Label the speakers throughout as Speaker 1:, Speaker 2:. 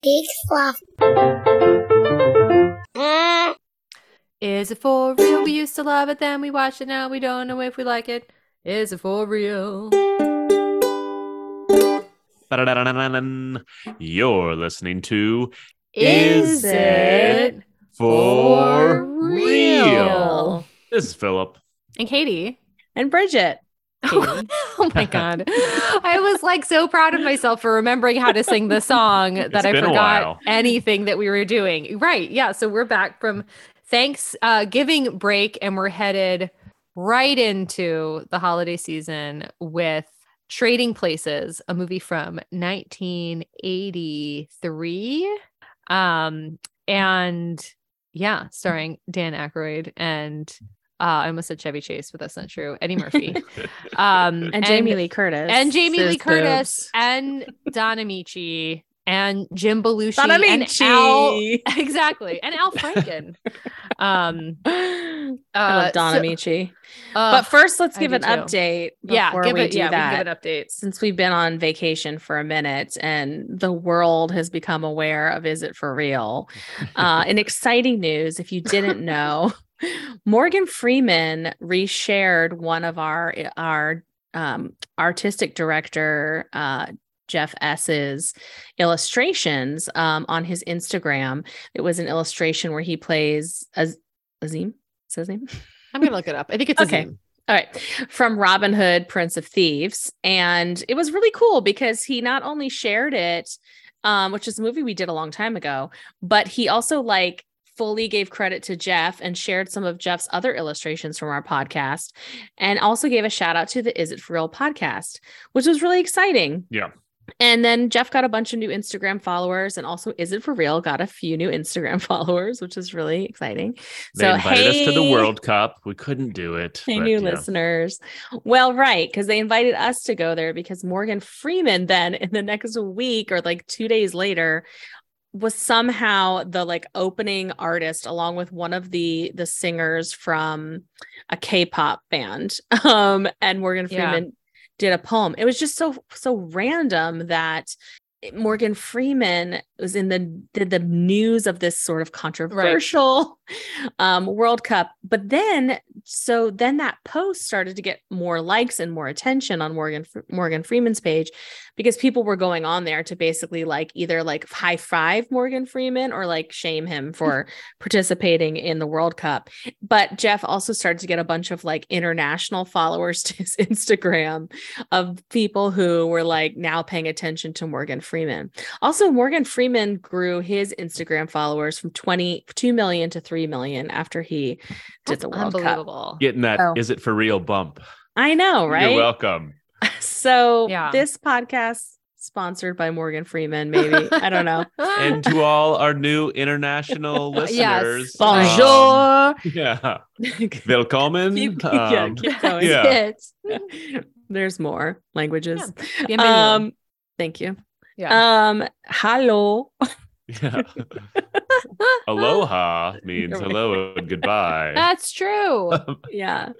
Speaker 1: Big fluff.
Speaker 2: Is it for real? We used to love it, then we watched it, now we don't know if we like it. Is it for real?
Speaker 3: Ba-da-da-da-da-da-dun. You're listening to
Speaker 2: Is
Speaker 3: Is
Speaker 2: it
Speaker 3: it For Real. This is Philip.
Speaker 2: And Katie.
Speaker 4: and Bridget.
Speaker 2: Katie. oh my god. I was like so proud of myself for remembering how to sing the song that
Speaker 3: It's
Speaker 2: I
Speaker 3: been a
Speaker 2: forgot
Speaker 3: while.
Speaker 2: anything that we were doing. Right. Yeah. So we're back from thanks uh giving break and we're headed right into the holiday season with Trading Places, a movie from 1983. Um, and yeah, starring Dan Aykroyd and uh, I almost said Chevy Chase, but that's not true. Eddie Murphy, um,
Speaker 4: And, Jamie Lee Curtis.
Speaker 2: and Jamie Lee
Speaker 4: Sis
Speaker 2: Curtis,
Speaker 4: boobs.
Speaker 2: and Don Amici, and Jim Belushi,
Speaker 4: Don
Speaker 2: and Al,
Speaker 4: Amici.
Speaker 2: exactly, and Al Franken. um,
Speaker 4: I
Speaker 2: uh,
Speaker 4: love Don
Speaker 2: so-
Speaker 4: Amici.
Speaker 2: uh,
Speaker 4: but first, let's
Speaker 2: I
Speaker 4: give
Speaker 2: do
Speaker 4: an
Speaker 2: too.
Speaker 4: update before
Speaker 2: yeah, give
Speaker 4: we
Speaker 2: it,
Speaker 4: do
Speaker 2: yeah,
Speaker 4: that.
Speaker 2: we can give it updates.
Speaker 4: Since we've been on vacation for a minute and the world has become aware of Is It For Real? Uh, in exciting news, if you didn't know, Morgan Freeman reshared one of our our um, artistic director uh, Jeff S's illustrations um, on his Instagram. It was an illustration where he plays Az- Azim. Is that his name?
Speaker 2: I'm gonna look it up. I think it's
Speaker 4: Okay.
Speaker 2: Azim.
Speaker 4: All right. From Robin Hood, Prince of Thieves. And it was really cool because he not only shared it, um, which is a movie we did a long time ago, but he also like fully gave credit to Jeff and shared some of Jeff's other illustrations from our podcast and also gave a shout out to the Is It For Real podcast, which was really exciting.
Speaker 3: Yeah.
Speaker 4: And then Jeff got a bunch of new Instagram followers and also Is It For Real got a few new Instagram followers, which is really exciting.
Speaker 3: They invited us to the
Speaker 4: hey-
Speaker 3: World Cup. We couldn't do it.
Speaker 4: Hey,
Speaker 3: but,
Speaker 4: new
Speaker 3: you know.
Speaker 4: listeners. Well, right, because they invited us to go there because Morgan Freeman then in the next week or like two days later was somehow the like opening artist along with one of the the singers from a K-pop band. Um, and Morgan
Speaker 2: Yeah.
Speaker 4: Freeman did a poem. It was just so so random that Morgan Freeman was in the did the news of this sort of controversial um, World Cup, but then so then that post started to get more likes and more attention on Morgan Morgan Freeman's page because people were going on there to basically like either like high five Morgan Freeman or like shame him for participating in the World Cup. But Jeff also started to get a bunch of like international followers to his Instagram of people who were like now paying attention to Morgan Freeman. Also, Morgan Freeman grew his Instagram followers from 22 million to 3 million after he
Speaker 2: That's
Speaker 4: did the World Cup.
Speaker 2: unbelievable.
Speaker 3: Getting that
Speaker 4: Oh.
Speaker 3: is it for real bump.
Speaker 4: I know, right?
Speaker 3: You're welcome.
Speaker 4: So
Speaker 2: Yeah.
Speaker 4: this podcast sponsored by Morgan Freeman, maybe. I don't know.
Speaker 3: And to all our new international
Speaker 2: Yes.
Speaker 3: listeners. um,
Speaker 4: Bonjour.
Speaker 3: yeah.
Speaker 4: Keep-
Speaker 3: Willkommen.
Speaker 4: yeah,
Speaker 3: Um,
Speaker 4: keep going.
Speaker 3: yeah.
Speaker 2: Yes.
Speaker 4: There's more languages.
Speaker 2: Bienvenido.
Speaker 4: Um, thank you.
Speaker 2: yeah.
Speaker 4: Um, hello.
Speaker 3: yeah. Aloha means
Speaker 4: You're right.
Speaker 3: hello and goodbye.
Speaker 2: That's true.
Speaker 4: yeah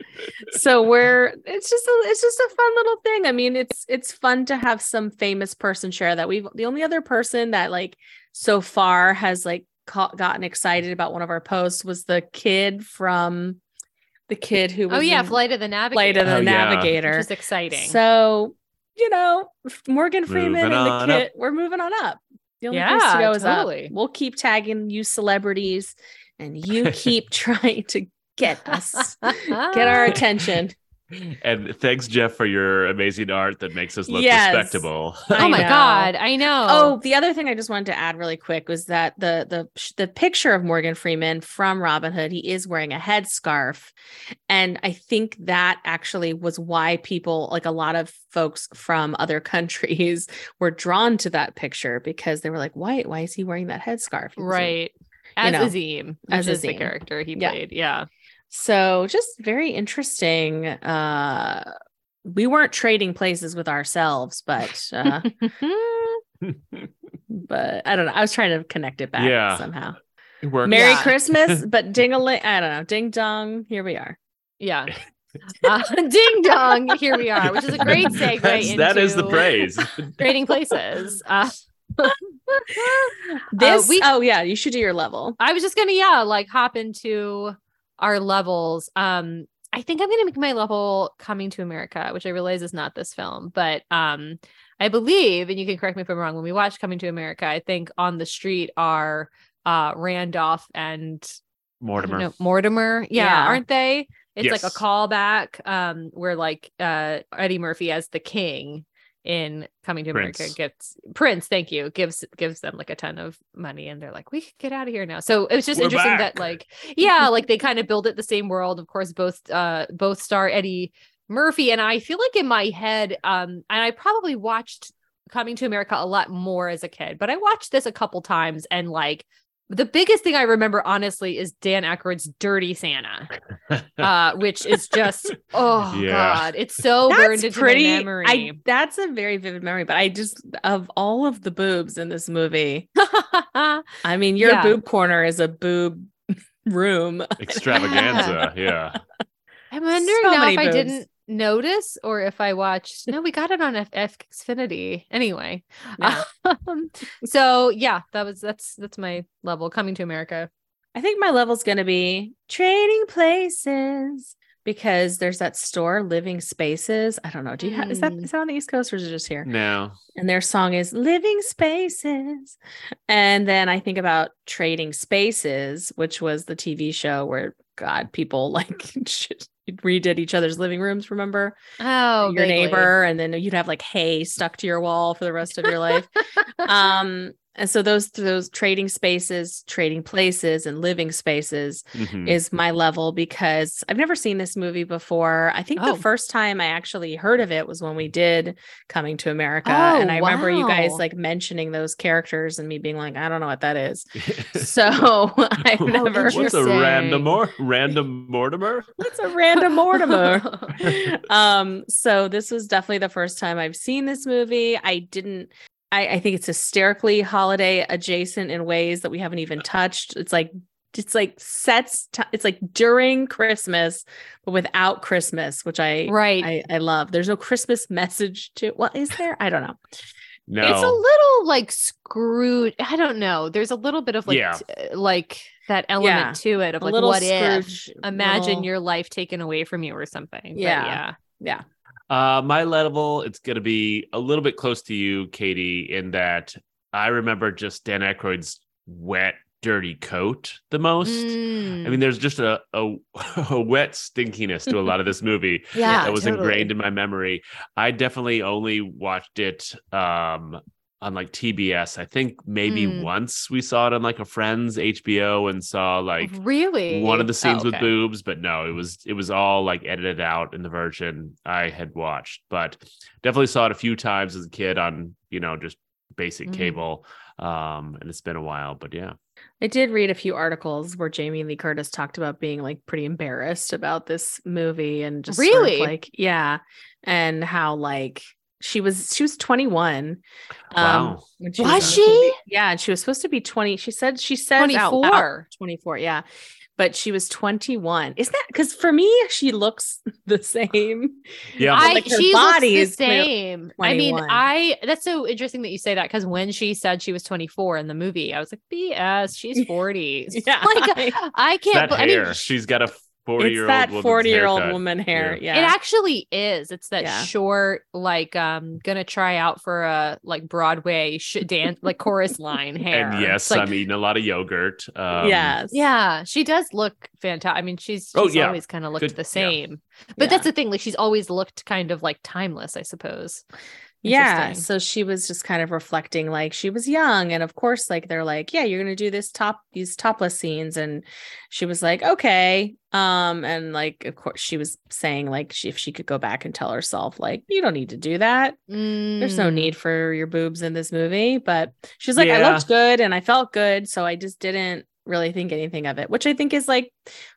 Speaker 4: so we're it's just a it's just a fun little thing i mean it's it's fun to have some famous person share that we've the only other person that like so far has like caught, gotten excited about one of our posts was the kid from the kid who was
Speaker 2: Oh yeah,
Speaker 4: in
Speaker 2: Flight of the Navigator.
Speaker 4: Flight of the
Speaker 3: Oh, yeah.
Speaker 4: navigator
Speaker 2: Which is exciting.
Speaker 4: so you know f- morgan
Speaker 3: Moving
Speaker 4: freeman and the
Speaker 3: on up.
Speaker 4: kid we're moving on up the only place
Speaker 2: Yeah,
Speaker 4: to go is
Speaker 2: totally.
Speaker 4: up we'll keep tagging you celebrities and you keep trying to get us get our attention.
Speaker 3: And thanks, Jeff, for your amazing art that makes us look
Speaker 4: Yes.
Speaker 3: respectable.
Speaker 2: Oh my god, I know.
Speaker 4: Oh, the other thing I just wanted to add really quick was that the the the picture of Morgan Freeman from Robin Hood, he is wearing a headscarf, and I think that actually was why people, like a lot of folks from other countries, were drawn to that picture because they were like, why why is he wearing that headscarf? He was in-
Speaker 2: right. As
Speaker 4: know,
Speaker 2: Azim,
Speaker 4: as
Speaker 2: as is the
Speaker 4: Azim.
Speaker 2: character he
Speaker 4: Yeah.
Speaker 2: played. Yeah.
Speaker 4: So just very interesting. Uh, we weren't trading places with ourselves, but. Uh, but I don't know. I was trying to connect it back
Speaker 3: Yeah.
Speaker 4: somehow.
Speaker 3: It works.
Speaker 4: Merry
Speaker 2: Yeah.
Speaker 4: Christmas, but ding a ling. I don't know. Ding dong. Here we are.
Speaker 2: yeah. Uh, ding dong, here we are, which is a great segue.
Speaker 3: That's- That is the
Speaker 2: into
Speaker 3: praise.
Speaker 2: Trading places. Uh,
Speaker 4: this
Speaker 2: we-
Speaker 4: oh yeah, you should do your level.
Speaker 2: I was just gonna, yeah, like hop into our levels. Um, I think I'm gonna make my level coming to America, which I realize is not this film, but um, I believe, and you can correct me if I'm wrong, when we watched Coming to America, I think on the street are uh Randolph and I don't
Speaker 3: Mortimer.
Speaker 2: know, Mortimer. Yeah,
Speaker 4: Yeah.
Speaker 2: aren't they? It's like a
Speaker 3: Yes.
Speaker 2: callback um where like uh Eddie Murphy as the king in Coming to America
Speaker 3: Prince.
Speaker 2: gets Prince, thank you, gives gives them like a ton of money and they're like, We could get out of here now. So it was just
Speaker 3: We're
Speaker 2: interesting that
Speaker 3: back.
Speaker 2: like yeah, like they kind of build it the same world. Of course, both uh both star Eddie Murphy and I feel like in my head, um, and I probably watched Coming to America a lot more as a kid, but I watched this a couple times and like the biggest thing I remember honestly is Dan Aykroyd's Dirty Santa, uh, which is just oh
Speaker 3: Yeah.
Speaker 2: god, it's so burned Oh, into my memory.
Speaker 4: I that's a very vivid memory, but I just of all of the boobs in this movie, I mean your
Speaker 2: Yeah.
Speaker 4: boob corner is a boob room.
Speaker 3: Extravaganza. Yeah.
Speaker 2: I'm wondering
Speaker 4: So
Speaker 2: now
Speaker 4: many
Speaker 2: if I
Speaker 4: boobs.
Speaker 2: didn't notice or if I watched. No, we got it on F- F- Xfinity anyway.
Speaker 4: Yeah.
Speaker 2: Um, so yeah, that was that's that's my level coming to America.
Speaker 4: I think my level's going to be trading places because there's that store, Living Spaces. I don't know. Do you have, is that
Speaker 2: Mm.
Speaker 4: is that on the East Coast or is it just here?
Speaker 3: No.
Speaker 4: And their song is Living Spaces. And then I think about Trading Spaces, which was the TV show where God people like shit- redid each other's living rooms. Remember
Speaker 2: Oh,
Speaker 4: your
Speaker 2: vaguely.
Speaker 4: neighbor, and then you'd have like hay stuck to your wall for the rest of your life um and so those those trading spaces trading places and living spaces
Speaker 2: Mm-hmm.
Speaker 3: Mhm.
Speaker 4: is my level because i've never seen this movie before i think
Speaker 2: Oh.
Speaker 4: the first time i actually heard of it was when we did coming to america
Speaker 2: Oh,
Speaker 4: and i remember you guys
Speaker 2: wow.
Speaker 4: like mentioning those characters and me being like i don't know what that is so i've never
Speaker 3: What's a random or random Mortimer?
Speaker 4: what's a random mortimer um so this was definitely the first time i've seen this movie i didn't I, I think it's hysterically holiday adjacent in ways that we haven't even touched it's like it's like sets t- it's like during christmas but without christmas which i
Speaker 2: right.
Speaker 4: I, I love there's no christmas message to well is there i don't know
Speaker 3: No.
Speaker 2: It's a little like screwed. I don't know. There's a little bit of like
Speaker 3: Yeah.
Speaker 2: t- uh, like that element
Speaker 4: Yeah.
Speaker 2: to it of
Speaker 4: a
Speaker 2: like
Speaker 4: little
Speaker 2: what if
Speaker 4: Scrooge,
Speaker 2: imagine
Speaker 4: little-
Speaker 2: your life taken away from you or something. But
Speaker 4: Yeah.
Speaker 2: yeah.
Speaker 4: yeah
Speaker 3: Uh, my level, it's going to be a little bit close to you, Katie, in that I remember just Dan Aykroyd's wet, dirty coat the most. I
Speaker 2: Mm.
Speaker 3: mean, there's just a, a, a wet stinkiness to a lot of this movie
Speaker 2: yeah.
Speaker 3: that was
Speaker 2: totally.
Speaker 3: ingrained in my memory. I definitely only watched it um, on like TBS. I think maybe
Speaker 2: Mm.
Speaker 3: once we saw it on like a friend's HBO and saw like
Speaker 2: really
Speaker 3: one of the
Speaker 2: Oh,
Speaker 3: scenes with
Speaker 2: okay.
Speaker 3: boobs but no it was it was all like edited out in the version i had watched but definitely saw it a few times as a kid on you know just basic
Speaker 2: Mhm.
Speaker 3: cable um and it's been a while but yeah
Speaker 4: I did read a few articles where Jamie Lee Curtis talked about being like pretty embarrassed about this movie and just sort of,
Speaker 2: Really?
Speaker 4: like yeah, and how like she was she was 21.
Speaker 2: Um,
Speaker 3: Wow.
Speaker 4: when
Speaker 2: Was
Speaker 4: in this
Speaker 2: she?
Speaker 4: movie. Yeah, and she was supposed to be 20. She said she says out loud-
Speaker 2: 24.
Speaker 4: 24, yeah. But she was 21. Is that because for me she looks the same?
Speaker 3: yeah
Speaker 2: I
Speaker 4: Like, her
Speaker 2: she
Speaker 4: body
Speaker 2: looks
Speaker 4: is
Speaker 2: the
Speaker 4: clearly
Speaker 2: same. I mean,
Speaker 4: 21.
Speaker 2: I that's so interesting that you say that because when she said she was 24 in the movie, I was like, BS, she's 40.
Speaker 4: Yeah.
Speaker 2: like I can't.
Speaker 3: that
Speaker 2: bel- I
Speaker 3: hair
Speaker 2: mean,
Speaker 3: she's got a 40
Speaker 4: it's
Speaker 3: year
Speaker 4: that
Speaker 3: old
Speaker 4: 40 year old woman hair.
Speaker 3: Yeah.
Speaker 4: Yeah.
Speaker 2: It actually is. It's that
Speaker 4: Yeah.
Speaker 2: short, like, um, gonna try out for a like Broadway sh- dance, like chorus line hair.
Speaker 3: and yes
Speaker 2: It's like,
Speaker 3: i'm eating a lot of yogurt um,
Speaker 4: yes.
Speaker 2: yeah, she does look fantastic. I mean, she's, she's
Speaker 3: Oh, yeah.
Speaker 2: always kind of looked
Speaker 3: Good-
Speaker 2: the
Speaker 3: yeah.
Speaker 2: same, but
Speaker 4: Yeah.
Speaker 2: that's the thing. Like, she's always looked kind of like timeless, I suppose.
Speaker 4: Yeah.
Speaker 2: Interesting.
Speaker 4: So she was just kind of reflecting like she was young. And of course, like they're like, yeah, you're going to do this top, these topless scenes. And she was like, okay. Um, and like, of course, she was saying like, she, if she could go back and tell herself, like, you don't need to do that. There's no
Speaker 2: Mm.
Speaker 4: need for your boobs in this movie. But she's like, I
Speaker 3: Yeah.
Speaker 4: looked good and I felt good. So I just didn't really think anything of it, which I think is like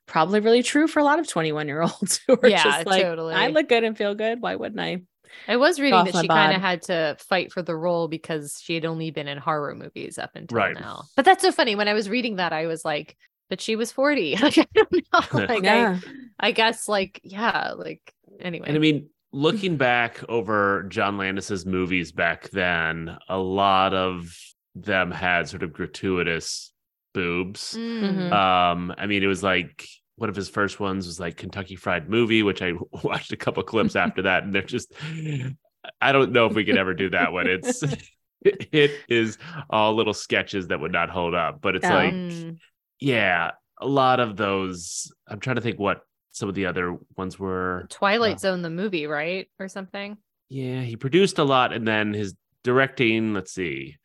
Speaker 4: probably really true for a lot of 21 year olds who are
Speaker 2: Yeah,
Speaker 4: just like,
Speaker 2: totally.
Speaker 4: I look good and feel good. Why wouldn't I?
Speaker 2: I was reading
Speaker 4: off
Speaker 2: that
Speaker 4: my
Speaker 2: she kind
Speaker 4: bod.
Speaker 2: of had to fight for the role because she had only been in horror movies up until
Speaker 3: Right.
Speaker 2: now. But that's so funny. When I was reading that, I was like, but she was 40. Like, I don't know. Like, I, I guess like yeah, like anyway.
Speaker 3: And I mean, looking back over John Landis's movies back then, a lot of them had sort of gratuitous boobs.
Speaker 2: Mm.
Speaker 3: Um, I mean, it was like one of his first ones was like Kentucky Fried Movie, which I watched a couple clips after that, and they're just I don't know if we could ever do that one. It's it is all little sketches that would not hold up, but it's
Speaker 4: Yeah.
Speaker 3: like
Speaker 2: Mm.
Speaker 3: yeah, a lot of those. I'm trying to think what some of the other ones were.
Speaker 2: Twilight Zone, the movie, right? Or something.
Speaker 3: Yeah, he produced a lot, and then his directing. Let's see.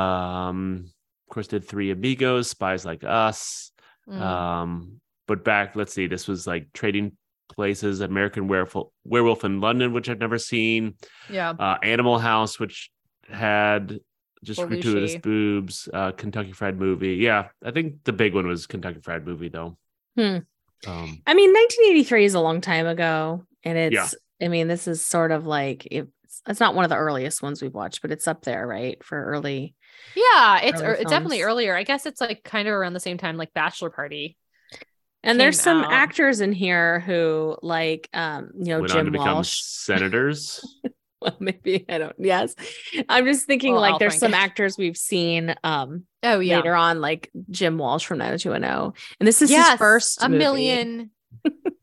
Speaker 3: Um, of course, did Three Amigos, Spies Like Us.
Speaker 2: Mm.
Speaker 3: Um, but back, let's see. This was like Trading Places, American Werewolf, Werewolf in London, which I've never seen.
Speaker 2: yeah.
Speaker 3: Uh, Animal House, which had just
Speaker 2: Belushi.
Speaker 3: gratuitous boobs. Uh, Kentucky Fried Movie. Yeah, I think the big one was Kentucky Fried Movie, though.
Speaker 4: Hmm.
Speaker 3: Um,
Speaker 4: I mean, 1983 is a long time ago, and it's.
Speaker 3: Yeah.
Speaker 4: I mean, this is sort of like it's, it's not one of the earliest ones we've watched, but it's up there, right, for early.
Speaker 2: Yeah, it's
Speaker 4: Early
Speaker 2: ear- it's definitely
Speaker 4: films.
Speaker 2: earlier. I guess it's like kind of around the same time, like Bachelor Party.
Speaker 4: And there's
Speaker 2: Came
Speaker 4: some
Speaker 2: out.
Speaker 4: actors in here who, like, um, you know,
Speaker 3: went on to
Speaker 4: Jim
Speaker 3: become
Speaker 4: Walsh.
Speaker 3: senators.
Speaker 4: Well, maybe I don't. Yes, I'm just thinking
Speaker 2: Well,
Speaker 4: like
Speaker 2: Al
Speaker 4: there's some
Speaker 2: Franken.
Speaker 4: actors we've seen um
Speaker 2: Oh yeah,
Speaker 4: later on, like Jim Walsh from 90210, and this is his
Speaker 2: Yes,
Speaker 4: first
Speaker 2: a
Speaker 4: movie.
Speaker 2: million.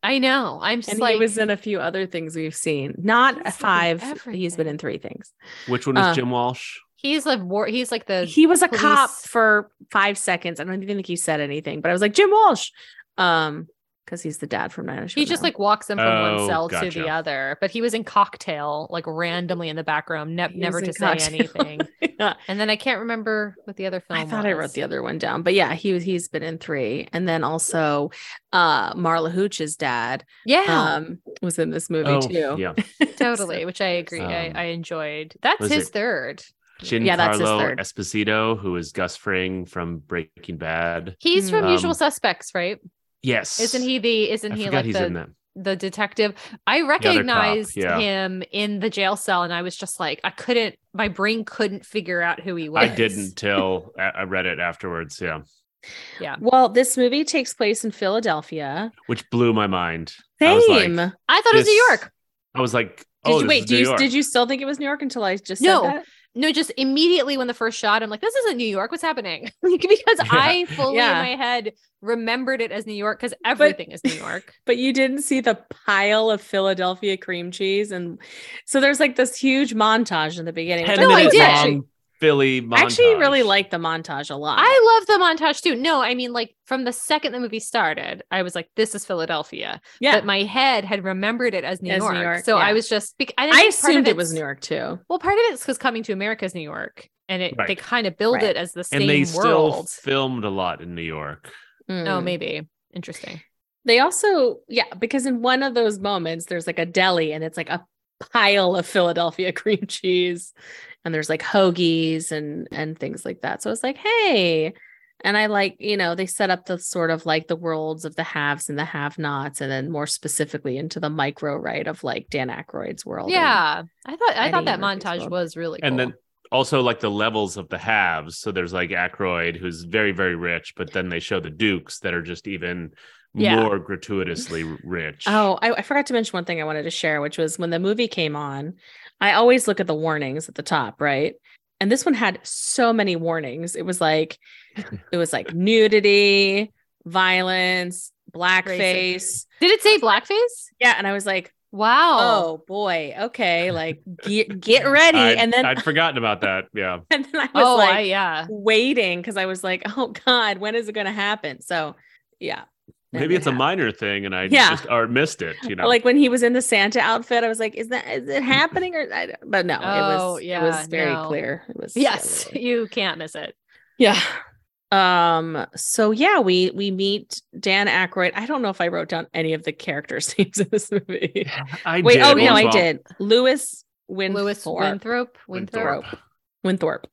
Speaker 2: I know. I'm just
Speaker 4: And
Speaker 2: like
Speaker 4: he was in a few other things we've seen. Not
Speaker 2: He's in
Speaker 4: five. He's been in
Speaker 2: everything.
Speaker 4: three things.
Speaker 3: Which one was
Speaker 4: Uh,
Speaker 3: Jim Walsh?
Speaker 2: he's like war. He's like the
Speaker 4: he was a cop
Speaker 2: police-
Speaker 4: for five seconds. I don't even think he said anything, but I was like Jim Walsh, um, because he's the dad from 90210.
Speaker 2: He just like walks them from one
Speaker 3: Oh,
Speaker 2: cell to
Speaker 3: gotcha.
Speaker 2: the other, but he was in cocktail, like randomly in the background, ne-
Speaker 4: He
Speaker 2: never
Speaker 4: was
Speaker 2: to
Speaker 4: in
Speaker 2: say
Speaker 4: Cocktail.
Speaker 2: anything.
Speaker 4: Yeah.
Speaker 2: And then I can't remember what the other film.
Speaker 4: I thought I
Speaker 2: was.
Speaker 4: wrote the other one down, but yeah, he was he's been in three, and then also uh Marla Hooch's dad
Speaker 2: Yeah,
Speaker 4: um was in this movie
Speaker 3: Oh,
Speaker 4: too.
Speaker 3: yeah.
Speaker 2: totally. Which I agree. I,
Speaker 3: Um,
Speaker 2: I enjoyed. That's
Speaker 3: was
Speaker 2: his
Speaker 3: it-
Speaker 2: third.
Speaker 3: Giancarlo
Speaker 4: Yeah, that's his third.
Speaker 3: Esposito, who is Gus Fring from Breaking Bad.
Speaker 2: He's from
Speaker 3: Um,
Speaker 2: Usual Suspects, right?
Speaker 3: Yes,
Speaker 2: Isn't he the? Isn't
Speaker 3: Um, I
Speaker 2: he
Speaker 3: forgot
Speaker 2: like
Speaker 3: he's
Speaker 2: the
Speaker 3: in that.
Speaker 2: the detective. I
Speaker 3: cop,
Speaker 2: recognized
Speaker 3: yeah.
Speaker 2: him in the jail cell, and I was just like, I couldn't. My brain couldn't figure out who he was.
Speaker 3: I didn't till I I read it afterwards. Yeah,
Speaker 4: Well, this movie takes place in Philadelphia.
Speaker 3: which blew my mind. I was like,
Speaker 4: Same. Did
Speaker 2: I thought it was New
Speaker 3: This-
Speaker 2: York.
Speaker 3: I was like, oh,
Speaker 4: you
Speaker 3: this
Speaker 4: wait?
Speaker 3: is
Speaker 4: Do
Speaker 3: New
Speaker 4: you
Speaker 3: York.
Speaker 4: did you still think it was New York until I just
Speaker 2: No.
Speaker 4: said that?
Speaker 2: No, just immediately when the first shot, I'm like, this isn't New York. What's happening? Like, because
Speaker 3: Yeah.
Speaker 2: I fully
Speaker 4: Yeah.
Speaker 2: in my head remembered it as New York because everything is New York.
Speaker 4: but you didn't see the pile of Philadelphia cream cheese, and so there's like this huge montage in the beginning. which
Speaker 3: Ten
Speaker 2: No, I
Speaker 4: thought
Speaker 3: minute
Speaker 4: was
Speaker 2: did.
Speaker 4: actually-
Speaker 3: long Philly montage.
Speaker 4: I actually really like the montage a lot.
Speaker 2: I love the montage too. No, I mean, like from the second the movie started, I was like, this is Philadelphia.
Speaker 4: yeah.
Speaker 2: But my head had remembered it as New,
Speaker 4: As New
Speaker 2: York.
Speaker 4: York,
Speaker 2: So
Speaker 4: yeah.
Speaker 2: I was just, bec- and I,
Speaker 4: I
Speaker 2: think part of
Speaker 4: assumed it was
Speaker 2: it's-
Speaker 4: New York too.
Speaker 2: Well, part of it's because coming to America is New York, and it they
Speaker 3: Right.
Speaker 2: kind of build
Speaker 4: Right.
Speaker 2: it as the same
Speaker 3: and they still
Speaker 2: world.
Speaker 3: filmed a lot in New York.
Speaker 2: oh,
Speaker 4: Mm.
Speaker 2: maybe interesting.
Speaker 4: They also, yeah, because in one of those moments, there's like a deli and it's like a pile of Philadelphia cream cheese, and there's like hoagies and and things like that. So it's like, hey, and I like, you know, they set up the sort of like the worlds of the haves and the have-nots, and then more specifically into the micro right of like Dan Aykroyd's world. and-
Speaker 2: Yeah, I thought I thought
Speaker 4: Eddie
Speaker 2: that
Speaker 4: Murphy's
Speaker 2: montage
Speaker 4: world.
Speaker 2: was really cool.
Speaker 3: And then also like the levels of the halves. So there's like Aykroyd, who's very, very rich, but then they show the Dukes that are just even
Speaker 2: Yeah.
Speaker 3: more gratuitously rich.
Speaker 4: Oh, I, I forgot to mention one thing I wanted to share, which was when the movie came on, I always look at the warnings at the top, right? And this one had so many warnings. It was like, it was like nudity, violence, blackface.
Speaker 2: did it say blackface?
Speaker 4: Yeah. And I was like,
Speaker 2: Wow.
Speaker 4: oh boy, okay, like get, get ready.
Speaker 3: I'd-
Speaker 4: and then,
Speaker 3: I'd forgotten about that. Yeah.
Speaker 4: and then I was
Speaker 2: Oh,
Speaker 4: like
Speaker 2: I, yeah.
Speaker 4: waiting because I was like, oh God, when is it going to happen? So, yeah. And
Speaker 3: Maybe
Speaker 4: it
Speaker 3: it's a
Speaker 4: happened.
Speaker 3: minor thing and I
Speaker 4: Yeah.
Speaker 3: just or missed it, you know.
Speaker 4: Like when he was in the Santa outfit, I was like, "Is that is it happening?" Or I, don't- but no,
Speaker 2: Oh,
Speaker 4: it was
Speaker 2: yeah,
Speaker 4: it was very
Speaker 2: no.
Speaker 4: clear. It was
Speaker 2: Yes,
Speaker 4: very-
Speaker 2: you can't miss it.
Speaker 4: yeah. Um. So yeah, we we meet Dan Aykroyd. I don't know if I wrote down any of the characters' names in this movie.
Speaker 3: I
Speaker 4: Wait.
Speaker 3: did
Speaker 4: oh
Speaker 3: as
Speaker 4: no, I
Speaker 3: well.
Speaker 4: did. Lewis Win
Speaker 2: Lewis Winthrop. Winthrop.
Speaker 3: Winthrop.
Speaker 4: Winthorpe.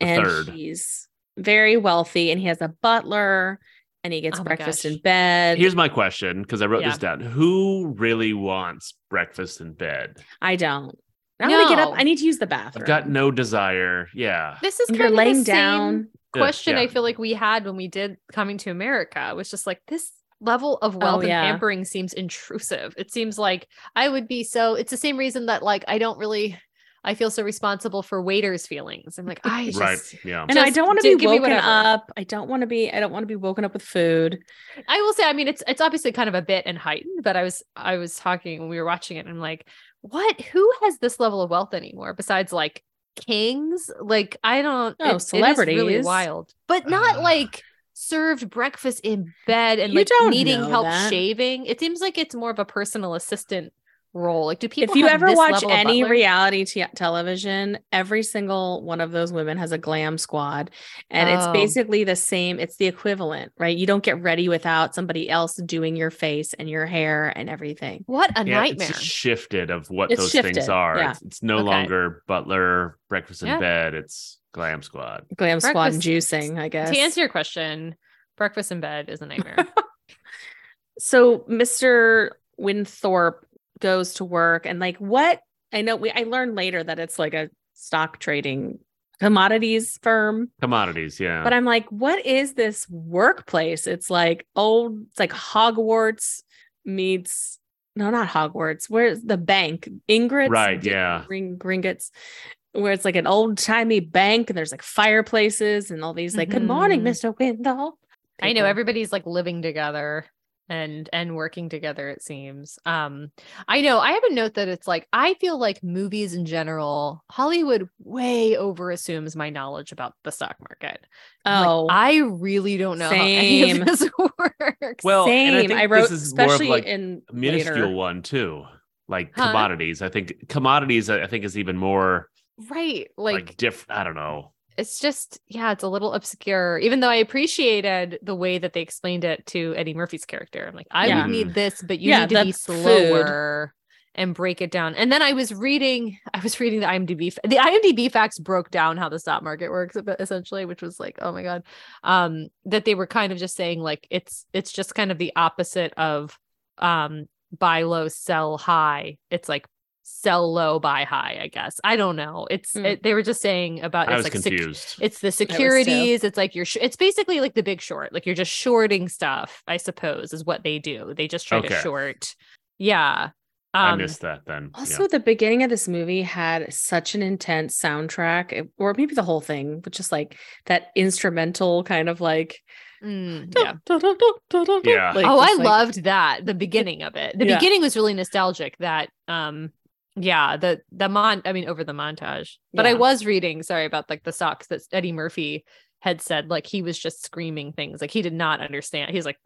Speaker 3: The
Speaker 4: and
Speaker 3: third.
Speaker 4: he's very wealthy, and he has a butler, and he gets
Speaker 2: Oh my
Speaker 4: breakfast
Speaker 2: gosh.
Speaker 4: in bed.
Speaker 3: Here's my question because I wrote
Speaker 2: Yeah.
Speaker 3: this down. Who really wants breakfast in bed?
Speaker 4: I don't. I'm gonna get up.
Speaker 2: No.
Speaker 4: I need to use the bathroom.
Speaker 3: I've got no desire. Yeah.
Speaker 2: This is
Speaker 4: You're
Speaker 2: kind
Speaker 4: laying
Speaker 2: of the same
Speaker 4: down.
Speaker 2: question
Speaker 3: Yeah.
Speaker 2: I feel like we had when we did Coming to America. It was just like this. level of wealth
Speaker 4: yeah.
Speaker 2: and pampering seems intrusive. It seems like I would be so. It's the same reason that like I don't really. I feel so responsible for waiters' feelings. I'm like I just
Speaker 3: right. Yeah.
Speaker 4: And I
Speaker 2: Just
Speaker 4: don't want
Speaker 2: do-
Speaker 4: to be
Speaker 2: give me
Speaker 4: woken
Speaker 2: whatever.
Speaker 4: up. I don't want to be. I don't want to be woken up with food.
Speaker 2: I will say, I mean, it's it's obviously kind of a bit and heightened, but I was I was talking when we were watching it, and I'm like, what? Who has this level of wealth anymore besides like kings? Like I don't.
Speaker 4: No,
Speaker 2: it- it is really
Speaker 4: Oh, celebrities.
Speaker 2: wild, but not
Speaker 3: Ah.
Speaker 2: like served breakfast in bed and
Speaker 4: You
Speaker 2: like
Speaker 4: don't
Speaker 2: needing
Speaker 4: know
Speaker 2: help
Speaker 4: that.
Speaker 2: shaving. It seems like it's more of a personal assistant role. Like, do people?
Speaker 4: if you
Speaker 2: have
Speaker 4: ever
Speaker 2: this
Speaker 4: watch
Speaker 2: level of
Speaker 4: any
Speaker 2: butler?
Speaker 4: reality t- television, every single one of those women has a glam squad, and it's
Speaker 2: Oh.
Speaker 4: basically the same. It's the equivalent, right? You don't get ready without somebody else doing your face and your hair and everything.
Speaker 2: What a
Speaker 3: Yeah,
Speaker 2: nightmare!
Speaker 3: It's shifted of what
Speaker 4: It's
Speaker 3: those things
Speaker 4: shifted,
Speaker 3: are.
Speaker 4: yeah.
Speaker 3: It's, it's no
Speaker 2: Okay.
Speaker 3: longer butler, breakfast in
Speaker 2: Yeah.
Speaker 3: bed. It's glam squad.
Speaker 4: Glam squad and
Speaker 2: Breakfast-
Speaker 4: juicing, I guess.
Speaker 2: To answer your question, breakfast in bed is a nightmare.
Speaker 4: so Mr. Winthorpe goes to work and like what I know we I learned later that it's like a stock trading commodities firm.
Speaker 3: Commodities. Yeah.
Speaker 4: But I'm like, what is this workplace? It's like old, it's like Hogwarts meets no, not Hogwarts. Where's the bank? Ingrits,
Speaker 3: Right,
Speaker 4: G-
Speaker 3: yeah.
Speaker 4: Gring, Gringotts, where it's like an old timey bank, and there's like fireplaces and all these. Like, good morning,
Speaker 3: Mm-hmm.
Speaker 2: Mhm.
Speaker 4: Mister Windall.
Speaker 2: I know
Speaker 4: People.
Speaker 2: everybody's like living together and and working together it seems. Um I know I have a note that it's like I feel like movies in general Hollywood way over assumes my knowledge about the stock market. I'm like,
Speaker 4: Oh,
Speaker 2: I really don't know how any
Speaker 4: Same.
Speaker 2: of this works.
Speaker 3: well, Oh, and I
Speaker 4: same.
Speaker 3: think
Speaker 4: I, wrote
Speaker 3: this is more of
Speaker 4: especially
Speaker 3: like
Speaker 4: in
Speaker 3: minuscule
Speaker 4: later.
Speaker 3: one too, like
Speaker 2: Huh?
Speaker 3: commodities. I think commodities. I I think is even more
Speaker 2: right.
Speaker 3: like,
Speaker 2: Like
Speaker 3: diff. I don't know.
Speaker 2: it's just yeah, it's a little obscure even though I appreciated the way that they explained it to Eddie Murphy's character. I'm like I
Speaker 4: Yeah.
Speaker 2: would
Speaker 3: Mm.
Speaker 2: need this but you
Speaker 4: Yeah,
Speaker 2: need to be
Speaker 4: the food.
Speaker 2: slower and break it down. And then I was reading I was reading the IMDb fa- the IMDb facts broke down how the stock market works e- essentially which was like oh my god um that they were kind of just saying like it's it's just kind of the opposite of um buy low sell high. It's like sell low buy high I guess. I don't know. It's
Speaker 4: Hmm.
Speaker 2: it, they were just saying about
Speaker 3: I
Speaker 2: it's
Speaker 3: was
Speaker 2: like sec-
Speaker 3: confused.
Speaker 2: it's the
Speaker 4: too.
Speaker 2: securities. It's like you're. Sh- it's basically like the big short. Like you're just shorting stuff. I suppose is what they do. They just try to
Speaker 3: Okay.
Speaker 2: short. Yeah.
Speaker 3: I
Speaker 2: Um,
Speaker 3: missed that then. Yeah.
Speaker 4: Also, the beginning of this movie had such an intense soundtrack, it- or maybe the whole thing, but just like that instrumental kind of like,
Speaker 2: mm,
Speaker 4: dun,
Speaker 2: yeah.
Speaker 4: dun, dun, dun, dun, dun, dun,
Speaker 3: Yeah.
Speaker 4: like,
Speaker 2: oh, I
Speaker 4: just, like-
Speaker 2: loved that. The beginning of it. The
Speaker 4: Yeah.
Speaker 2: beginning was really nostalgic. That. Um. Yeah. The the mon. I mean, over the montage. But I
Speaker 4: Yeah.
Speaker 2: was reading. Sorry about like the socks that Eddie Murphy had said. Like he was just screaming things. Like he did not understand. He's like,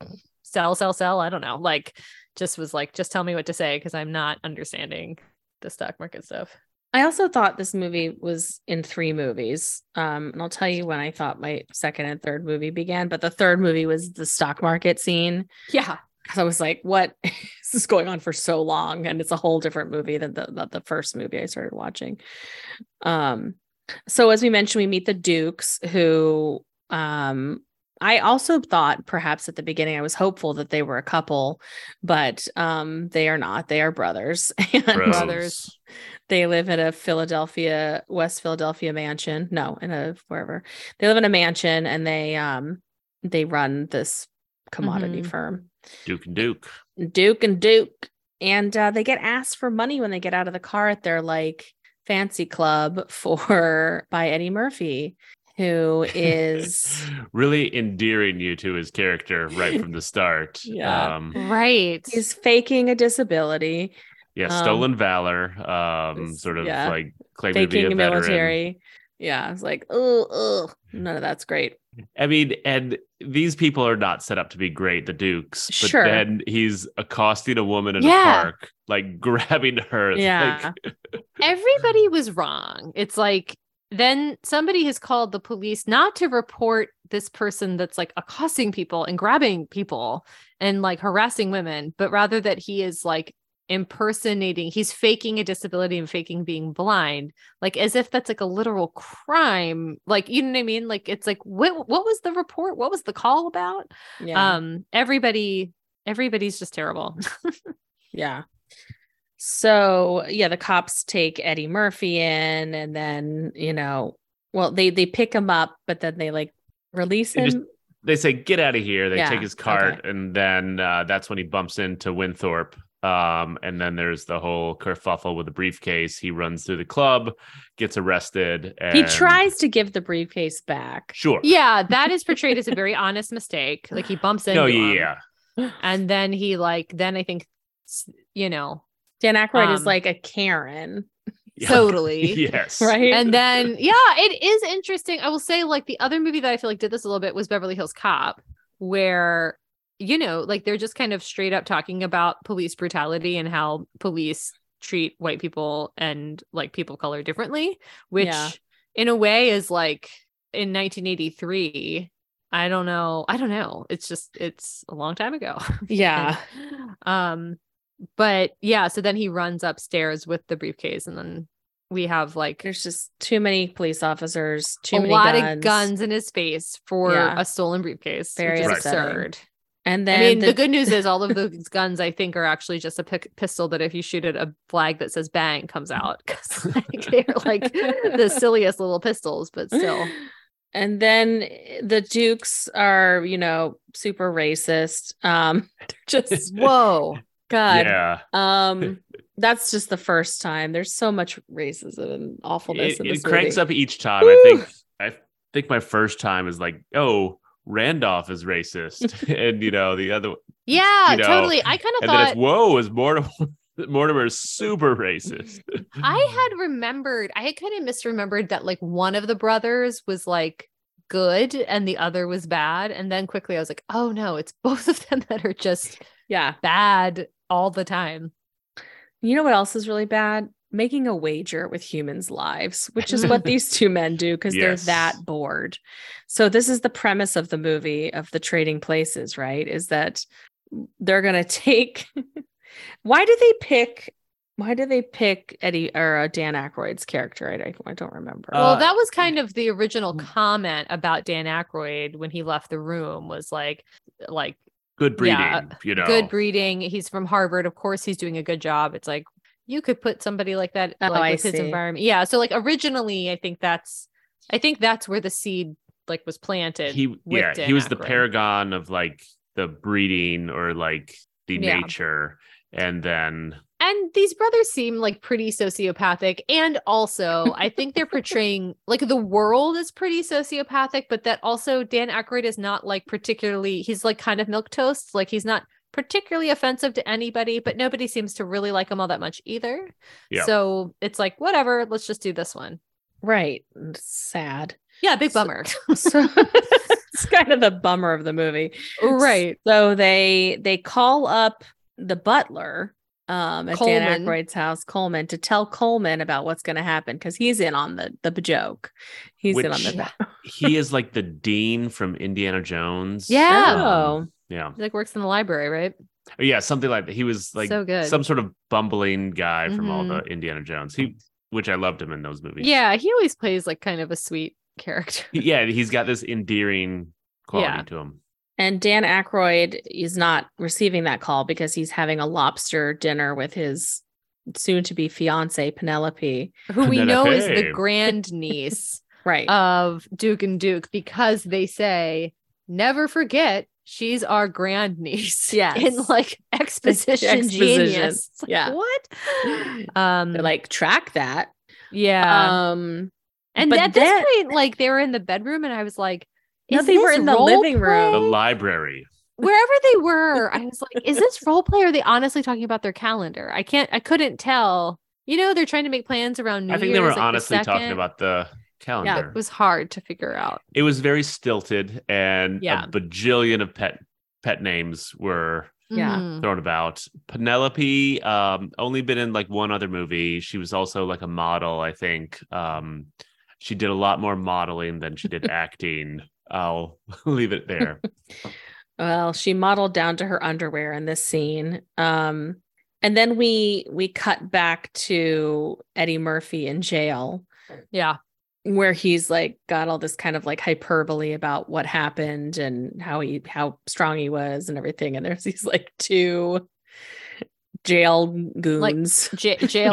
Speaker 2: sell, sell, sell. I don't know. Like, just was like, just tell me what to say because I'm not understanding the stock market stuff.
Speaker 4: I also thought this movie was in three movies, um, and I'll tell you when I thought my second and third movie began. But the third movie was the stock market scene
Speaker 2: Yeah.
Speaker 4: because I was like, "What is this going on for so long?" And it's a whole different movie than the the, the first movie I started watching. Um, so as we mentioned, we meet the Dukes, who um I also thought perhaps at the beginning I was hopeful that they were a couple, but um they are not. They are brothers. And
Speaker 3: Bros.
Speaker 2: brothers.
Speaker 4: they live in a Philadelphia, West Philadelphia mansion. No, in a wherever. They live in a mansion and they um they run this commodity
Speaker 2: Mhm.
Speaker 4: firm.
Speaker 3: Duke and Duke.
Speaker 4: Duke and Duke. And uh, they get asked for money when they get out of the car at their like fancy club for by Eddie Murphy, who is
Speaker 3: really endearing you to his character right from the start.
Speaker 4: Yeah.
Speaker 3: Um,
Speaker 2: Right.
Speaker 4: is faking a disability,
Speaker 3: yeah.
Speaker 4: Um,
Speaker 3: Stolen valor. Um,
Speaker 4: it's-
Speaker 3: sort of
Speaker 4: yeah.
Speaker 3: like claiming to be
Speaker 4: faking
Speaker 3: a
Speaker 4: a
Speaker 3: veteran.
Speaker 4: military. Yeah, it's like oh, oh, none of that's great.
Speaker 3: I mean, and these people are not set up to be great, the Dukes. But
Speaker 4: Sure.
Speaker 3: then he's accosting a woman in
Speaker 2: Yeah.
Speaker 3: a park, like grabbing her. It's
Speaker 4: Yeah.
Speaker 3: Like,
Speaker 2: Everybody was wrong. It's like, then somebody has called the police not to report this person that's like accosting people and grabbing people and like harassing women, but rather that he is like impersonating, he's faking a disability and faking being blind, like as if that's like a literal crime. Like, you know what I mean? Like, it's like, what, what was the report? What was the call about?
Speaker 4: Yeah.
Speaker 2: Um, everybody, everybody's just terrible.
Speaker 4: Yeah. So yeah, the cops take Eddie Murphy in, and then you know, well, they they pick him up, but then they like release
Speaker 3: They
Speaker 4: him.
Speaker 3: just they say get out of here. They
Speaker 4: Yeah,
Speaker 3: take his cart,
Speaker 4: okay.
Speaker 3: and then uh, that's when he bumps into Winthorpe. Um, and then there's the whole kerfuffle with the briefcase. He runs through the club, gets arrested. And
Speaker 4: He tries to give the briefcase back.
Speaker 3: Sure.
Speaker 2: Yeah, that is portrayed as a very honest mistake. Like he bumps into
Speaker 3: No.
Speaker 2: him,
Speaker 3: Oh, Yeah. Yeah.
Speaker 2: and then he like then I think s- you know
Speaker 4: Dan Aykroyd is
Speaker 2: Um,
Speaker 4: like a Karen,
Speaker 3: Yeah.
Speaker 2: totally
Speaker 3: yes.
Speaker 4: right?
Speaker 2: and then yeah it is interesting i will say like the other movie that i feel like did this a little bit was beverly hills cop where you know like they're just kind of straight up talking about police brutality and how police treat white people and like people of color differently which
Speaker 4: Yeah.
Speaker 2: in a way is like in 1983 i don't know i don't know it's just it's a long time ago
Speaker 4: yeah.
Speaker 2: um but yeah so then he runs upstairs with the briefcase and then we have like
Speaker 4: There's just too many police officers, too
Speaker 2: a
Speaker 4: many
Speaker 2: lot
Speaker 4: guns.
Speaker 2: of guns in his face for
Speaker 4: Yeah.
Speaker 2: a stolen briefcase.
Speaker 4: Very
Speaker 2: which is
Speaker 4: upsetting.
Speaker 2: absurd.
Speaker 4: And
Speaker 2: I
Speaker 4: then
Speaker 2: mean, the,
Speaker 4: the-
Speaker 2: good news is all of those guns, I think, are actually just a pic- pistol that if you shoot at a flag that says bang comes out because like, they're like the silliest little pistols, but still.
Speaker 4: And then the Dukes are, you know, super racist. Um, they're just
Speaker 2: Whoa.
Speaker 4: God.
Speaker 3: Yeah.
Speaker 4: Um, that's just the first time. There's so much racism and awfulness
Speaker 3: It,
Speaker 4: in
Speaker 3: it
Speaker 4: this
Speaker 3: cranks
Speaker 4: movie.
Speaker 3: up each time. I think. I think my first time is like, oh, Randolph is racist, and you know the other,
Speaker 2: Yeah,
Speaker 3: You know,
Speaker 2: totally. I kind of
Speaker 3: and then
Speaker 2: thought
Speaker 3: it's whoa, is Mortimer. Mortimer is super racist. Mm-hmm.
Speaker 2: I had remembered, I had kind of misremembered that like one of the brothers was like good and the other was bad. And then quickly I was like, oh no, it's both of them that are just
Speaker 4: Yeah.
Speaker 2: bad all the time.
Speaker 4: You know what else is really bad? Making a wager with humans' lives, which is what these two men do because
Speaker 3: Yes.
Speaker 4: they're that bored. So, this is the premise of the movie of the trading places, right? Is that they're going to take. why do they pick? Why do they pick Eddie or uh, Dan Aykroyd's character? I don't, I don't remember.
Speaker 3: Uh,
Speaker 2: well, that was kind of the original comment about Dan Aykroyd when he left the room was like, like
Speaker 3: Good breeding,
Speaker 2: Yeah,
Speaker 3: you know.
Speaker 2: good breeding. He's from Harvard. Of course, he's doing a good job. It's like you could put somebody like that
Speaker 4: Oh,
Speaker 2: like,
Speaker 4: I
Speaker 2: with his
Speaker 4: see.
Speaker 2: environment. Yeah. So like originally, I think that's I think that's where the seed like was planted.
Speaker 3: he
Speaker 2: with
Speaker 3: yeah
Speaker 2: Dan
Speaker 3: he was the
Speaker 2: Aykroyd.
Speaker 3: paragon of like the breeding or like the
Speaker 2: Yeah.
Speaker 3: nature and then
Speaker 2: and these brothers seem like pretty sociopathic and also i think they're portraying like the world is pretty sociopathic but that also dan Aykroyd is not like particularly he's like kind of milk toast like he's not particularly offensive to anybody but nobody seems to really like him all that much either
Speaker 3: Yeah.
Speaker 2: so it's like whatever let's just do this one
Speaker 4: right. It's sad.
Speaker 2: yeah big
Speaker 4: So-
Speaker 2: bummer
Speaker 4: So, it's kind of the bummer of the movie. So they they call up the butler um at Dan
Speaker 2: Coleman.
Speaker 4: Aykroyd's house, Coleman, to tell Coleman about what's going to happen because he's in on the the joke. He's in on
Speaker 3: Which-
Speaker 4: the
Speaker 3: he is like the dean from indiana jones
Speaker 2: Yeah.
Speaker 4: Oh.
Speaker 3: yeah
Speaker 2: He, like works in the library right
Speaker 3: Or yeah something like that he was like
Speaker 2: So good.
Speaker 3: some sort of bumbling guy from all the
Speaker 2: Mhm.
Speaker 3: indiana jones he which i loved him in those movies
Speaker 2: yeah he always plays like kind of a sweet character
Speaker 3: yeah he's got this endearing quality
Speaker 2: Yeah.
Speaker 3: to him
Speaker 4: And Dan Aykroyd is not receiving that call because he's having a lobster dinner with his soon to be fiance Penelope.
Speaker 2: who we know is
Speaker 3: Penelope.
Speaker 2: the grand niece
Speaker 4: Right.
Speaker 2: Oh. of Duke and Duke because they say, never forget, she's our grand niece.
Speaker 4: Yes.
Speaker 2: In like exposition,
Speaker 4: Exposition.
Speaker 2: genius. It's like,
Speaker 4: Yeah.
Speaker 2: What? Um
Speaker 4: They're like track that.
Speaker 2: yeah.
Speaker 4: um
Speaker 2: and
Speaker 4: but
Speaker 2: at
Speaker 4: that-
Speaker 2: this point, like they were in the bedroom and I was like,
Speaker 4: No,
Speaker 2: is
Speaker 4: they were
Speaker 2: this
Speaker 4: in the
Speaker 2: role
Speaker 4: living room.
Speaker 3: the
Speaker 2: play?
Speaker 3: library
Speaker 2: Wherever they were, I was like, is this role play or are they honestly talking about their calendar? I can't I couldn't tell. You know, they're trying to make plans around New
Speaker 3: i think
Speaker 2: Year's,
Speaker 3: they were
Speaker 2: like, the
Speaker 3: honestly talking
Speaker 2: second.
Speaker 3: about the
Speaker 2: yeah,
Speaker 3: calendar
Speaker 2: it was hard to figure out.
Speaker 3: it was very stilted and
Speaker 2: Yeah.
Speaker 3: a bajillion of pet pet names were
Speaker 4: Yeah.
Speaker 2: Mhm.
Speaker 3: thrown about penelope um only been in like one other movie she was also like a model i think um she did a lot more modeling than she did acting i'll leave it there
Speaker 4: Well, she modeled down to her underwear in this scene. Um, and then we we cut back to Eddie Murphy in jail,
Speaker 2: Yeah.
Speaker 4: where he's like got all this kind of like hyperbole about what happened and how he how strong he was and everything. And there's these like two jail goons.
Speaker 2: J- jail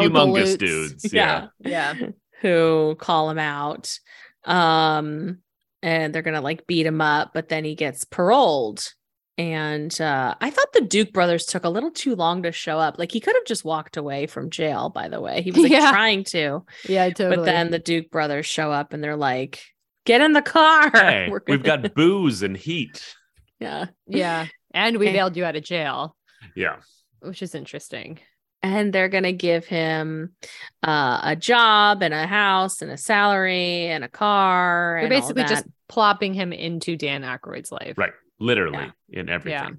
Speaker 2: galoots.
Speaker 3: humongous dudes yeah,
Speaker 4: Yeah.
Speaker 2: Yeah.
Speaker 4: who call him out. Um and they're gonna like beat him up, but then he gets paroled. And uh, I thought the Duke brothers took a little too long to show up. Like he could have just walked away from jail. By the way, he was like
Speaker 2: Yeah.
Speaker 4: trying to,
Speaker 2: Yeah, totally.
Speaker 4: but then the Duke brothers show up and they're like, "Get in the car.
Speaker 3: Hey,
Speaker 4: We're
Speaker 3: we've
Speaker 4: gonna-"
Speaker 3: got booze and heat.
Speaker 4: yeah."
Speaker 2: yeah, and we
Speaker 4: Okay.
Speaker 2: bailed you out of jail,
Speaker 3: Yeah.
Speaker 2: which is interesting.
Speaker 4: and they're going to give him uh, a job and a house and a salary and a car.
Speaker 2: They're
Speaker 4: and all
Speaker 2: basically
Speaker 4: that.
Speaker 2: just plopping him into Dan Aykroyd's life.
Speaker 3: Right. Literally in everything.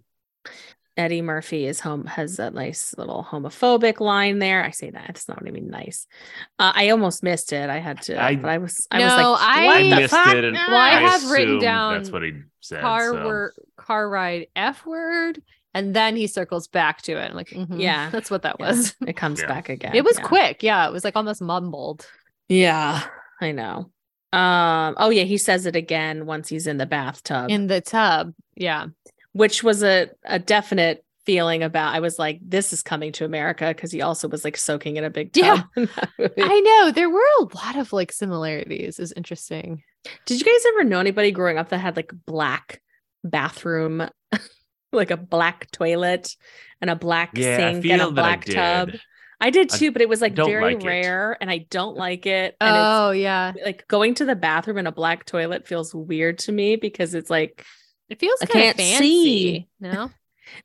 Speaker 4: Eddie Murphy is home has a nice little homophobic line there. I say that it's not what I mean. Nice. Uh, I almost missed it. I had to.
Speaker 3: I-
Speaker 4: I, but I was. I
Speaker 2: No,
Speaker 4: was like,
Speaker 2: I-
Speaker 4: what
Speaker 3: I
Speaker 4: the
Speaker 3: missed
Speaker 4: fuck?
Speaker 3: it. And
Speaker 4: No.
Speaker 2: Well, I have written
Speaker 3: assume
Speaker 2: down
Speaker 3: that's what he said.
Speaker 2: Car
Speaker 3: so.
Speaker 2: word, car ride F word, and then he circles back to it. I'm like, mhm,
Speaker 4: Mm-hmm. Yeah.
Speaker 2: that's what that
Speaker 4: Yeah.
Speaker 2: was.
Speaker 4: It comes
Speaker 3: Yeah.
Speaker 4: back again.
Speaker 2: It was
Speaker 4: yeah.
Speaker 2: quick. Yeah, it was like almost mumbled.
Speaker 4: Yeah, I know. Um. Oh yeah, he says it again once he's in the bathtub.
Speaker 2: in the tub. Yeah.
Speaker 4: which was a, a definite feeling about I was like, this is coming to America because he also was like soaking in a big
Speaker 2: Yeah.
Speaker 4: tub. in that movie.
Speaker 2: I know there were a lot of like similarities is interesting.
Speaker 4: Did you guys ever know anybody growing up that had like black bathroom, like a black toilet and a black
Speaker 3: Yeah, I
Speaker 4: sink and a
Speaker 3: feel that I
Speaker 4: black tub?
Speaker 3: did.
Speaker 4: I did
Speaker 3: I
Speaker 4: too, but it was like
Speaker 3: don't
Speaker 4: very
Speaker 3: like it.
Speaker 4: rare and I don't like it. And
Speaker 2: Oh yeah.
Speaker 4: it's like going to the bathroom in a black toilet feels weird to me because it's like
Speaker 2: It feels
Speaker 4: I
Speaker 2: kind of
Speaker 4: can't
Speaker 2: fancy.
Speaker 4: see.
Speaker 2: No.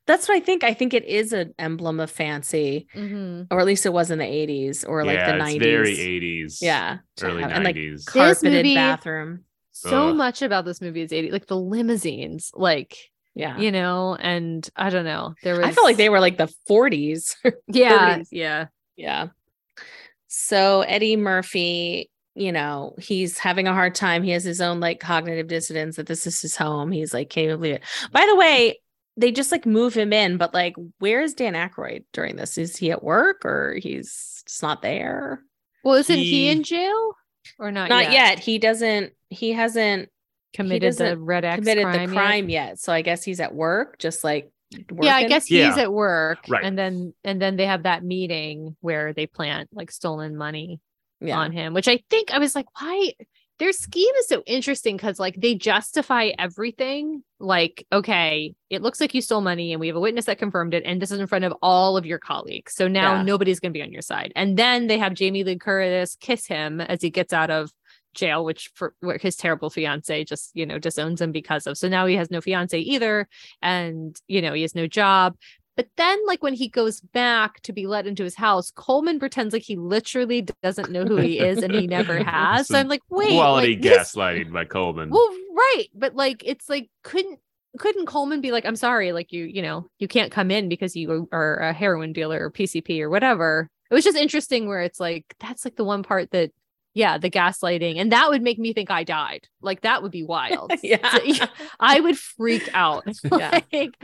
Speaker 4: that's what I think. I think it is an emblem of fancy.
Speaker 2: Mhm.
Speaker 4: or at least it was in the 80s or like
Speaker 3: yeah,
Speaker 4: the 90s.
Speaker 3: It's very 80s.
Speaker 4: yeah. to
Speaker 3: Early
Speaker 4: have-
Speaker 3: 90s.
Speaker 4: And like
Speaker 2: This
Speaker 4: carpeted
Speaker 2: movie-
Speaker 4: bathroom.
Speaker 2: So
Speaker 3: Ugh.
Speaker 2: much about this movie is 80 like the limousines like
Speaker 4: Yeah.
Speaker 2: you know and I don't know there was
Speaker 4: I felt like they were like the 40s.
Speaker 2: yeah
Speaker 4: 30s.
Speaker 2: yeah
Speaker 4: yeah. So Eddie Murphy, you know, he's having a hard time. He has his own like cognitive dissonance that this is his home. He's like, can't even believe it. By the way, they just like move him in, but like, where is Dan Aykroyd during this? Is he at work or he's just not there?
Speaker 2: well isn't he,
Speaker 3: He-
Speaker 2: in jail or not
Speaker 4: Not yet. He doesn't, he hasn't
Speaker 2: committed the
Speaker 4: doesn't
Speaker 2: red X
Speaker 4: committed
Speaker 2: crime
Speaker 4: the
Speaker 2: yet?
Speaker 4: crime yet. So I guess he's at work, just like
Speaker 2: yeah I
Speaker 4: working.
Speaker 2: guess he's
Speaker 3: Yeah.
Speaker 2: at work
Speaker 3: Right.
Speaker 2: and then and then they have that meeting where they plant like stolen money
Speaker 4: Yeah.
Speaker 2: on him, which I think I was like, why? Their scheme is so interesting because, like, they justify everything. Like, okay, it looks like you stole money, and we have a witness that confirmed it, and this is in front of all of your colleagues. So now
Speaker 4: Yeah.
Speaker 2: nobody's going to be on your side. And then they have Jamie Lee Curtis kiss him as he gets out of jail, which for where his terrible fiance just you know disowns him because of. So now he has no fiance either, and you know he has no job. But then, like when he goes back to be let into his house, Coleman pretends like he literally doesn't know who he is and he never has. So
Speaker 3: Some
Speaker 2: I'm like, wait,
Speaker 3: Quality
Speaker 2: like, this-
Speaker 3: gaslighting by Coleman.
Speaker 2: Well, right, but like it's like couldn't couldn't Coleman be like, I'm sorry, like you you know you can't come in because you are a heroin dealer or PCP or whatever. It was just interesting where it's like that's like the one part that yeah the gaslighting and that would make me think I died. Like that would be wild.
Speaker 4: yeah.
Speaker 2: I would freak out.
Speaker 4: Yeah.
Speaker 2: Like,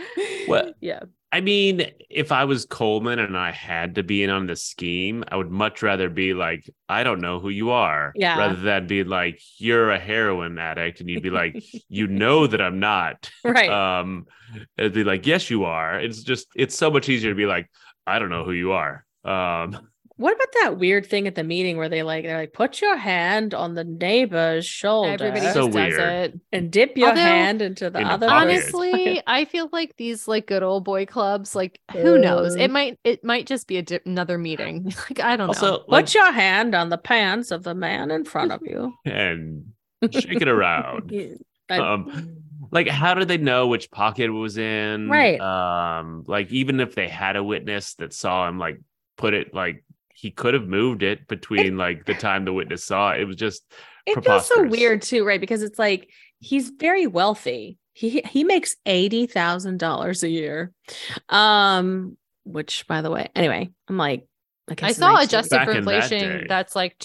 Speaker 3: Well-
Speaker 4: yeah.
Speaker 3: I mean, if I was Coleman and I had to be in on the scheme, I would much rather be like, I don't know who you are,
Speaker 4: Yeah.
Speaker 3: rather than be like, you're a heroin addict, and you'd be like, you know that I'm not.
Speaker 4: Right.
Speaker 3: Um, it'd be like, yes, you are. It's just, it's so much easier to be like, I don't know who you are.
Speaker 4: Oh,
Speaker 3: Um,
Speaker 4: what about that weird thing at the meeting where they like they're like put your hand on the neighbor's shoulder
Speaker 2: everybody
Speaker 3: So
Speaker 2: just does
Speaker 3: weird.
Speaker 2: it.
Speaker 4: and dip your
Speaker 2: Although-
Speaker 4: hand into the
Speaker 3: In a
Speaker 4: other
Speaker 3: bucket.
Speaker 4: person's
Speaker 2: honestly i feel like these like good old boy clubs like who knows it
Speaker 4: Mm.
Speaker 2: might it might just be a di- another meeting like i don't know
Speaker 3: also, like,
Speaker 4: Put your hand on the pants of the man in front of you.
Speaker 3: and shake it around.
Speaker 4: But-
Speaker 3: um like how did they know which pocket it was in
Speaker 4: Right.
Speaker 3: um like even if they had a witness that saw him like put it like he could have moved it between like the time the witness saw it, it was just
Speaker 4: it feels so
Speaker 3: preposterous.
Speaker 4: weird too, right? Because it's like he's very wealthy. He he makes eighty thousand dollars a year, um, which by the way, anyway, I'm like, okay,
Speaker 2: i
Speaker 4: so
Speaker 2: saw
Speaker 4: nice to-
Speaker 2: adjusted
Speaker 3: Back
Speaker 2: for
Speaker 3: in that
Speaker 2: inflation
Speaker 3: day.
Speaker 2: that's like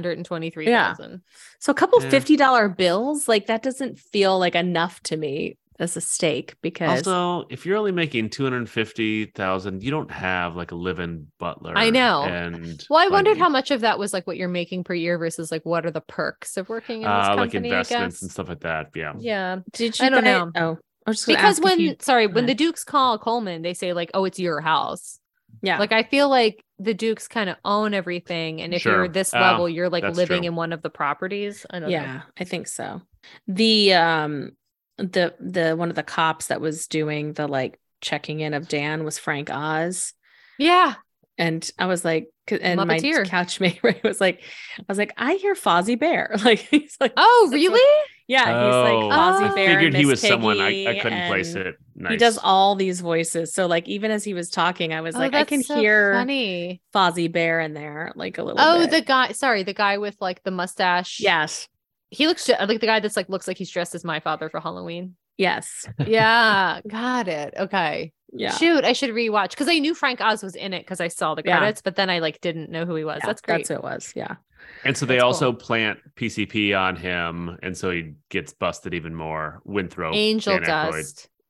Speaker 2: 223000
Speaker 4: So a couple
Speaker 3: Yeah.
Speaker 4: fifty dollar bills, like that doesn't feel like enough to me as a stake because
Speaker 3: also if you're only making 250000 you don't have like a living butler
Speaker 2: I know.
Speaker 3: and
Speaker 2: well i
Speaker 3: like,
Speaker 2: wondered how much of that was like what you're making per year versus like what are the perks of working in this
Speaker 3: uh, like
Speaker 2: company i
Speaker 3: investments
Speaker 2: guess
Speaker 3: and stuff like that yeah
Speaker 2: yeah
Speaker 4: did you?
Speaker 2: I don't
Speaker 4: guys-
Speaker 2: know.
Speaker 4: Oh, I was just gonna
Speaker 2: because
Speaker 4: ask if
Speaker 2: when
Speaker 4: you-
Speaker 2: sorry
Speaker 4: go
Speaker 2: when the
Speaker 4: ahead.
Speaker 2: dukes call coleman they say like oh it's your house
Speaker 4: Yeah.
Speaker 2: Like I feel like the Dukes kind of own everything, and if
Speaker 3: Sure.
Speaker 2: you're this
Speaker 3: Oh,
Speaker 2: level, you're like
Speaker 3: that's
Speaker 2: living
Speaker 3: true.
Speaker 2: in one of the properties. I don't know.
Speaker 4: yeah i think so the um the the one of the cops that was doing the like checking in of dan was frank oz
Speaker 2: Yeah.
Speaker 4: and i was like 'cause- and my
Speaker 2: Muppeteer.
Speaker 4: couch mate right, was like i was like i hear fozzie bear like he's like
Speaker 2: Oh,
Speaker 4: That's
Speaker 2: really?
Speaker 4: yeah
Speaker 3: oh,
Speaker 4: he's like fozzie
Speaker 2: I
Speaker 4: bear
Speaker 3: I
Speaker 4: and
Speaker 3: figured he
Speaker 4: Miss
Speaker 3: was someone I,
Speaker 4: Piggy
Speaker 3: I couldn't place
Speaker 4: and
Speaker 3: it. Nice.
Speaker 4: he does all these voices so like even as he was talking i was
Speaker 2: Oh,
Speaker 4: like i
Speaker 2: that's
Speaker 4: can
Speaker 2: so
Speaker 4: hear
Speaker 2: Funny.
Speaker 4: fozzie bear in there like a little
Speaker 2: Oh,
Speaker 4: bit.
Speaker 2: the guy. Sorry, the guy with like the mustache.
Speaker 4: yes
Speaker 2: He looks ju- like the guy that's like looks like he's dressed as my father for Halloween.
Speaker 4: yes
Speaker 2: Yeah. got it. Okay.
Speaker 4: yeah
Speaker 2: Shoot, I should rewatch because I knew Frank Oz was in it because I saw the
Speaker 4: Yeah.
Speaker 2: credits, but then I like didn't know who he was.
Speaker 4: Yeah,
Speaker 2: that's great.
Speaker 4: that's what it was yeah
Speaker 3: and so they
Speaker 2: That's
Speaker 3: also
Speaker 2: cool.
Speaker 3: plant PCP on him, and so he gets busted even more. Winthrop,
Speaker 2: Angel
Speaker 3: Oh, Dan Aykroyd.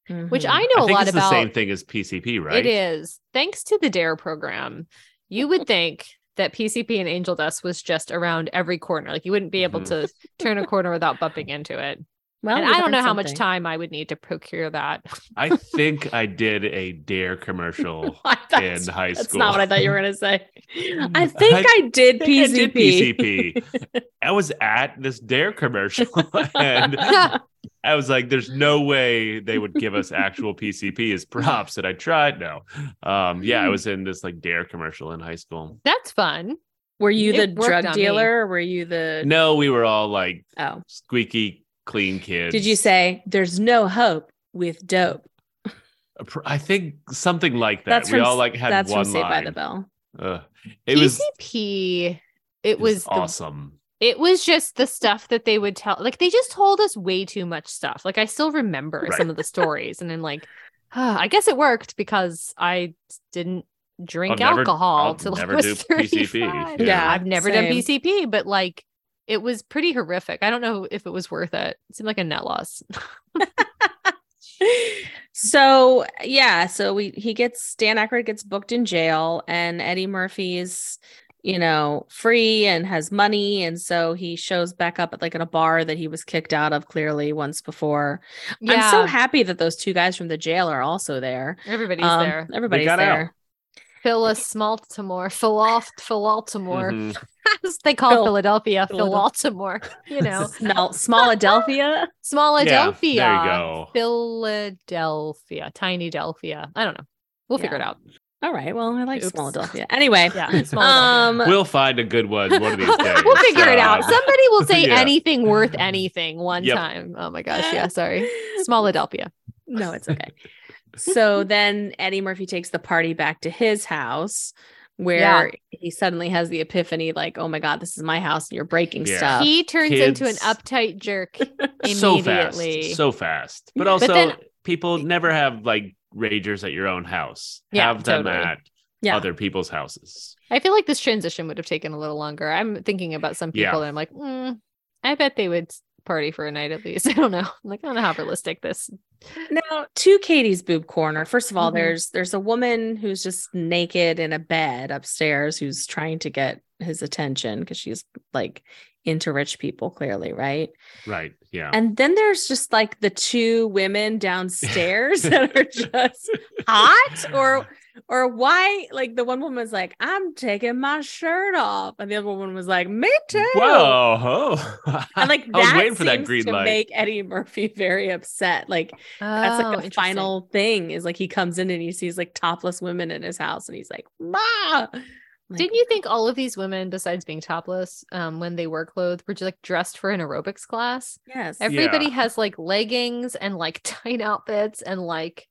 Speaker 3: Mm-hmm.
Speaker 2: Dust, which
Speaker 4: Mhm.
Speaker 2: I know
Speaker 3: I
Speaker 2: a
Speaker 3: think
Speaker 2: lot
Speaker 3: it's
Speaker 2: about.
Speaker 3: the same thing as PCP, right?
Speaker 2: It is. Thanks to the DARE program, you would think that PCP and angel dust was just around every corner. Like you wouldn't be able
Speaker 3: Mhm.
Speaker 2: to turn a corner without bumping into it.
Speaker 4: Well,
Speaker 2: and
Speaker 4: we
Speaker 2: I don't
Speaker 4: learned
Speaker 2: know how much
Speaker 4: something.
Speaker 2: time I would need to procure that.
Speaker 3: I think I did a dare commercial
Speaker 4: I thought-
Speaker 3: in high
Speaker 4: that's
Speaker 3: school.
Speaker 4: not what I thought you were gonna say. I
Speaker 3: I
Speaker 4: think I, did
Speaker 3: I think I did
Speaker 4: PCP.
Speaker 3: PCP. I was at this dare commercial and I was like, there's no way they would give us actual PCP as props. And I tried. No. Um, yeah, I was in this like dare commercial in high school.
Speaker 2: That's fun.
Speaker 4: were you the
Speaker 2: It worked
Speaker 4: drug
Speaker 2: on me.
Speaker 4: dealer? Or were you the
Speaker 3: No, we were all like
Speaker 4: oh?
Speaker 3: squeaky clean kids.
Speaker 4: Did you say there's no hope with dope?
Speaker 3: I think something like that.
Speaker 4: That's
Speaker 3: we
Speaker 4: from-
Speaker 3: all like had
Speaker 4: That's
Speaker 3: one
Speaker 4: from Saved by
Speaker 3: line.
Speaker 4: the Bell.
Speaker 3: Ugh. it was
Speaker 2: PCP. It
Speaker 3: it was
Speaker 2: was the
Speaker 3: awesome.
Speaker 2: It was just the stuff that they would tell. Like they just told us way too much stuff. Like I still remember
Speaker 3: Right.
Speaker 2: some of the stories, and then like, ah, I guess it worked because I didn't drink
Speaker 3: I'll never- I'll
Speaker 2: alcool till
Speaker 3: never
Speaker 2: I was
Speaker 3: do PCP.
Speaker 2: 35.
Speaker 3: Yeah.
Speaker 4: Yeah,
Speaker 2: I've never
Speaker 4: same.
Speaker 2: done PCP, but like it was pretty horrific. I don't know if it was worth it. It seemed like a net loss.
Speaker 4: So yeah, so we he gets Dan Aykroyd gets booked in jail, and Eddie Murphy's you know free and has money, and so he shows back up at like in a bar that he was kicked out of clearly once before. I'm so happy that those two guys from the jail are also there.
Speaker 2: everybody's
Speaker 4: Um,
Speaker 2: there.
Speaker 4: Everybody's
Speaker 3: got out.
Speaker 4: there.
Speaker 2: Phyllis Smaltimore, Philalt, Philaltimore.
Speaker 3: Mhm.
Speaker 2: they call
Speaker 4: Phil-
Speaker 2: Philadelphia
Speaker 4: Philadel-
Speaker 2: Philaltimore. You know,
Speaker 4: Small Smalladelphia.
Speaker 2: Smalladelphia.
Speaker 3: Yeah, there you go.
Speaker 2: Philadelphia, Tiny Delphia. I don't know. We'll figure it out.
Speaker 4: All right. Well, I like
Speaker 2: Oops.
Speaker 4: Smalladelphia. Anyway,
Speaker 2: Yeah. Smalladelphia.
Speaker 4: um,
Speaker 3: We'll find a good one one of these days.
Speaker 2: we'll figure it out.
Speaker 3: Um,
Speaker 2: Somebody will say
Speaker 3: Yeah.
Speaker 2: anything worth anything one
Speaker 3: Yep.
Speaker 2: time. Oh my gosh. Yeah. Sorry. Smalladelphia.
Speaker 4: No, it's okay. so then Eddie Murphy takes the party back to his house where he suddenly has the epiphany like, oh my God, this is my house and you're breaking
Speaker 3: Yeah.
Speaker 4: stuff.
Speaker 2: he turns into an
Speaker 3: kids.
Speaker 2: uptight jerk immediately.
Speaker 3: Uh, so fast, so fast. But also,
Speaker 2: then-
Speaker 3: people never have like ragers at your own house.
Speaker 2: Yeah,
Speaker 3: have them
Speaker 2: totally.
Speaker 3: at
Speaker 4: yeah.
Speaker 3: other people's houses.
Speaker 2: I feel like this transition would have taken a little longer. I'm thinking about some people and
Speaker 3: Yeah.
Speaker 2: I'm like, mm, I bet they would party for a night at least. I don't know. I'm like, I don't know how realistic this.
Speaker 4: now to Katie's boob corner. First of all,
Speaker 2: Mhm.
Speaker 4: there's there's a woman who's just naked in a bed upstairs who's trying to get his attention because she's like into rich people, clearly, right?
Speaker 3: Right. Yeah.
Speaker 4: And then there's just like the two women downstairs that are just hot or or why like the one woman was like i'm taking my shirt off and the other woman was like me too
Speaker 3: Whoa. Oh.
Speaker 4: and like
Speaker 3: I was
Speaker 4: that
Speaker 3: waiting for that
Speaker 4: seems
Speaker 3: green
Speaker 4: to
Speaker 3: light.
Speaker 4: make eddie murphy very upset like that's
Speaker 2: Oh,
Speaker 4: like a
Speaker 2: interesting.
Speaker 4: final thing is like he comes in and he sees like topless women in his house and he's like ma I'm like,
Speaker 2: Didn't you think all of these women, besides being topless, um, when they were clothed, were just like dressed for an aerobics class?
Speaker 4: yes
Speaker 2: Everybody
Speaker 3: Yeah.
Speaker 2: has like leggings and like tight outfits and like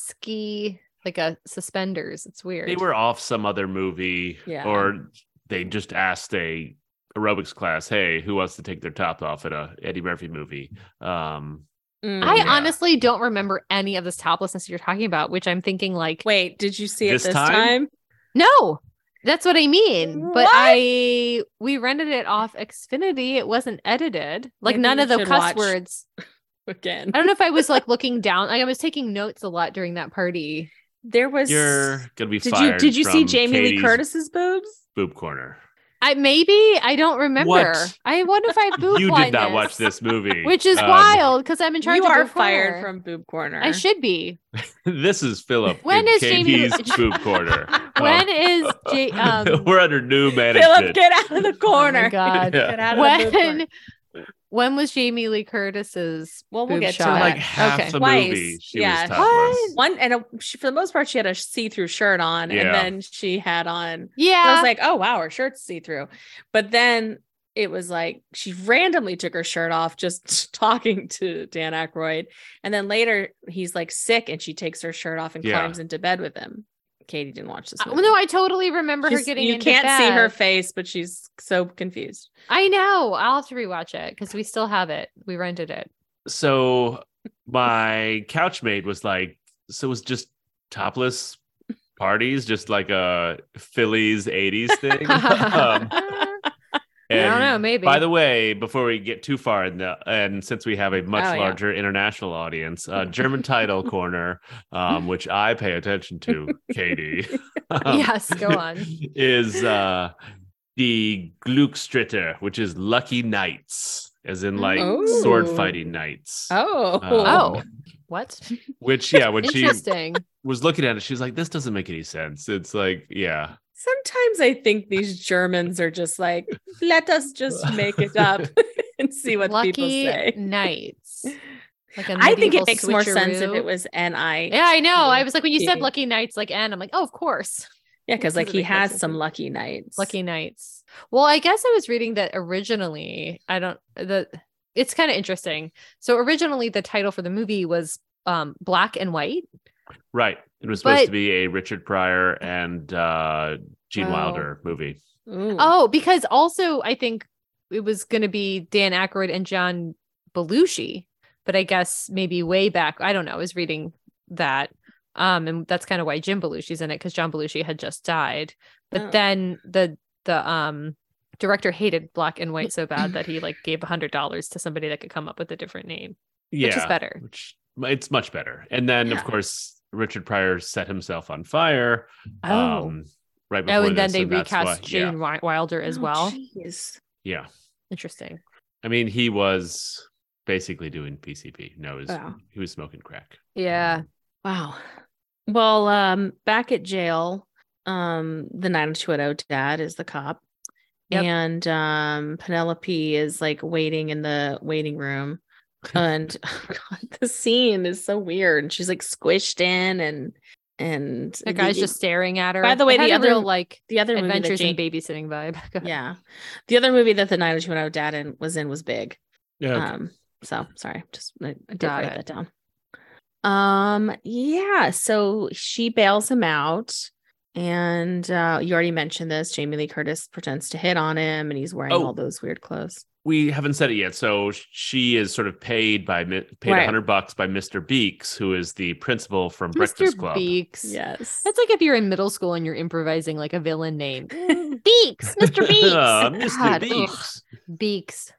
Speaker 2: ski, like a suspenders. It's weird.
Speaker 3: They were off some other movie,
Speaker 4: Yeah.
Speaker 3: or they just asked a aerobics class, "Hey, who wants to take their top off at a Eddie Murphy movie?" Um,
Speaker 4: Mm.
Speaker 2: I
Speaker 3: Yeah.
Speaker 2: honestly don't remember any of this toplessness you're talking about, which I'm thinking like,
Speaker 4: wait did you see
Speaker 3: This
Speaker 4: it this
Speaker 3: time?
Speaker 4: time,
Speaker 2: no, that's what I mean. But
Speaker 4: What?
Speaker 2: I we rented it off Xfinity. It wasn't edited. Like
Speaker 4: Maybe
Speaker 2: none
Speaker 4: we
Speaker 2: of the
Speaker 4: should
Speaker 2: cuss
Speaker 4: watch.
Speaker 2: words.
Speaker 4: again
Speaker 2: I don't know if I was like looking down. Like, I was taking notes a lot during that party.
Speaker 4: there was
Speaker 3: you're gonna be
Speaker 4: did you
Speaker 3: fired.
Speaker 4: did you see
Speaker 3: from
Speaker 4: jamie lee
Speaker 3: Katie's
Speaker 4: curtis's boobs
Speaker 3: boob corner?
Speaker 2: I maybe I don't remember.
Speaker 3: What?
Speaker 2: I wonder if I have boob
Speaker 3: you did
Speaker 2: blindness,
Speaker 3: not watch this movie,
Speaker 2: which is
Speaker 3: Um,
Speaker 2: wild because I'm in charge.
Speaker 4: you
Speaker 2: of
Speaker 4: are
Speaker 2: Boob
Speaker 4: fired
Speaker 2: Corner.
Speaker 4: from Boob Corner.
Speaker 2: I should be.
Speaker 3: This is Philip.
Speaker 2: When
Speaker 3: When
Speaker 2: is
Speaker 3: is
Speaker 2: Jamie-
Speaker 3: KP's boob corner? Oh.
Speaker 2: When is J- um,
Speaker 3: We're under new
Speaker 4: Philip,
Speaker 3: management.
Speaker 4: get out of the corner.
Speaker 2: God.
Speaker 4: Get out of the boob corner.
Speaker 2: when when was Jamie Lee Curtis's
Speaker 4: Well, we'll
Speaker 2: boob
Speaker 4: get to
Speaker 2: shot?
Speaker 4: that.
Speaker 3: like half
Speaker 2: okay.
Speaker 3: the
Speaker 4: Twice.
Speaker 3: movie, she
Speaker 4: Yeah.
Speaker 3: was topless.
Speaker 4: one and a, she, for the most part, she had a see-through shirt on,
Speaker 3: Yeah.
Speaker 4: and then she had on. I
Speaker 2: yeah.
Speaker 4: was like, oh wow, her shirt's see-through. But then it was like she randomly took her shirt off just talking to Dan Aykroyd, and then later he's like sick, and she takes her shirt off and
Speaker 3: Yeah.
Speaker 4: climbs into bed with him. Katie didn't watch this.
Speaker 2: Uh,
Speaker 4: Movie.
Speaker 2: well, no, I totally remember her
Speaker 4: She's-
Speaker 2: getting.
Speaker 4: you
Speaker 2: into
Speaker 4: can't see her
Speaker 2: bed.
Speaker 4: face, but she's so confused.
Speaker 2: I know. I'll have to rewatch it because we still have it. We rented it.
Speaker 3: So my couchmate was like, so it was just topless parties, just like a Phillies '80s thing. um,
Speaker 2: I don't
Speaker 3: and
Speaker 2: know. Maybe.
Speaker 3: By the way, before we get too far in the, and since we have a much
Speaker 4: Oh, yeah.
Speaker 3: larger international audience, uh, German title corner, um, which I pay attention to, Katie. um,
Speaker 2: yes. Go on.
Speaker 3: Is uh, the Glückstritter, which is lucky knights, as in like sword
Speaker 4: Ooh.
Speaker 3: fighting Uh, knights.
Speaker 4: Oh,
Speaker 2: Oh. What?
Speaker 3: Which yeah, when she
Speaker 2: Interesting.
Speaker 3: was looking at it, she was like, "This doesn't make any sense." It's like, yeah,
Speaker 4: Sometimes I think these Germans are just like, let us just make it up and see what people
Speaker 2: Lucky
Speaker 4: say.
Speaker 2: nights. Like a
Speaker 4: I think
Speaker 2: medieval
Speaker 4: it makes more sense if
Speaker 2: switcheroo.
Speaker 4: it was N-I.
Speaker 2: Yeah, I know. I was like, when you said
Speaker 4: Lucky.
Speaker 2: lucky nights, like N, I'm like, oh, of course,
Speaker 4: Yeah, because like
Speaker 2: Doesn't
Speaker 4: he
Speaker 2: make much
Speaker 4: has
Speaker 2: sense.
Speaker 4: some lucky nights.
Speaker 2: lucky nights. Well, I guess I was reading that originally. I don't the. It's kind of interesting. So originally, the title for the movie was um, Black and White.
Speaker 3: right. It was supposed
Speaker 2: But-
Speaker 3: to be a Richard Pryor and uh, Gene
Speaker 2: Oh.
Speaker 3: Wilder movie.
Speaker 4: Ooh.
Speaker 2: Oh, because also I think it was going to be Dan Aykroyd and John Belushi, but I guess maybe way back. I don't know. I was reading that, um, and that's kind of why Jim Belushi's in it because John Belushi had just died. But
Speaker 4: Oh.
Speaker 2: then the the um director hated black and white so bad that he like gave a hundred dollars to somebody that could come up with a different name,
Speaker 3: Yeah,
Speaker 2: which is better.
Speaker 3: which- it's much better. And then
Speaker 4: Yeah.
Speaker 3: of course Richard Pryor set himself on fire.
Speaker 2: Oh,
Speaker 3: right Um, before
Speaker 2: oh, and then
Speaker 3: this,
Speaker 2: they
Speaker 3: that's
Speaker 2: recast
Speaker 3: why-
Speaker 2: Jane Wi- Wilder as
Speaker 4: Oh,
Speaker 2: well.
Speaker 4: jeez.
Speaker 3: Yeah, yeah.
Speaker 2: Interesting.
Speaker 3: I mean, he was basically doing PCP. No, it was,
Speaker 2: Oh.
Speaker 4: Wow.
Speaker 3: he was smoking crack.
Speaker 2: Yeah.
Speaker 4: Wow. Well, um, back at jail, um, the 90210 dad is the cop.
Speaker 2: Yep.
Speaker 4: And um Penelope is like waiting in the waiting room. And oh, God, the scene is so weird. And she's like squished in and and
Speaker 2: The guy's
Speaker 4: the-
Speaker 2: just staring at her.
Speaker 4: By the way,
Speaker 2: It had
Speaker 4: the
Speaker 2: a
Speaker 4: other-
Speaker 2: real, like
Speaker 4: the other movie that
Speaker 2: adventures
Speaker 4: Jane-
Speaker 2: in babysitting vibe. Go ahead.
Speaker 4: yeah. The other movie that the 90210 dad in, was in was big.
Speaker 3: Yeah.
Speaker 4: Um, so sorry, just I, I did
Speaker 2: Got
Speaker 4: write
Speaker 2: it.
Speaker 4: that down. Um, yeah, so she bails him out, and uh, you already mentioned this. Jamie Lee Curtis pretends to hit on him, and he's wearing
Speaker 3: Oh.
Speaker 4: all those weird clothes.
Speaker 3: we haven't said it yet. So she is sort of paid by mi- paid a
Speaker 4: Right.
Speaker 3: hundred bucks by Mr. Beeks, who is the principal from Breakfast Club.
Speaker 2: Beeks.
Speaker 4: Yes,
Speaker 2: That's like if you're in middle school and you're improvising like a villain name. Mm, Beeks, Mr. Beeks.
Speaker 3: Ah, Mr.
Speaker 2: God,
Speaker 3: Beeks.
Speaker 2: ugh, Beeks.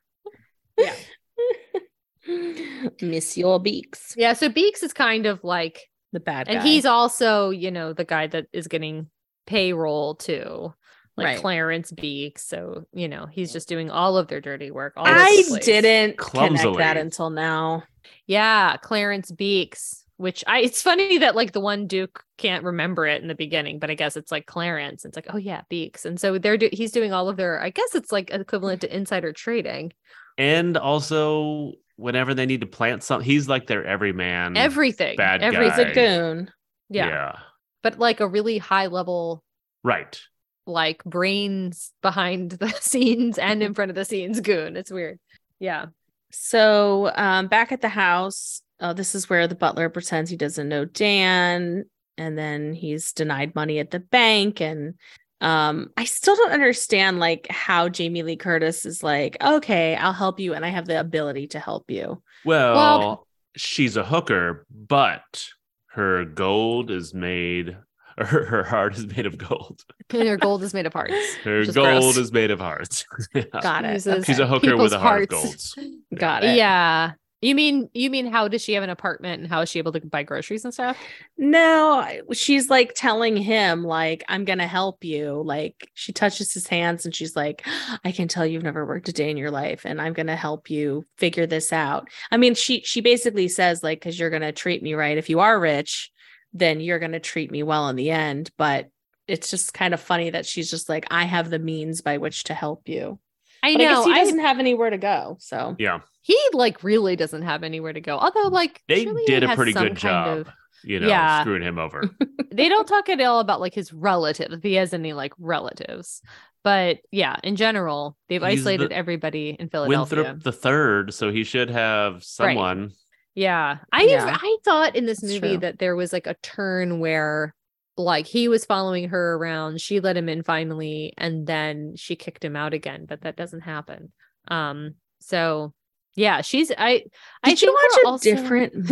Speaker 4: Monsieur Beaks,
Speaker 2: Yeah, so Beeks is kind of like
Speaker 4: the bad
Speaker 2: and
Speaker 4: guy.
Speaker 2: he's also, you know, the guy that is getting payroll too. Like
Speaker 4: Right.
Speaker 2: Clarence Beeks. So, you know, he's just doing all of their dirty work. All over
Speaker 4: I
Speaker 2: the place.
Speaker 4: didn't connect
Speaker 3: Clumsily.
Speaker 4: that until now.
Speaker 2: Yeah, Clarence Beeks, which I it's funny that like the one Duke can't remember it in the beginning, but I guess it's like Clarence. It's like, oh yeah, Beeks. And so they're do- he's doing all of their I guess it's like equivalent to insider trading.
Speaker 3: And also, whenever they need to plant something, he's like their everyman.
Speaker 2: Everything.
Speaker 3: Mm, bad
Speaker 2: every
Speaker 4: He's a
Speaker 3: Guy.
Speaker 4: goon.
Speaker 2: yeah. But like a really high level
Speaker 3: Right.
Speaker 2: like brains behind the scenes and in front of the scenes goon. It's weird. Yeah.
Speaker 4: So um, back at the house, uh, this is where the butler pretends he doesn't know Dan, and then he's denied money at the bank. And um, I still don't understand like how Jamie Lee Curtis is like, okay, I'll help you, and I have the ability to help you.
Speaker 3: Well,
Speaker 2: Well-
Speaker 3: she's a hooker, but her gold is made. Or her her heart is made of gold.
Speaker 2: And their gold is made of hearts.
Speaker 3: Her
Speaker 2: Which is
Speaker 3: gold
Speaker 2: gross.
Speaker 3: is made of hearts.
Speaker 4: Got it.
Speaker 2: Jesus.
Speaker 4: Okay.
Speaker 3: She's a hooker
Speaker 2: People's
Speaker 3: with a heart
Speaker 2: hearts.
Speaker 3: of golds.
Speaker 4: Got it.
Speaker 2: Yeah. You mean you mean how does she have an apartment and how is she able to buy groceries and stuff?
Speaker 4: No, I- she's like telling him, like, I'm gonna help you. Like she touches his hands and she's like, I can tell you've never worked a day in your life, and I'm gonna help you figure this out. I mean, she she basically says, like, because you're gonna treat me right. If you are rich, then you're gonna treat me well in the end. But it's just kind of funny that she's just like, I have the means by which to help you.
Speaker 2: I
Speaker 4: But I
Speaker 2: know.
Speaker 4: guess he
Speaker 2: I-
Speaker 4: doesn't have anywhere to go. So
Speaker 3: Yeah.
Speaker 2: he like really doesn't have anywhere to go. Although like
Speaker 3: They
Speaker 2: Julian
Speaker 3: did a
Speaker 2: has
Speaker 3: pretty
Speaker 2: some
Speaker 3: good
Speaker 2: kind
Speaker 3: job, you know,
Speaker 2: Yeah.
Speaker 3: screwing him over.
Speaker 2: of- they don't talk at all about like his relatives if he has any like relatives. But yeah, in general, they've
Speaker 3: He's the-
Speaker 2: isolated everybody in Philadelphia.
Speaker 3: Winthrop the third, so he should have someone.
Speaker 2: Yeah. I
Speaker 4: Yeah.
Speaker 2: I thought in this
Speaker 4: It's
Speaker 2: movie
Speaker 4: true.
Speaker 2: that there was like a turn where like he was following her around, she let him in finally and then she kicked him out again, but that doesn't happen. Um so yeah, she's I I
Speaker 4: did you
Speaker 2: think
Speaker 4: watch
Speaker 2: we're
Speaker 4: a
Speaker 2: also-
Speaker 4: different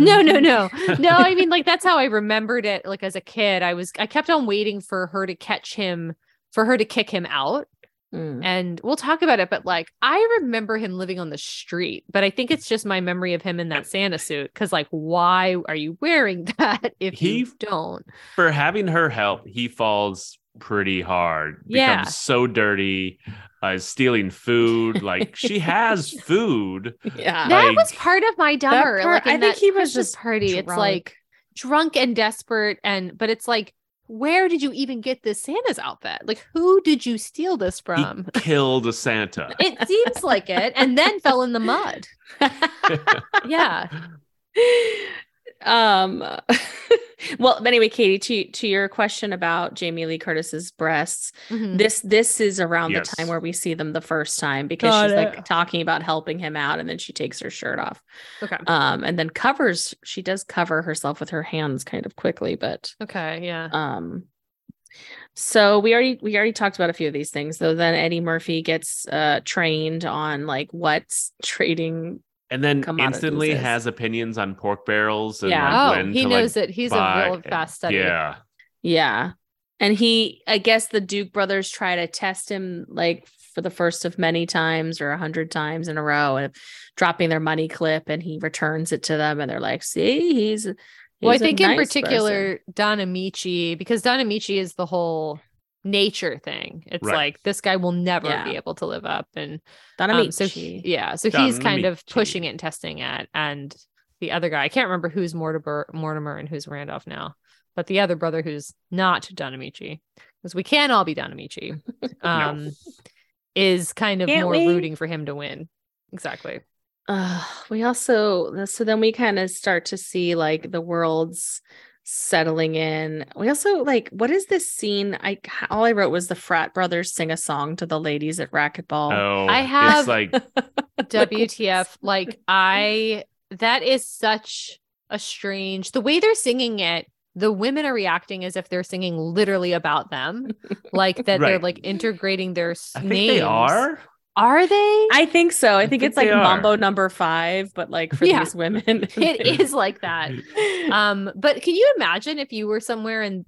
Speaker 2: No, no,
Speaker 4: movie?
Speaker 2: no. No, I mean like that's how I remembered it like as a kid. I was I kept on waiting for her to catch him for her to kick him out
Speaker 4: Mm.
Speaker 2: and we'll talk about it but like i remember him living on the street but i think it's just my memory of him in that santa suit because like why are you wearing that if
Speaker 3: He-
Speaker 2: you don't
Speaker 3: For having her help, he falls pretty hard.
Speaker 2: Yeah.
Speaker 3: Becomes so dirty, uh, is stealing food. Like she has food.
Speaker 4: Yeah.
Speaker 2: that was
Speaker 3: like,
Speaker 2: part of my dumber like
Speaker 4: part-
Speaker 2: in
Speaker 4: I think
Speaker 2: that
Speaker 4: he was
Speaker 2: Christmas
Speaker 4: just
Speaker 2: party it's like drunk and desperate and but it's like where did you even get this santa's outfit like who did you steal this from
Speaker 3: He killed a Santa.
Speaker 2: it seems like it and then fell in the mud yeah
Speaker 4: um well but anyway katie to to your question about jamie lee curtis's breasts
Speaker 2: Mhm.
Speaker 4: this this is around
Speaker 3: Yes.
Speaker 4: the time where we see them the first time because
Speaker 2: Got
Speaker 4: she's
Speaker 2: it.
Speaker 4: like talking about helping him out and then she takes her shirt off
Speaker 2: okay
Speaker 4: um and then covers she does cover herself with her hands kind of quickly but
Speaker 2: okay yeah
Speaker 4: um so we already we already talked about a few of these things so then eddie murphy gets uh trained on like what's trading
Speaker 3: and then
Speaker 4: Commodities
Speaker 3: instantly
Speaker 4: is-
Speaker 3: has opinions on pork barrels and
Speaker 4: Yeah.
Speaker 3: like
Speaker 2: oh
Speaker 3: when
Speaker 2: he
Speaker 3: to, like,
Speaker 2: knows it he's a
Speaker 3: buy-
Speaker 2: real fast study
Speaker 3: Yeah.
Speaker 4: Yeah. And he, I guess the Duke brothers try to test him like for the first of many times or a hundred times in a row and dropping their money clip and he returns it to them and they're like, see, he's,
Speaker 2: Well, I
Speaker 4: he's a
Speaker 2: think in
Speaker 4: nice person."
Speaker 2: particular Don Amici, because Don Amici is the whole nature thing. It's
Speaker 3: Right.
Speaker 2: like this guy will never
Speaker 4: Yeah.
Speaker 2: be able to live up, and
Speaker 4: Don
Speaker 2: um,
Speaker 4: Amici.
Speaker 2: so he- yeah, so
Speaker 3: Don
Speaker 2: he's kind of pushing
Speaker 3: Amici.
Speaker 2: it and testing it. And the other guy, I can't remember who's Mortimer, Mortimer and who's Randolph now, but the other brother who's not Don Amici, because we can't all be Don Amici, um, is kind of
Speaker 4: Can't
Speaker 2: more
Speaker 4: we?
Speaker 2: rooting for him to win. Exactly.
Speaker 4: uh, we also so then we kind of start to see like the world's settling in we also like what is this scene i all i wrote was the frat brothers sing a song to the ladies at racquetball
Speaker 3: Oh,
Speaker 2: I have-
Speaker 3: It's like
Speaker 2: WTF. Like, I, that is such a strange, the way they're singing it, the women are reacting as if they're singing literally about them, like that they're
Speaker 3: Right.
Speaker 2: like integrating their s-
Speaker 3: I think
Speaker 2: names.
Speaker 3: they are.
Speaker 2: Are they?
Speaker 4: I think so. I think,
Speaker 3: think
Speaker 4: it's like
Speaker 3: they are.
Speaker 4: Mambo number five, but like for
Speaker 2: Yeah.
Speaker 4: these women,
Speaker 2: it is like that. Um, but can you imagine if you were somewhere and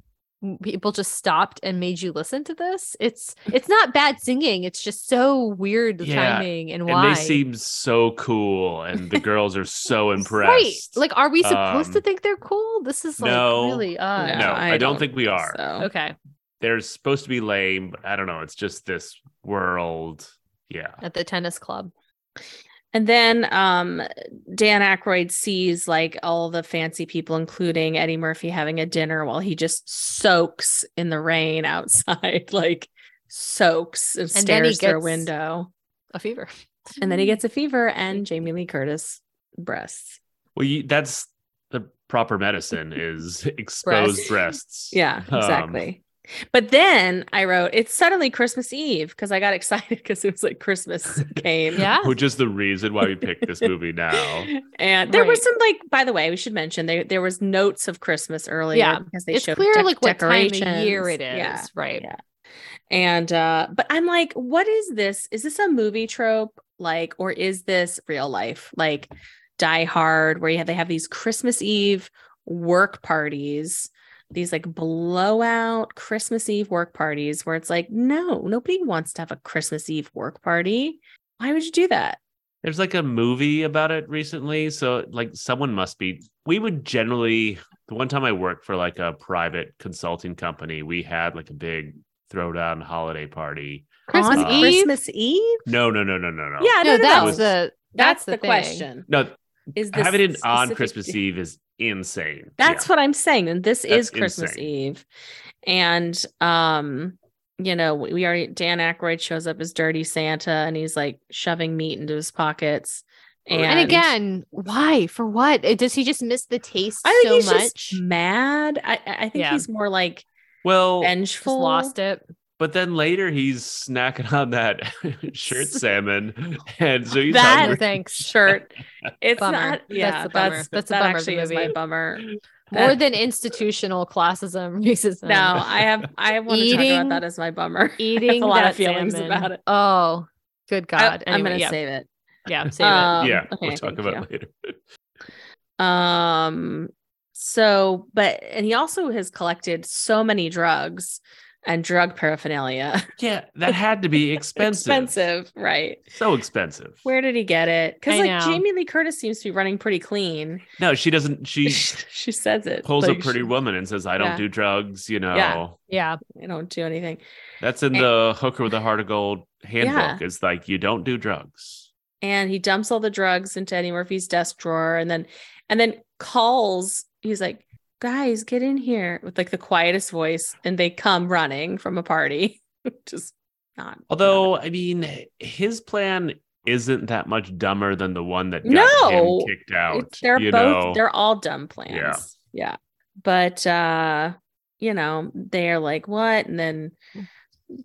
Speaker 2: people just stopped and made you listen to this? It's it's not bad singing. It's just so weird the
Speaker 3: Yeah.
Speaker 2: timing and why.
Speaker 3: And they seem so cool, and the girls are so impressed.
Speaker 2: Right. Like, are we supposed to
Speaker 3: Um,
Speaker 2: think they're cool? This is like
Speaker 3: no.
Speaker 2: really odd.
Speaker 3: No, I don't think we
Speaker 4: think
Speaker 3: are.
Speaker 4: so.
Speaker 2: Okay.
Speaker 3: They're supposed to be lame, but I don't know. It's just this world. Yeah.
Speaker 2: At the tennis club.
Speaker 4: And then um, Dan Aykroyd sees like all the fancy people, including Eddie Murphy, having a dinner while he just soaks in the rain outside, like soaks and,
Speaker 2: And then he
Speaker 4: stares through a
Speaker 2: gets- Hmm.
Speaker 4: window.
Speaker 2: A fever.
Speaker 4: And then he gets a fever and Jamie Lee Curtis breasts.
Speaker 3: Well, you, that's the proper medicine is exposed breasts.
Speaker 4: Yeah,
Speaker 3: Um,
Speaker 4: exactly. but then I wrote, it's suddenly Christmas Eve because I got excited because it was like Christmas came.
Speaker 2: Yeah.
Speaker 3: Which is the reason why we picked this movie now.
Speaker 4: And there were
Speaker 2: Right.
Speaker 4: some like, by the way, we should mention there there was notes of Christmas earlier
Speaker 2: Yeah.
Speaker 4: because they
Speaker 2: It's
Speaker 4: showed
Speaker 2: clear
Speaker 4: dec-
Speaker 2: like what time of year
Speaker 4: decorations.
Speaker 2: it is.
Speaker 4: Yeah.
Speaker 2: Right.
Speaker 4: Yeah. And uh, but I'm like, what is this? Is this a movie trope? Like, or is this real life? Like Die Hard, where you have they have these Christmas Eve work parties, these like blowout Christmas Eve work parties where it's like, no, nobody wants to have a Christmas Eve work party. Why would you do that?
Speaker 3: There's like a movie about it recently. So, like, someone must be. We would generally, the one time I worked for like a private consulting company, we had like a big throwdown holiday party.
Speaker 2: Christmas
Speaker 4: on
Speaker 2: Eve.
Speaker 4: Christmas Eve?
Speaker 3: No, no, no, no, no, no.
Speaker 2: no,
Speaker 4: Yeah, no, no,
Speaker 2: that's
Speaker 4: no.
Speaker 3: was-
Speaker 2: the
Speaker 4: That's,
Speaker 2: that's,
Speaker 4: Oh. the,
Speaker 2: thing.
Speaker 4: question.
Speaker 3: No,
Speaker 4: Is this
Speaker 3: having it on
Speaker 4: specific-
Speaker 3: Christmas Eve is insane.
Speaker 4: That's what I'm saying. And this
Speaker 3: That's
Speaker 4: is Christmas
Speaker 3: insane.
Speaker 4: Eve. And um, you know, we we already Dan Aykroyd shows up as dirty Santa and he's like shoving meat into his pockets. And,
Speaker 2: And again, why? For what? Uh, Does he just miss the taste
Speaker 4: I think
Speaker 2: so
Speaker 4: he's
Speaker 2: much?
Speaker 4: just mad. I, I I think
Speaker 2: Yeah.
Speaker 4: he's more like
Speaker 3: Well,
Speaker 2: Just
Speaker 4: vengeful.
Speaker 2: lost it.
Speaker 3: but then later he's snacking on that shirt salmon, and so he's
Speaker 4: That-
Speaker 2: No,
Speaker 3: hungry.
Speaker 2: thanks.
Speaker 4: shirt. It's
Speaker 2: Bummer.
Speaker 4: not.
Speaker 2: That's
Speaker 4: Yeah,
Speaker 2: the bummer.
Speaker 4: that's
Speaker 2: That's the
Speaker 4: that
Speaker 2: bummer of the
Speaker 4: actually is my
Speaker 2: movie.
Speaker 4: bummer. Uh,
Speaker 2: More than institutional classism, racism.
Speaker 4: No, I have I want to talk about
Speaker 2: Eating-
Speaker 4: that as my bummer.
Speaker 2: eating
Speaker 4: a lot
Speaker 2: that
Speaker 4: of feelings
Speaker 2: salmon.
Speaker 4: about it.
Speaker 2: Oh, good God!
Speaker 4: I, am
Speaker 2: Anyway,
Speaker 4: gonna
Speaker 2: yeah,
Speaker 4: save it.
Speaker 2: yeah, save it.
Speaker 4: Um,
Speaker 3: yeah,
Speaker 4: okay,
Speaker 3: we'll talk
Speaker 4: thank
Speaker 3: about
Speaker 4: you.
Speaker 3: it later.
Speaker 4: Um, so, but, and he also has collected so many drugs and drug paraphernalia.
Speaker 3: Yeah, that had to be expensive.
Speaker 4: Expensive, right?
Speaker 3: So expensive.
Speaker 4: Where did he get it? Because
Speaker 2: I
Speaker 4: like
Speaker 2: know.
Speaker 4: Jamie Lee Curtis seems to be running pretty clean.
Speaker 3: No, she doesn't. She
Speaker 4: she says it.
Speaker 3: pulls
Speaker 4: like,
Speaker 3: a pretty
Speaker 4: she-
Speaker 3: woman and says, "I don't
Speaker 4: Yeah.
Speaker 3: do drugs." You know,
Speaker 2: Yeah,
Speaker 4: I don't do anything.
Speaker 3: that's in
Speaker 4: And-
Speaker 3: the "Hooker with a Heart of Gold" handbook. It's like you don't do drugs.
Speaker 4: And he dumps all the drugs into Eddie Murphy's desk drawer, and then, and then calls. He's like, "Guys, get in here!" with like the quietest voice, and they come running from a party. Just not.
Speaker 3: Although, I mean, his plan isn't that much dumber than the one that got
Speaker 4: No!
Speaker 3: him kicked out.
Speaker 4: It's- They're
Speaker 3: you
Speaker 4: both
Speaker 3: know?
Speaker 4: they're all dumb plans.
Speaker 3: Yeah.
Speaker 4: Yeah. But uh, you know, they're like, what? And then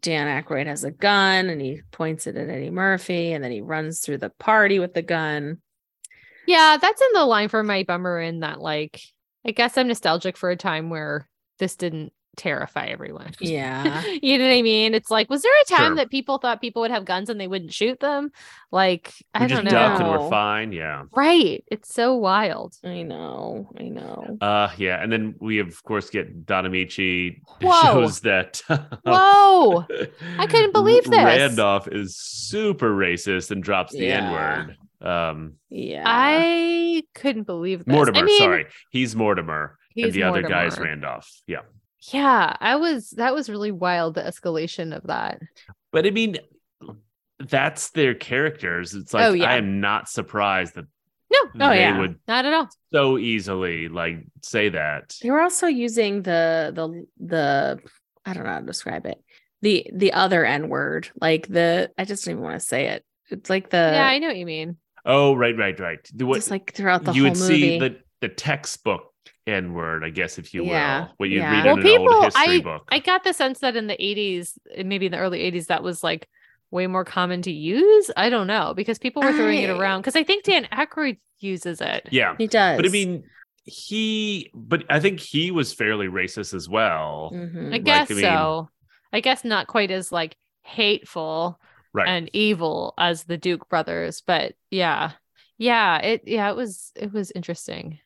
Speaker 4: Dan Aykroyd has a gun and he points it at Eddie Murphy, and then he runs through the party with the gun.
Speaker 2: yeah. That's in the line for my bummer. In that, like, I guess I'm nostalgic for a time where this didn't terrify everyone.
Speaker 4: Yeah.
Speaker 2: you know what I mean? It's like, was there a time
Speaker 3: Sure.
Speaker 2: that people thought people would have guns and they wouldn't shoot them? Like,
Speaker 3: we
Speaker 2: I
Speaker 3: just
Speaker 2: don't know.
Speaker 3: duck and
Speaker 4: know.
Speaker 3: we're fine. Yeah.
Speaker 2: Right? It's so wild.
Speaker 4: I know. I know.
Speaker 3: Uh yeah. And then we of course get Don Amici
Speaker 2: Whoa.
Speaker 3: shows that Oh.
Speaker 2: Whoa! I couldn't believe this.
Speaker 3: Randolph is super racist and drops the
Speaker 4: Yeah.
Speaker 3: N-word. Um
Speaker 4: Yeah.
Speaker 2: I couldn't believe this.
Speaker 3: Mortimer,
Speaker 2: I mean,
Speaker 3: sorry. He's Mortimer.
Speaker 2: he's
Speaker 3: and the other guy's
Speaker 2: Mortimer.
Speaker 3: Randolph. Yeah.
Speaker 2: Yeah, I was. That was really wild. The escalation of that.
Speaker 3: But I mean, that's their characters. It's like
Speaker 2: Oh, yeah.
Speaker 3: I am not surprised that
Speaker 2: No,
Speaker 4: Oh,
Speaker 3: they
Speaker 4: yeah.
Speaker 3: would
Speaker 2: not at all.
Speaker 3: so easily like say that.
Speaker 4: They were also using the the the I don't know how to describe it. The the other N word, like the I just don't even want to say it. It's like the
Speaker 2: yeah, I know what you mean.
Speaker 3: Oh, right, right, right. The- What
Speaker 4: just like throughout the
Speaker 3: you
Speaker 4: whole
Speaker 3: would
Speaker 4: movie.
Speaker 3: see the the textbook N word, I guess, if you
Speaker 4: Yeah,
Speaker 3: will, what you'd
Speaker 4: yeah.
Speaker 3: read
Speaker 2: Well,
Speaker 3: in an
Speaker 2: people-
Speaker 3: old history book.
Speaker 2: I got the sense that in the 80s, maybe in the early 80s, that was like way more common to use. I don't know because people were throwing it
Speaker 4: I-
Speaker 2: around because I think Dan Aykroyd uses it.
Speaker 3: yeah,
Speaker 4: He does.
Speaker 3: but I mean, he, but I think he was fairly racist as well,
Speaker 4: Mhm.
Speaker 2: I
Speaker 3: I
Speaker 2: guess
Speaker 3: mean-
Speaker 2: so. I guess not quite as like hateful
Speaker 3: right?
Speaker 2: and evil as the Duke brothers, but yeah. Yeah, it yeah, it was it was interesting.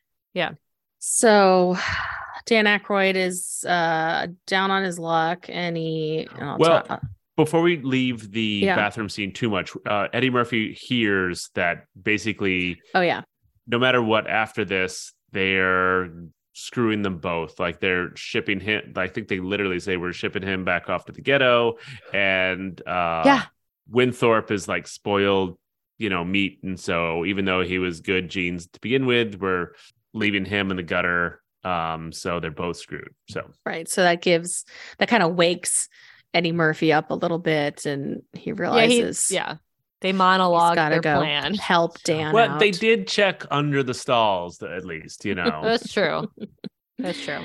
Speaker 4: so Dan Aykroyd is uh, down on his luck, and he and I'll
Speaker 3: Well-
Speaker 4: talk-
Speaker 3: Before we leave the
Speaker 4: Yeah.
Speaker 3: bathroom scene too much, uh, Eddie Murphy hears that basically,
Speaker 4: oh yeah,
Speaker 3: no matter what, after this, they're screwing them both. Like they're shipping him. I think they literally say we're shipping him back off to the ghetto, and uh,
Speaker 2: yeah.
Speaker 3: Winthorpe is like spoiled, you know, meat. And so even though he was good genes to begin with, we're leaving him in the gutter. Um, so they're both screwed. So
Speaker 4: right. So that gives that kind of wakes Eddie Murphy up a little bit, and he realizes,
Speaker 2: Yeah, he, yeah. They monologue
Speaker 4: gotta
Speaker 2: their
Speaker 4: go.
Speaker 2: plan.
Speaker 4: help Dan.
Speaker 3: well,
Speaker 4: out.
Speaker 3: they did check under the stalls at least, you know.
Speaker 2: That's true. That's true.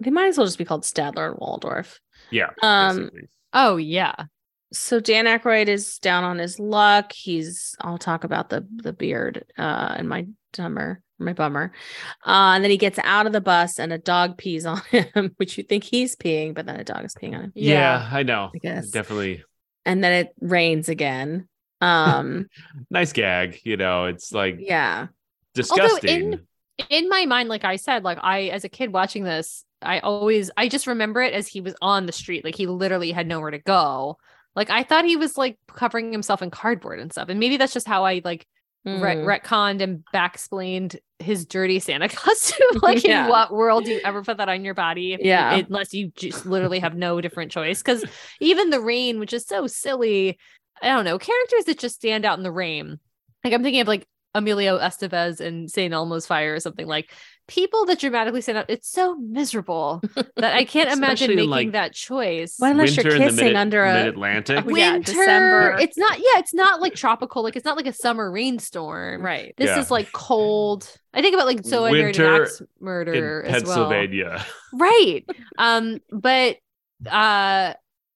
Speaker 4: They might as well just be called Stadler and Waldorf.
Speaker 3: yeah.
Speaker 4: Um,
Speaker 3: basically.
Speaker 2: Oh yeah.
Speaker 4: so Dan Aykroyd is down on his luck. He's I'll talk about the the beard uh and my dumber my bummer. Uh and then he gets out of the bus and a dog pees on him, which you think he's peeing, but then a dog is peeing on him.
Speaker 3: yeah. I know.
Speaker 4: I guess.
Speaker 3: Definitely
Speaker 4: And then it rains again. Um
Speaker 3: nice gag, you know. It's like
Speaker 4: yeah.
Speaker 3: disgusting.
Speaker 2: In my mind, like I said, like I as a kid watching this, I always I just remember it as he was on the street. Like he literally had nowhere to go. Like I thought he was like covering himself in cardboard and stuff. And maybe that's just how I like re-
Speaker 4: Mm. Hmm.
Speaker 2: retconned and backsplained his dirty Santa costume. like,
Speaker 4: Yeah.
Speaker 2: in what world do you ever put that on your body? if you-
Speaker 4: Yeah.
Speaker 2: unless you just literally have no different choice. Because even the rain, which is so silly, I don't know characters that just stand out in the rain. Like I'm thinking of like Emilio Estevez and St. Elmo's Fire or something like people that dramatically stand out. It's so miserable that I can't imagine
Speaker 3: Especially in,
Speaker 2: making
Speaker 3: like,
Speaker 2: that choice.
Speaker 4: Well, unless you're
Speaker 3: Winter in the
Speaker 4: kissing
Speaker 3: mid-
Speaker 4: under a-
Speaker 3: mid-Atlantic.
Speaker 4: yeah,
Speaker 2: Winter,
Speaker 4: December.
Speaker 2: it's not. Yeah, it's not like tropical. Like it's not like a summer rainstorm.
Speaker 4: right.
Speaker 2: This
Speaker 3: Yeah.
Speaker 2: is like cold. I think about like Zoe Weird
Speaker 3: Winter
Speaker 2: Axe murder
Speaker 3: in
Speaker 2: as well
Speaker 3: Pennsylvania.
Speaker 2: right um but uh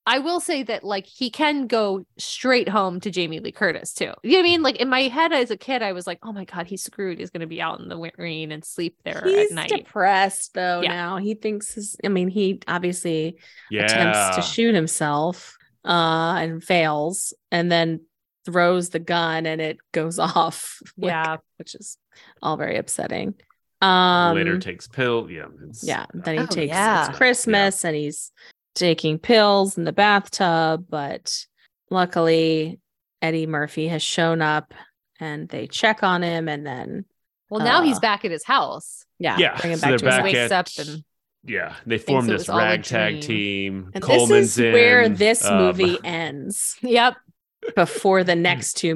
Speaker 2: i will say that like he can go straight home to jamie lee curtis too you know what i mean like in my head as a kid i was like oh my god he's screwed he's going to be out in the wi- rain and sleep there
Speaker 4: He's
Speaker 2: at night
Speaker 4: depressed though
Speaker 2: Yeah.
Speaker 4: now. He thinks his, I mean, he obviously
Speaker 3: Yeah.
Speaker 4: attempts to shoot himself uh and fails and then throws the gun and it goes off like,
Speaker 2: yeah
Speaker 4: which is all very upsetting um
Speaker 3: Later takes pill. Yeah. it's-
Speaker 4: yeah then he
Speaker 2: Oh,
Speaker 4: takes
Speaker 2: yeah.
Speaker 4: it's christmas and he's taking pills in the bathtub but luckily eddie murphy has shown up and they check on him and then
Speaker 2: well now he's
Speaker 4: Uh,
Speaker 2: back at his house
Speaker 4: yeah,
Speaker 3: Yeah,
Speaker 4: bring him
Speaker 3: so
Speaker 4: back
Speaker 3: they're
Speaker 2: Just
Speaker 4: to his
Speaker 3: back
Speaker 4: wife.
Speaker 2: wakes
Speaker 3: at-
Speaker 2: up and
Speaker 3: Yeah. They formed
Speaker 2: it
Speaker 3: this
Speaker 2: was all a dream.
Speaker 3: ragtag team.
Speaker 4: and this
Speaker 3: Coleman's
Speaker 4: is where
Speaker 3: in,
Speaker 4: this
Speaker 3: um,
Speaker 4: movie ends
Speaker 2: yep
Speaker 4: before the next two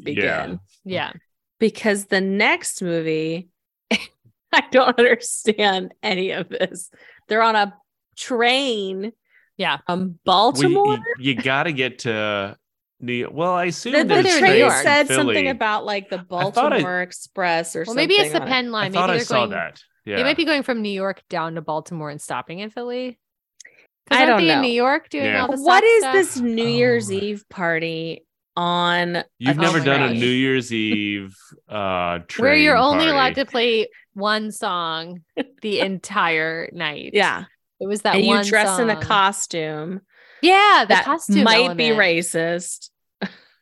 Speaker 3: Yeah.
Speaker 4: begin
Speaker 2: yeah
Speaker 4: because the next movie I don't understand any of this. They're on a train
Speaker 2: Yeah.
Speaker 4: from
Speaker 3: Well, you-
Speaker 4: Baltimore.
Speaker 3: you, got to get to New York. Well, I assume
Speaker 4: the, the
Speaker 3: there's
Speaker 2: they're in
Speaker 4: train
Speaker 2: New
Speaker 3: trains
Speaker 2: York.
Speaker 3: in
Speaker 4: said something
Speaker 3: Philly.
Speaker 4: about like the
Speaker 3: thought I-
Speaker 4: Baltimore Express or
Speaker 2: well
Speaker 4: something.
Speaker 2: maybe it's the
Speaker 4: on it.
Speaker 2: penn line
Speaker 3: I
Speaker 2: maybe
Speaker 3: thought I
Speaker 2: they're
Speaker 3: saw
Speaker 2: going
Speaker 3: that. Yeah.
Speaker 2: they might be going from new york down to baltimore and stopping in philly 'Cause
Speaker 4: I
Speaker 2: aren't
Speaker 4: don't
Speaker 2: they
Speaker 4: know.
Speaker 2: in new york doing
Speaker 3: Yeah.
Speaker 2: all this
Speaker 4: What is
Speaker 2: stuff?
Speaker 4: this New
Speaker 3: Oh,
Speaker 4: Year's
Speaker 3: right.
Speaker 4: Eve party on?
Speaker 3: You've
Speaker 4: Oh
Speaker 3: never
Speaker 4: my
Speaker 3: done a
Speaker 4: gosh.
Speaker 3: New Year's Eve uh, train
Speaker 2: where you're only
Speaker 3: party.
Speaker 2: allowed to play one song the entire night.
Speaker 4: Yeah,
Speaker 2: it was that
Speaker 4: and
Speaker 2: one.
Speaker 4: you dress in a
Speaker 2: song.
Speaker 4: costume
Speaker 2: Yeah, the
Speaker 4: that
Speaker 2: costume
Speaker 4: might be
Speaker 2: element.
Speaker 4: racist,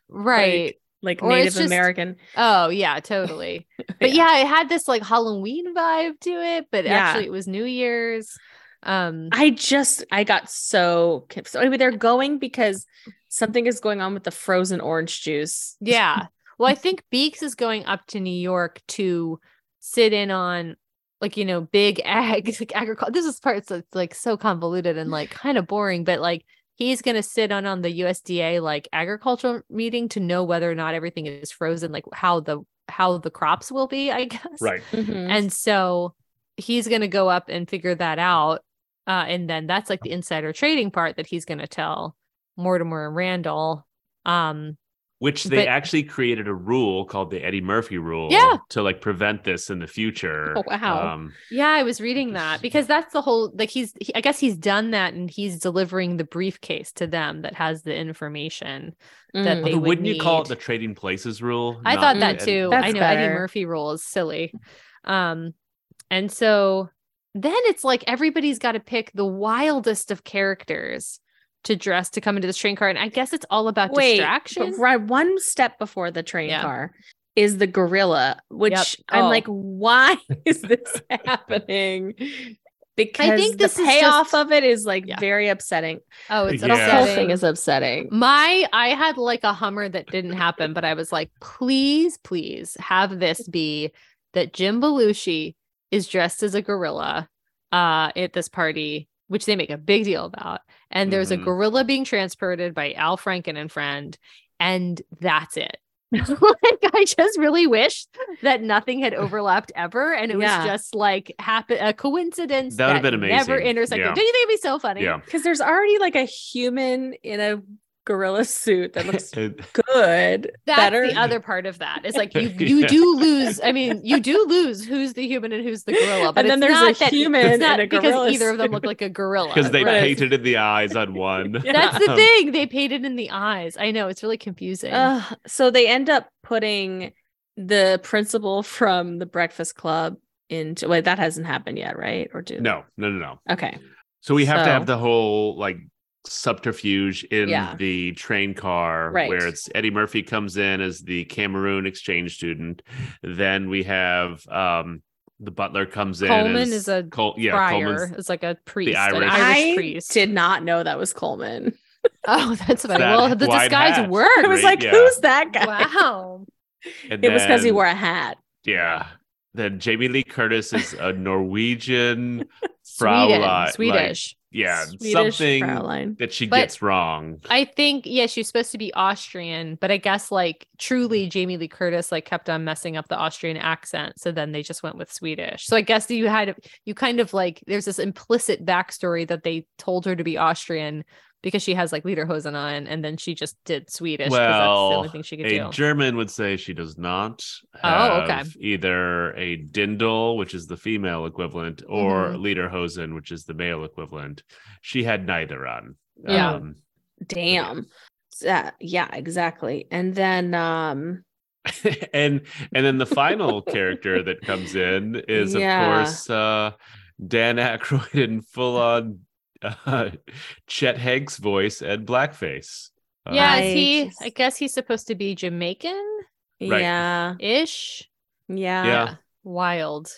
Speaker 2: Right.
Speaker 4: like
Speaker 2: Or
Speaker 4: Native
Speaker 2: it's just-
Speaker 4: American.
Speaker 2: Oh yeah, totally. But yeah. it had this like Halloween vibe to it, but
Speaker 4: Oh, Yeah.
Speaker 2: actually it was New Year's. Um,
Speaker 4: I just I got so conf- so anyway they're going because something is going on with the frozen orange juice.
Speaker 2: yeah. Well, I think Beeks is going up to New York to sit in on like you know big ag like agriculture. This is parts that's like so convoluted and like kind of boring, but like he's going to sit on on the USDA like agricultural meeting to know whether or not everything is frozen, like how the how the crops will be, I guess.
Speaker 3: Right.
Speaker 4: Mhm.
Speaker 2: And so he's going to go up and figure that out. Uh, and then that's like the insider trading part that he's going to tell Mortimer and Randall. Um,
Speaker 3: Which they
Speaker 2: But-
Speaker 3: actually created a rule called the Eddie Murphy rule
Speaker 2: Yeah.
Speaker 3: to like prevent this in the future.
Speaker 4: Oh, wow.
Speaker 3: Um,
Speaker 2: Yeah, I was reading that because that's the whole like he's he, I guess he's done that and he's delivering the briefcase to them that has the information. that
Speaker 4: Mm.
Speaker 2: they
Speaker 3: but
Speaker 2: would
Speaker 3: wouldn't you call it
Speaker 2: need-
Speaker 3: the trading places rule?
Speaker 2: I
Speaker 3: Not
Speaker 2: thought
Speaker 3: the
Speaker 2: that
Speaker 3: Eddie-
Speaker 2: too. I
Speaker 4: That's
Speaker 2: know
Speaker 4: better.
Speaker 2: Eddie Murphy rule is silly. Um and so then it's like everybody's got to pick the wildest of characters to dress to come into this train car and I guess it's all about
Speaker 4: Wait,
Speaker 2: distraction.
Speaker 4: but right one step before the train
Speaker 2: Yeah.
Speaker 4: car is the gorilla, which I'm
Speaker 2: Oh.
Speaker 4: like, why is this happening? Because
Speaker 2: think this
Speaker 4: the
Speaker 2: is
Speaker 4: payoff
Speaker 2: just-
Speaker 4: of it is like
Speaker 2: Yeah.
Speaker 4: very upsetting.
Speaker 2: Oh, it's
Speaker 3: Yeah.
Speaker 4: The whole
Speaker 2: upsetting.
Speaker 4: thing is upsetting.
Speaker 2: My I had like a Hummer that didn't happen, but I was like, please, please have this be that Jim Belushi is dressed as a gorilla uh at this party, which they make a big deal about. And there's
Speaker 3: Mhm.
Speaker 2: a gorilla being transported by Al Franken and friend, and that's it. like I just really wish that nothing had overlapped ever, and it
Speaker 4: Yeah.
Speaker 2: was just like happen a coincidence
Speaker 3: That would've been
Speaker 2: never
Speaker 3: amazing.
Speaker 2: intersected.
Speaker 3: Yeah.
Speaker 2: Don't you think it'd be so funny?
Speaker 3: Yeah.
Speaker 4: Because there's already like a human in a gorilla suit that looks
Speaker 3: And-
Speaker 4: good.
Speaker 2: that's
Speaker 4: better.
Speaker 2: the other part of that. It's like you you
Speaker 3: Yeah.
Speaker 2: do lose. I mean, you do lose who's the human and who's the gorilla. But
Speaker 4: and then
Speaker 2: it's
Speaker 4: there's
Speaker 2: not
Speaker 4: a
Speaker 2: that,
Speaker 4: human
Speaker 2: It's not
Speaker 4: and a gorilla
Speaker 2: because either of them
Speaker 4: suit.
Speaker 2: look like a gorilla.
Speaker 3: Because they
Speaker 4: Right.
Speaker 3: painted in the eyes on one.
Speaker 4: Yeah.
Speaker 2: That's the
Speaker 3: Um,
Speaker 2: thing. They painted in the eyes. I know it's really confusing.
Speaker 4: Ugh, so they end up putting the principal from the Breakfast Club into. Wait, that hasn't happened yet, right? Or do
Speaker 3: No, no, no, no.
Speaker 4: Okay,
Speaker 3: So we have
Speaker 4: So-
Speaker 3: to have the whole like subterfuge in
Speaker 4: Yeah.
Speaker 3: the train car
Speaker 4: Right.
Speaker 3: where it's Eddie Murphy comes in as the Cameroon exchange student. Then we have um the butler comes in.
Speaker 2: Coleman
Speaker 3: as-
Speaker 2: is a
Speaker 3: Col- yeah,
Speaker 2: Friar
Speaker 3: Coleman's
Speaker 2: is like a priest, an
Speaker 3: Irish-
Speaker 2: Irish
Speaker 4: I
Speaker 2: priest.
Speaker 4: did not know that was Coleman.
Speaker 2: Oh, that's funny.
Speaker 3: that
Speaker 2: Well, the
Speaker 3: wide
Speaker 2: disguise
Speaker 3: hat.
Speaker 4: I
Speaker 2: worked.
Speaker 4: was
Speaker 3: Great,
Speaker 4: like,
Speaker 3: yeah.
Speaker 4: who's that guy?
Speaker 2: Wow.
Speaker 3: And
Speaker 4: It was because he
Speaker 3: then-
Speaker 4: wore a hat.
Speaker 3: Yeah. Then Jamie Lee Curtis is a Norwegian
Speaker 2: Sweden,
Speaker 3: fraulein, like,
Speaker 2: Swedish.
Speaker 3: yeah,
Speaker 4: Swedish
Speaker 3: something
Speaker 4: Fraulein.
Speaker 3: that she
Speaker 2: But-
Speaker 3: gets wrong.
Speaker 2: I think yeah, she's supposed to be Austrian, but I guess like truly Jamie Lee Curtis like kept on messing up the Austrian accent, so then they just went with Swedish. So I guess you had you kind of like there's this implicit backstory that they told her to be Austrian because she has like lederhosen on, and then she just did Swedish because that's the
Speaker 3: Well,
Speaker 2: only thing she could
Speaker 3: A
Speaker 2: do.
Speaker 3: German would say she does not
Speaker 2: Oh,
Speaker 3: have
Speaker 2: okay.
Speaker 3: either a dindel, which is the female equivalent, or
Speaker 2: Mhm.
Speaker 3: lederhosen, which is the male equivalent. She had neither on.
Speaker 2: Yeah.
Speaker 3: Um,
Speaker 4: Damn. Yeah, yeah, exactly. And then um
Speaker 3: and and then the final character that comes in is
Speaker 4: Yeah.
Speaker 3: of course uh Dan Aykroyd in full on uh, Chet Haig's voice and blackface. Uh,
Speaker 2: yeah, is
Speaker 4: I
Speaker 2: he?
Speaker 4: just-
Speaker 2: I guess he's supposed to be Jamaican
Speaker 3: Right.
Speaker 4: yeah,
Speaker 2: ish.
Speaker 4: yeah.
Speaker 3: Yeah.
Speaker 2: Wild.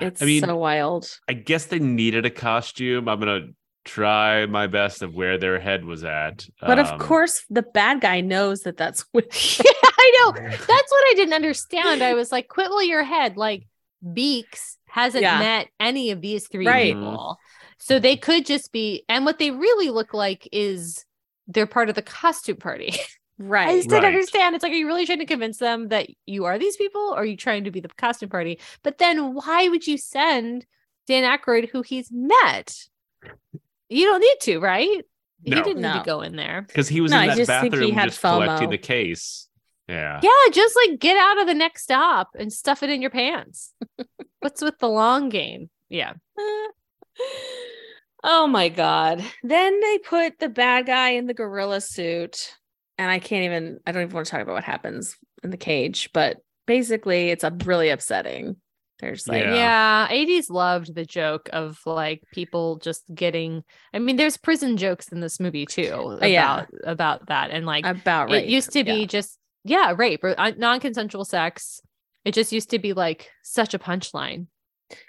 Speaker 4: It's
Speaker 3: I mean-
Speaker 4: so wild.
Speaker 3: I guess they needed a costume. I'm gonna try my best of where their head was at.
Speaker 4: But
Speaker 3: Um,
Speaker 4: of course the bad guy knows that that's what
Speaker 2: I know. That's what I didn't understand. I was like, quibble your head. Like, Beeks hasn't
Speaker 4: Yeah.
Speaker 2: met any of these three
Speaker 4: Right.
Speaker 2: people. So they could just be, and what they really look like is they're part of the costume party. I
Speaker 4: right.
Speaker 2: just didn't
Speaker 3: Right.
Speaker 2: understand. It's like, are you really trying to convince them that you are these people? Or are you trying to be the costume party? But then why would you send Dan Aykroyd, who he's met? You don't need to, right? You
Speaker 3: No.
Speaker 2: didn't need
Speaker 4: No.
Speaker 2: to go in there.
Speaker 3: because he was
Speaker 4: No, I
Speaker 3: in that
Speaker 4: just think he
Speaker 3: bathroom
Speaker 4: had
Speaker 3: just collecting
Speaker 4: FOMO.
Speaker 3: the case. Yeah.
Speaker 2: Yeah, just like get out of the next stop and stuff it in your pants. What's with the long game? Yeah.
Speaker 4: oh my god. Then they put the bad guy in the gorilla suit. And I can't even I don't even want to talk about what happens in the cage, but basically it's a really upsetting. There's like
Speaker 3: Yeah.
Speaker 2: yeah. 80s loved the joke of like people just getting I mean, there's prison jokes in this movie too about
Speaker 4: yeah.
Speaker 2: about that. And like
Speaker 4: about
Speaker 2: it
Speaker 4: rape.
Speaker 2: used to
Speaker 4: Yeah.
Speaker 2: be just yeah, rape or uh, non-consensual sex. It just used to be like such a punchline.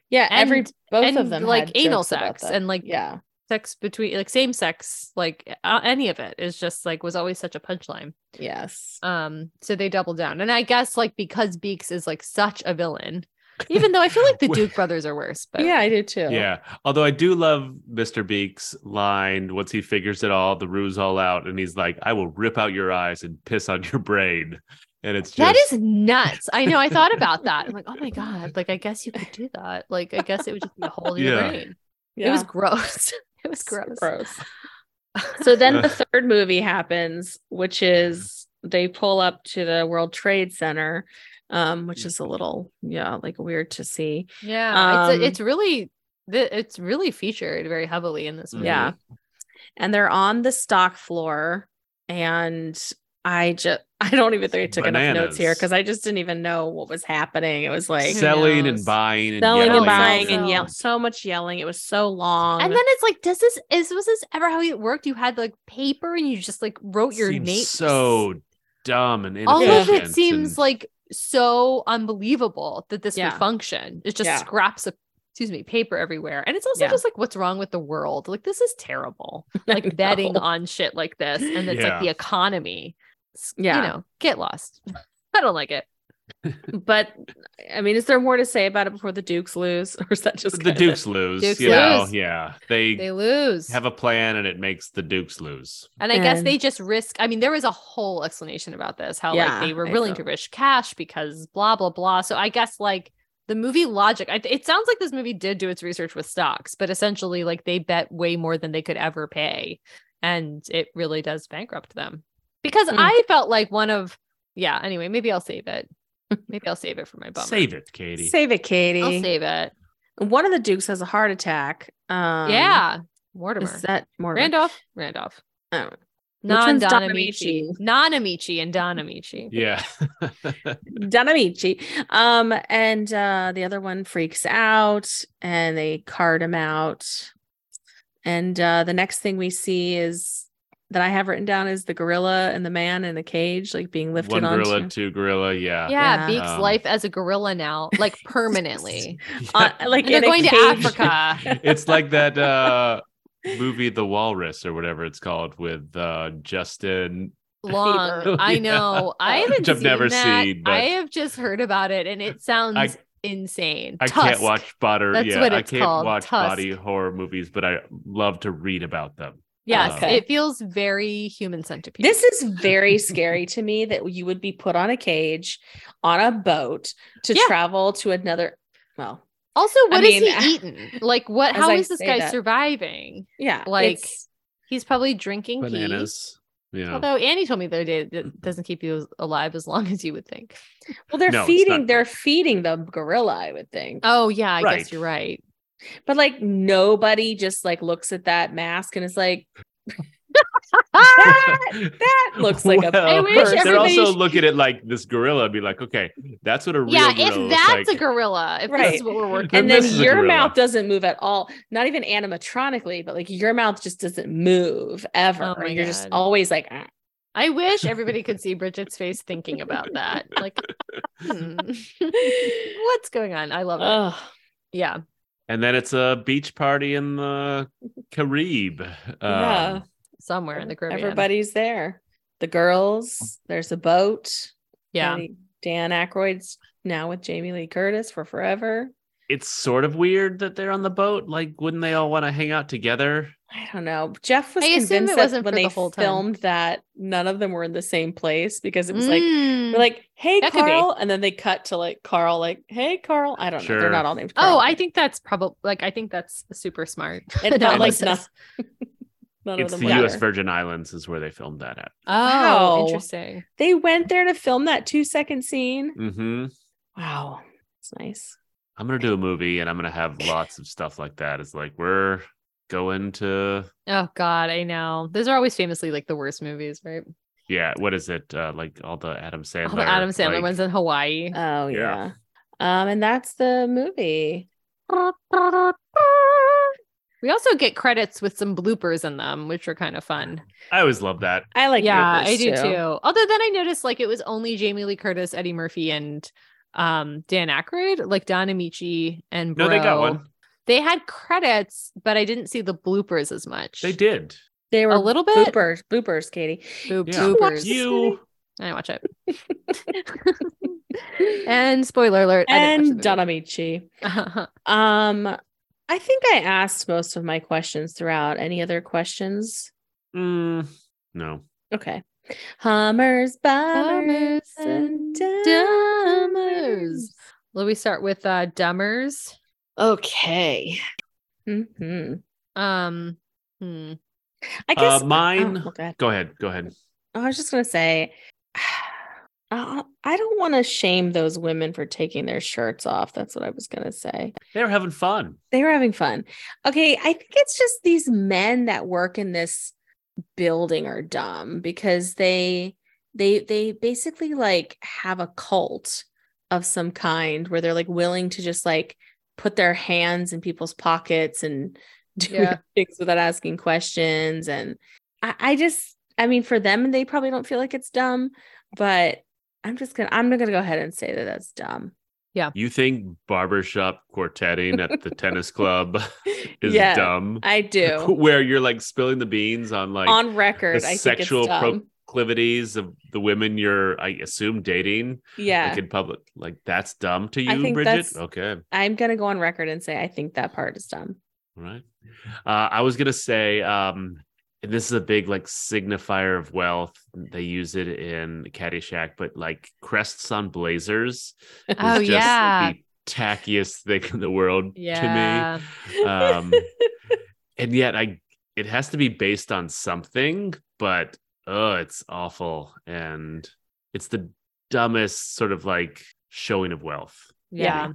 Speaker 4: Yeah, every
Speaker 2: And-
Speaker 4: both
Speaker 2: and,
Speaker 4: of them
Speaker 2: like,
Speaker 4: had
Speaker 2: anal
Speaker 4: jokes about
Speaker 2: sex
Speaker 4: that.
Speaker 2: and, like,
Speaker 4: yeah,
Speaker 2: Sex between like same sex, like uh, any of it is just like was always such a punchline.
Speaker 4: yes,
Speaker 2: Um, so they double down. And I guess like because Beeks is like such a villain, even though I feel like the
Speaker 3: Wh-
Speaker 2: Duke brothers are worse, but
Speaker 4: yeah, I do too.
Speaker 3: Yeah. Although I do love Mr. Beak's line once he figures it all, the ruse all out, and he's like, I will rip out your eyes and piss on your brain. And it's just
Speaker 2: that is nuts. I know I thought about that. I'm like, oh my God, like I guess you could do that. Like I guess it would just be a hole in your
Speaker 3: Yeah.
Speaker 2: brain. It
Speaker 4: Yeah.
Speaker 2: was gross. it was
Speaker 4: So
Speaker 2: gross.
Speaker 4: gross. so then the third movie happens, which is they pull up to the World Trade Center, um, which is a little yeah, like weird to see.
Speaker 2: Yeah. it's
Speaker 4: Um,
Speaker 2: a, it's really th- it's really featured very heavily in this movie.
Speaker 4: Yeah. And they're on the stock floor, and I just I don't even think I took enough notes here
Speaker 3: Bananas.
Speaker 4: because I just didn't even know what was happening. It was like
Speaker 2: who
Speaker 3: selling
Speaker 2: knows?
Speaker 3: and buying and
Speaker 4: selling and
Speaker 2: yelling.
Speaker 4: buying
Speaker 2: So-
Speaker 4: and yell so much yelling. It was so long.
Speaker 2: And then it's like, does this is was this ever how it worked? You had like paper and you just like wrote your
Speaker 3: Seems
Speaker 2: name.
Speaker 3: So dumb and
Speaker 2: all of
Speaker 3: inefficient
Speaker 2: it seems
Speaker 3: and-
Speaker 2: like so unbelievable that this
Speaker 4: Yeah.
Speaker 2: would function. It's just
Speaker 4: Yeah.
Speaker 2: scraps of excuse me, paper everywhere. And it's also
Speaker 4: Yeah.
Speaker 2: just like what's wrong with the world? Like this is terrible. Like betting
Speaker 4: know.
Speaker 2: on shit like this and it's
Speaker 3: Yeah.
Speaker 2: like the economy. S-
Speaker 4: Yeah.
Speaker 2: You know, get lost. I don't like it.
Speaker 4: but I mean, is there more to say about it before the Dukes lose, or is that just
Speaker 3: the
Speaker 4: kinda-
Speaker 3: Dukes lose.
Speaker 2: Dukes
Speaker 3: you know,
Speaker 2: lose.
Speaker 3: yeah. They,
Speaker 2: They lose.
Speaker 3: have a plan and it makes the Dukes lose.
Speaker 2: And I guess
Speaker 4: And-
Speaker 2: they just risk. I mean, there was a whole explanation about this, how
Speaker 4: Yeah,
Speaker 2: like they were
Speaker 4: I
Speaker 2: willing
Speaker 4: know.
Speaker 2: to risk cash because blah blah blah. So I guess like the movie logic. I, it sounds like this movie did do its research with stocks, but essentially like they bet way more than they could ever pay, and it really does bankrupt them. Because
Speaker 4: Mm.
Speaker 2: I felt like one of yeah. Anyway, maybe I'll save it. Maybe I'll save it for my bummer.
Speaker 3: Save it, Katie.
Speaker 4: Save it, Katie.
Speaker 2: I'll save it.
Speaker 4: One of the Dukes has a heart attack. Um,
Speaker 2: yeah, Mortimer,
Speaker 4: is that more
Speaker 2: Randolph, Randolph,
Speaker 4: Oh. Which
Speaker 2: non
Speaker 4: one's Don
Speaker 2: Don Amici,
Speaker 4: Amici?
Speaker 2: non Amici, and Don Amici.
Speaker 3: yeah.
Speaker 4: Danamichi? Um, and uh, the other one freaks out, and they cart him out. And uh, the next thing we see is that I have written down is the gorilla and the man in the cage, like being lifted
Speaker 3: One
Speaker 4: onto.
Speaker 3: gorilla, two gorilla. Yeah.
Speaker 2: yeah,
Speaker 4: Yeah.
Speaker 2: Beak's
Speaker 3: Um,
Speaker 2: life as a gorilla now, like permanently.
Speaker 4: on- like
Speaker 2: and they're
Speaker 4: in a
Speaker 2: going to
Speaker 4: cage.
Speaker 2: Africa.
Speaker 3: it's like that uh movie The Walrus or whatever it's called with uh Justin
Speaker 2: long.
Speaker 3: Oh,
Speaker 2: I
Speaker 3: yeah.
Speaker 2: know. I haven't
Speaker 3: Which I've
Speaker 2: seen
Speaker 3: never
Speaker 2: that.
Speaker 3: seen, but-
Speaker 2: I have just heard about it, and it sounds
Speaker 3: I-
Speaker 2: insane.
Speaker 3: I
Speaker 2: Tusk.
Speaker 3: can't watch body.
Speaker 2: That's
Speaker 3: yeah,
Speaker 2: what
Speaker 3: I
Speaker 2: it's
Speaker 3: can't
Speaker 2: called,
Speaker 3: watch
Speaker 2: Tusk.
Speaker 3: body horror movies, but I love to read about them.
Speaker 2: Yes,
Speaker 3: Okay.
Speaker 2: it feels very human centipede.
Speaker 4: This is very scary to me that you would be put on a cage on a boat to
Speaker 2: Yeah.
Speaker 4: travel to another. Well,
Speaker 2: also
Speaker 4: I
Speaker 2: what is
Speaker 4: mean,
Speaker 2: he eating? Like what?
Speaker 4: as
Speaker 2: How
Speaker 4: I
Speaker 2: is this
Speaker 4: say
Speaker 2: guy
Speaker 4: that-
Speaker 2: surviving?
Speaker 4: yeah,
Speaker 2: Like,
Speaker 4: it's-
Speaker 2: He's probably drinking pee.
Speaker 3: Bananas. Yeah.
Speaker 2: Although Annie told me the other day that it doesn't keep you as- alive as long as you would think.
Speaker 4: well, they're
Speaker 3: No, it's
Speaker 4: feeding.
Speaker 3: not
Speaker 4: They're feeding the gorilla, I would think.
Speaker 2: Oh yeah, I
Speaker 3: Right.
Speaker 2: guess you're right.
Speaker 4: But like nobody just like looks at that mask and is like,
Speaker 2: Ah!
Speaker 4: that looks like a.
Speaker 2: I wish
Speaker 4: person.
Speaker 3: they're
Speaker 2: everybody
Speaker 3: also
Speaker 2: sh-
Speaker 3: looking at like this gorilla and be like, okay, that's what a real
Speaker 2: yeah,
Speaker 3: gorilla
Speaker 2: if
Speaker 3: looks
Speaker 2: that's
Speaker 3: like.
Speaker 2: a gorilla, if
Speaker 4: Right.
Speaker 2: this is what we're working,
Speaker 4: and
Speaker 3: And
Speaker 4: then
Speaker 3: this is a
Speaker 4: your
Speaker 3: gorilla.
Speaker 4: mouth doesn't move at all not even animatronically but like your mouth just doesn't move ever
Speaker 2: Oh my
Speaker 4: you're just
Speaker 2: God.
Speaker 4: always like "Ah."
Speaker 2: I wish everybody could see Bridget's face thinking about that. Like, hmm, what's going on? I love it.
Speaker 4: Ugh.
Speaker 2: yeah.
Speaker 3: and then it's a beach party in the Carib. Um,
Speaker 4: Yeah.
Speaker 2: Somewhere in the Caribbean.
Speaker 4: everybody's there the girls there's a boat
Speaker 2: Yeah.
Speaker 4: Danny- dan Aykroyd's now with jamie lee curtis for forever
Speaker 3: It's sort of weird that they're on the boat. Like, wouldn't they all want to hang out together?
Speaker 4: i don't know jeff was
Speaker 2: I assume it
Speaker 4: convinced that
Speaker 2: wasn't
Speaker 4: when
Speaker 2: for the
Speaker 4: they
Speaker 2: whole time.
Speaker 4: filmed that none of them were in the same place because it was like
Speaker 2: Mm.
Speaker 4: they're like hey
Speaker 2: That could be.
Speaker 4: carl and then they cut to like carl like hey carl i don't know
Speaker 3: Sure.
Speaker 4: they're not all named carl.
Speaker 2: oh, I think that's probably like, I think that's super smart.
Speaker 4: It felt like
Speaker 2: analysis.
Speaker 4: not- none
Speaker 3: it's
Speaker 4: of
Speaker 3: the
Speaker 4: them were
Speaker 3: U.S.
Speaker 4: there.
Speaker 3: Virgin Islands is where they filmed that at.
Speaker 2: Oh,
Speaker 4: Wow.
Speaker 2: interesting.
Speaker 4: They went there to film that two second scene.
Speaker 3: hmm
Speaker 4: Wow. It's nice.
Speaker 3: I'm gonna do a movie, and I'm gonna have lots of stuff like that. It's like we're going to
Speaker 2: Oh, God. I know. Those are always famously like the worst movies, right?
Speaker 3: yeah. What is it? Uh, like all the Adam Sandler.
Speaker 2: All the Adam Sandler
Speaker 3: like-
Speaker 2: ones in Hawaii.
Speaker 4: Oh
Speaker 3: Yeah.
Speaker 4: yeah. Um, and that's the movie.
Speaker 2: We also get credits with some bloopers in them, which are kind of fun.
Speaker 3: I always love that.
Speaker 4: I like
Speaker 2: yeah,
Speaker 4: bloopers,
Speaker 2: I do too. Although then I noticed like it was only Jamie Lee Curtis, Eddie Murphy, and um Dan Aykroyd, like Don Amici and Bro.
Speaker 3: No, they got one.
Speaker 2: They had credits, but I didn't see the bloopers as much.
Speaker 3: They did.
Speaker 4: They were
Speaker 2: a little bit.
Speaker 4: bloopers, bloopers, Katie.
Speaker 2: Boo-
Speaker 3: Yeah.
Speaker 2: Bloopers.
Speaker 3: You.
Speaker 2: I didn't watch it. and spoiler alert.
Speaker 4: and
Speaker 2: I
Speaker 4: Don Amici.
Speaker 2: did
Speaker 4: Um, I think I asked most of my questions throughout. Any other questions?
Speaker 3: Mm, no.
Speaker 4: Okay. Hummers, bombers, and dummers.
Speaker 2: Dummers. Well, we start with uh Dummers.
Speaker 4: Okay. hmm
Speaker 2: Um hmm.
Speaker 4: I guess
Speaker 3: uh, mine.
Speaker 4: Oh, well, go ahead. Oh,
Speaker 3: Go ahead. Go ahead.
Speaker 4: I was just gonna say, uh, I don't want to shame those women for taking their shirts off. That's what I was gonna say.
Speaker 3: They were having fun.
Speaker 4: They were having fun. Okay, I think it's just these men that work in this building are dumb because they they they basically like have a cult of some kind where they're like willing to just like put their hands in people's pockets and do
Speaker 2: Yeah.
Speaker 4: things without asking questions and I, I just I mean for them they probably don't feel like it's dumb but I'm just gonna I'm gonna go ahead and say that that's dumb
Speaker 3: You think barbershop quartetting at the tennis club is
Speaker 4: Yeah,
Speaker 3: dumb?
Speaker 4: I do
Speaker 3: Where you're like spilling the beans on like
Speaker 4: on record
Speaker 3: the
Speaker 4: I think it's
Speaker 3: sexual pro-
Speaker 4: dumb
Speaker 3: proclivities of the women you're, I assume, dating
Speaker 4: yeah
Speaker 3: like in public. Like that's dumb to
Speaker 4: I
Speaker 3: you,
Speaker 4: think
Speaker 3: Bridget?
Speaker 4: that's-
Speaker 3: Okay.
Speaker 4: I'm gonna go on record and say I think that part is dumb
Speaker 3: All right. Uh, I was gonna say, um, and this is a big like signifier of wealth. They use it in Caddyshack, but like crests on blazers is
Speaker 2: Oh,
Speaker 3: just
Speaker 2: yeah.
Speaker 3: the tackiest thing in the world
Speaker 2: Yeah.
Speaker 3: to me. Um, and yet, I it has to be based on something, but oh, it's awful, and it's the dumbest sort of like showing of wealth.
Speaker 2: Yeah.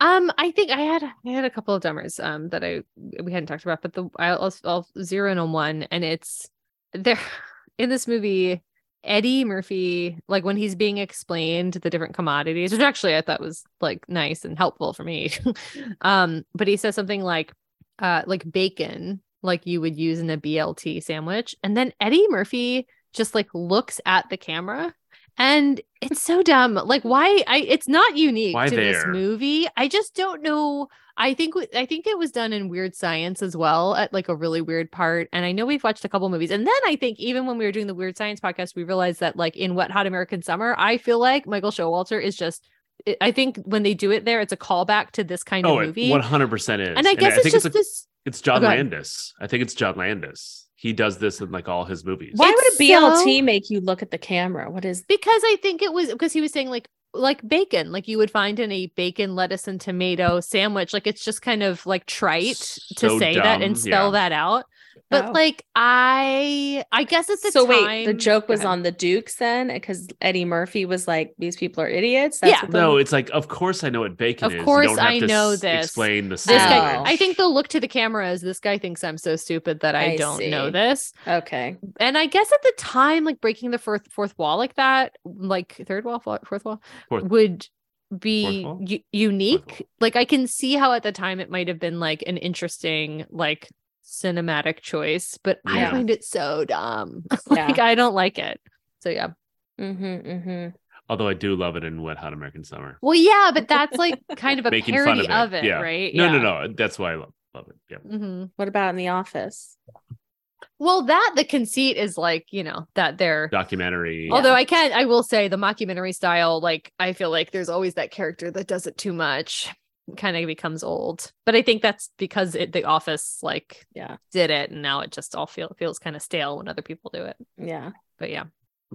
Speaker 2: Um, I think I had I had a couple of dummers um that I we hadn't talked about, but the I'll, I'll, I'll zero in on one, and it's there in this movie. Eddie Murphy, like when he's being explained the different commodities, which actually I thought was like nice and helpful for me. um, but he says something like, uh, like bacon, like you would use in a BLT sandwich, and then Eddie Murphy just like looks at the camera, and it's so dumb. Like why? I it's not unique
Speaker 3: Why
Speaker 2: to this
Speaker 3: there?
Speaker 2: movie. I just don't know. I think w- I think it was done in Weird Science as well at like a really weird part. And I know we've watched a couple movies. And then I think even when we were doing the Weird Science podcast, we realized that like in Wet Hot American Summer, I feel like Michael Showalter is just. it- I think when they do it there, it's a callback to this kind
Speaker 3: Oh,
Speaker 2: of
Speaker 3: it
Speaker 2: movie.
Speaker 3: 100% is.
Speaker 2: and I guess it's
Speaker 3: think
Speaker 2: just
Speaker 3: it's, a-
Speaker 2: this.
Speaker 3: it's John
Speaker 2: go ahead.
Speaker 3: Landis. I think it's John Landis. He does this in like all his movies.
Speaker 2: Why
Speaker 4: Why would a
Speaker 2: so-
Speaker 4: BLT make you look at the camera? What is
Speaker 2: because I think it was because he was saying like like bacon, like you would find in a bacon, lettuce, and tomato sandwich. Like it's just kind of like trite to
Speaker 3: So
Speaker 2: say that
Speaker 3: dumb,
Speaker 2: and spell
Speaker 3: yeah.
Speaker 2: that out. But
Speaker 4: Oh.
Speaker 2: like I, I guess at the
Speaker 4: so? Wait, the
Speaker 2: time-
Speaker 4: joke
Speaker 2: Go
Speaker 4: was
Speaker 2: ahead.
Speaker 4: on the Dukes then, because Eddie Murphy was like, "These people are idiots."
Speaker 2: Yeah.
Speaker 4: what the-
Speaker 3: No, it's like, of course I know what bacon
Speaker 2: Of
Speaker 3: is. You
Speaker 2: course
Speaker 3: don't have
Speaker 2: I
Speaker 3: to
Speaker 2: know
Speaker 3: s-
Speaker 2: this.
Speaker 3: Explain the
Speaker 2: This guy,
Speaker 4: Oh.
Speaker 3: sandwich.
Speaker 2: I think they'll look to the camera as this guy thinks I'm so stupid that I,
Speaker 4: I
Speaker 2: don't know
Speaker 4: see.
Speaker 2: this.
Speaker 4: okay.
Speaker 2: And I guess at the time, like breaking the fourth fourth wall like that, like third wall, fo- fourth wall,
Speaker 3: Fourth-
Speaker 2: would be
Speaker 3: wall?
Speaker 2: u- unique.
Speaker 3: wall.
Speaker 2: Like I can see how at the time it might have been like an interesting like cinematic choice, but I
Speaker 3: Yeah.
Speaker 2: find it so dumb.
Speaker 4: Yeah.
Speaker 2: like uh, I don't like it. So yeah.
Speaker 4: Mm-hmm, mm-hmm.
Speaker 3: Although I do love it in Wet Hot American Summer.
Speaker 2: Well, yeah, but that's like kind of a
Speaker 3: Making fun
Speaker 2: parody
Speaker 3: of it.
Speaker 2: of it,
Speaker 3: Yeah.
Speaker 2: right?
Speaker 3: No, no, no. That's why I love, love it. Yeah.
Speaker 2: hmm
Speaker 4: What about in the office?
Speaker 2: Well, that the conceit is like you know that they're
Speaker 3: Documentary.
Speaker 2: Although I can, I will say the mockumentary style, like I feel like there's always that character that does it too much, kind of becomes old. But I think that's because it, The Office like
Speaker 4: Yeah.
Speaker 2: did it, and now it just all feel, feels kind of stale when other people do it.
Speaker 4: Yeah.
Speaker 2: But yeah,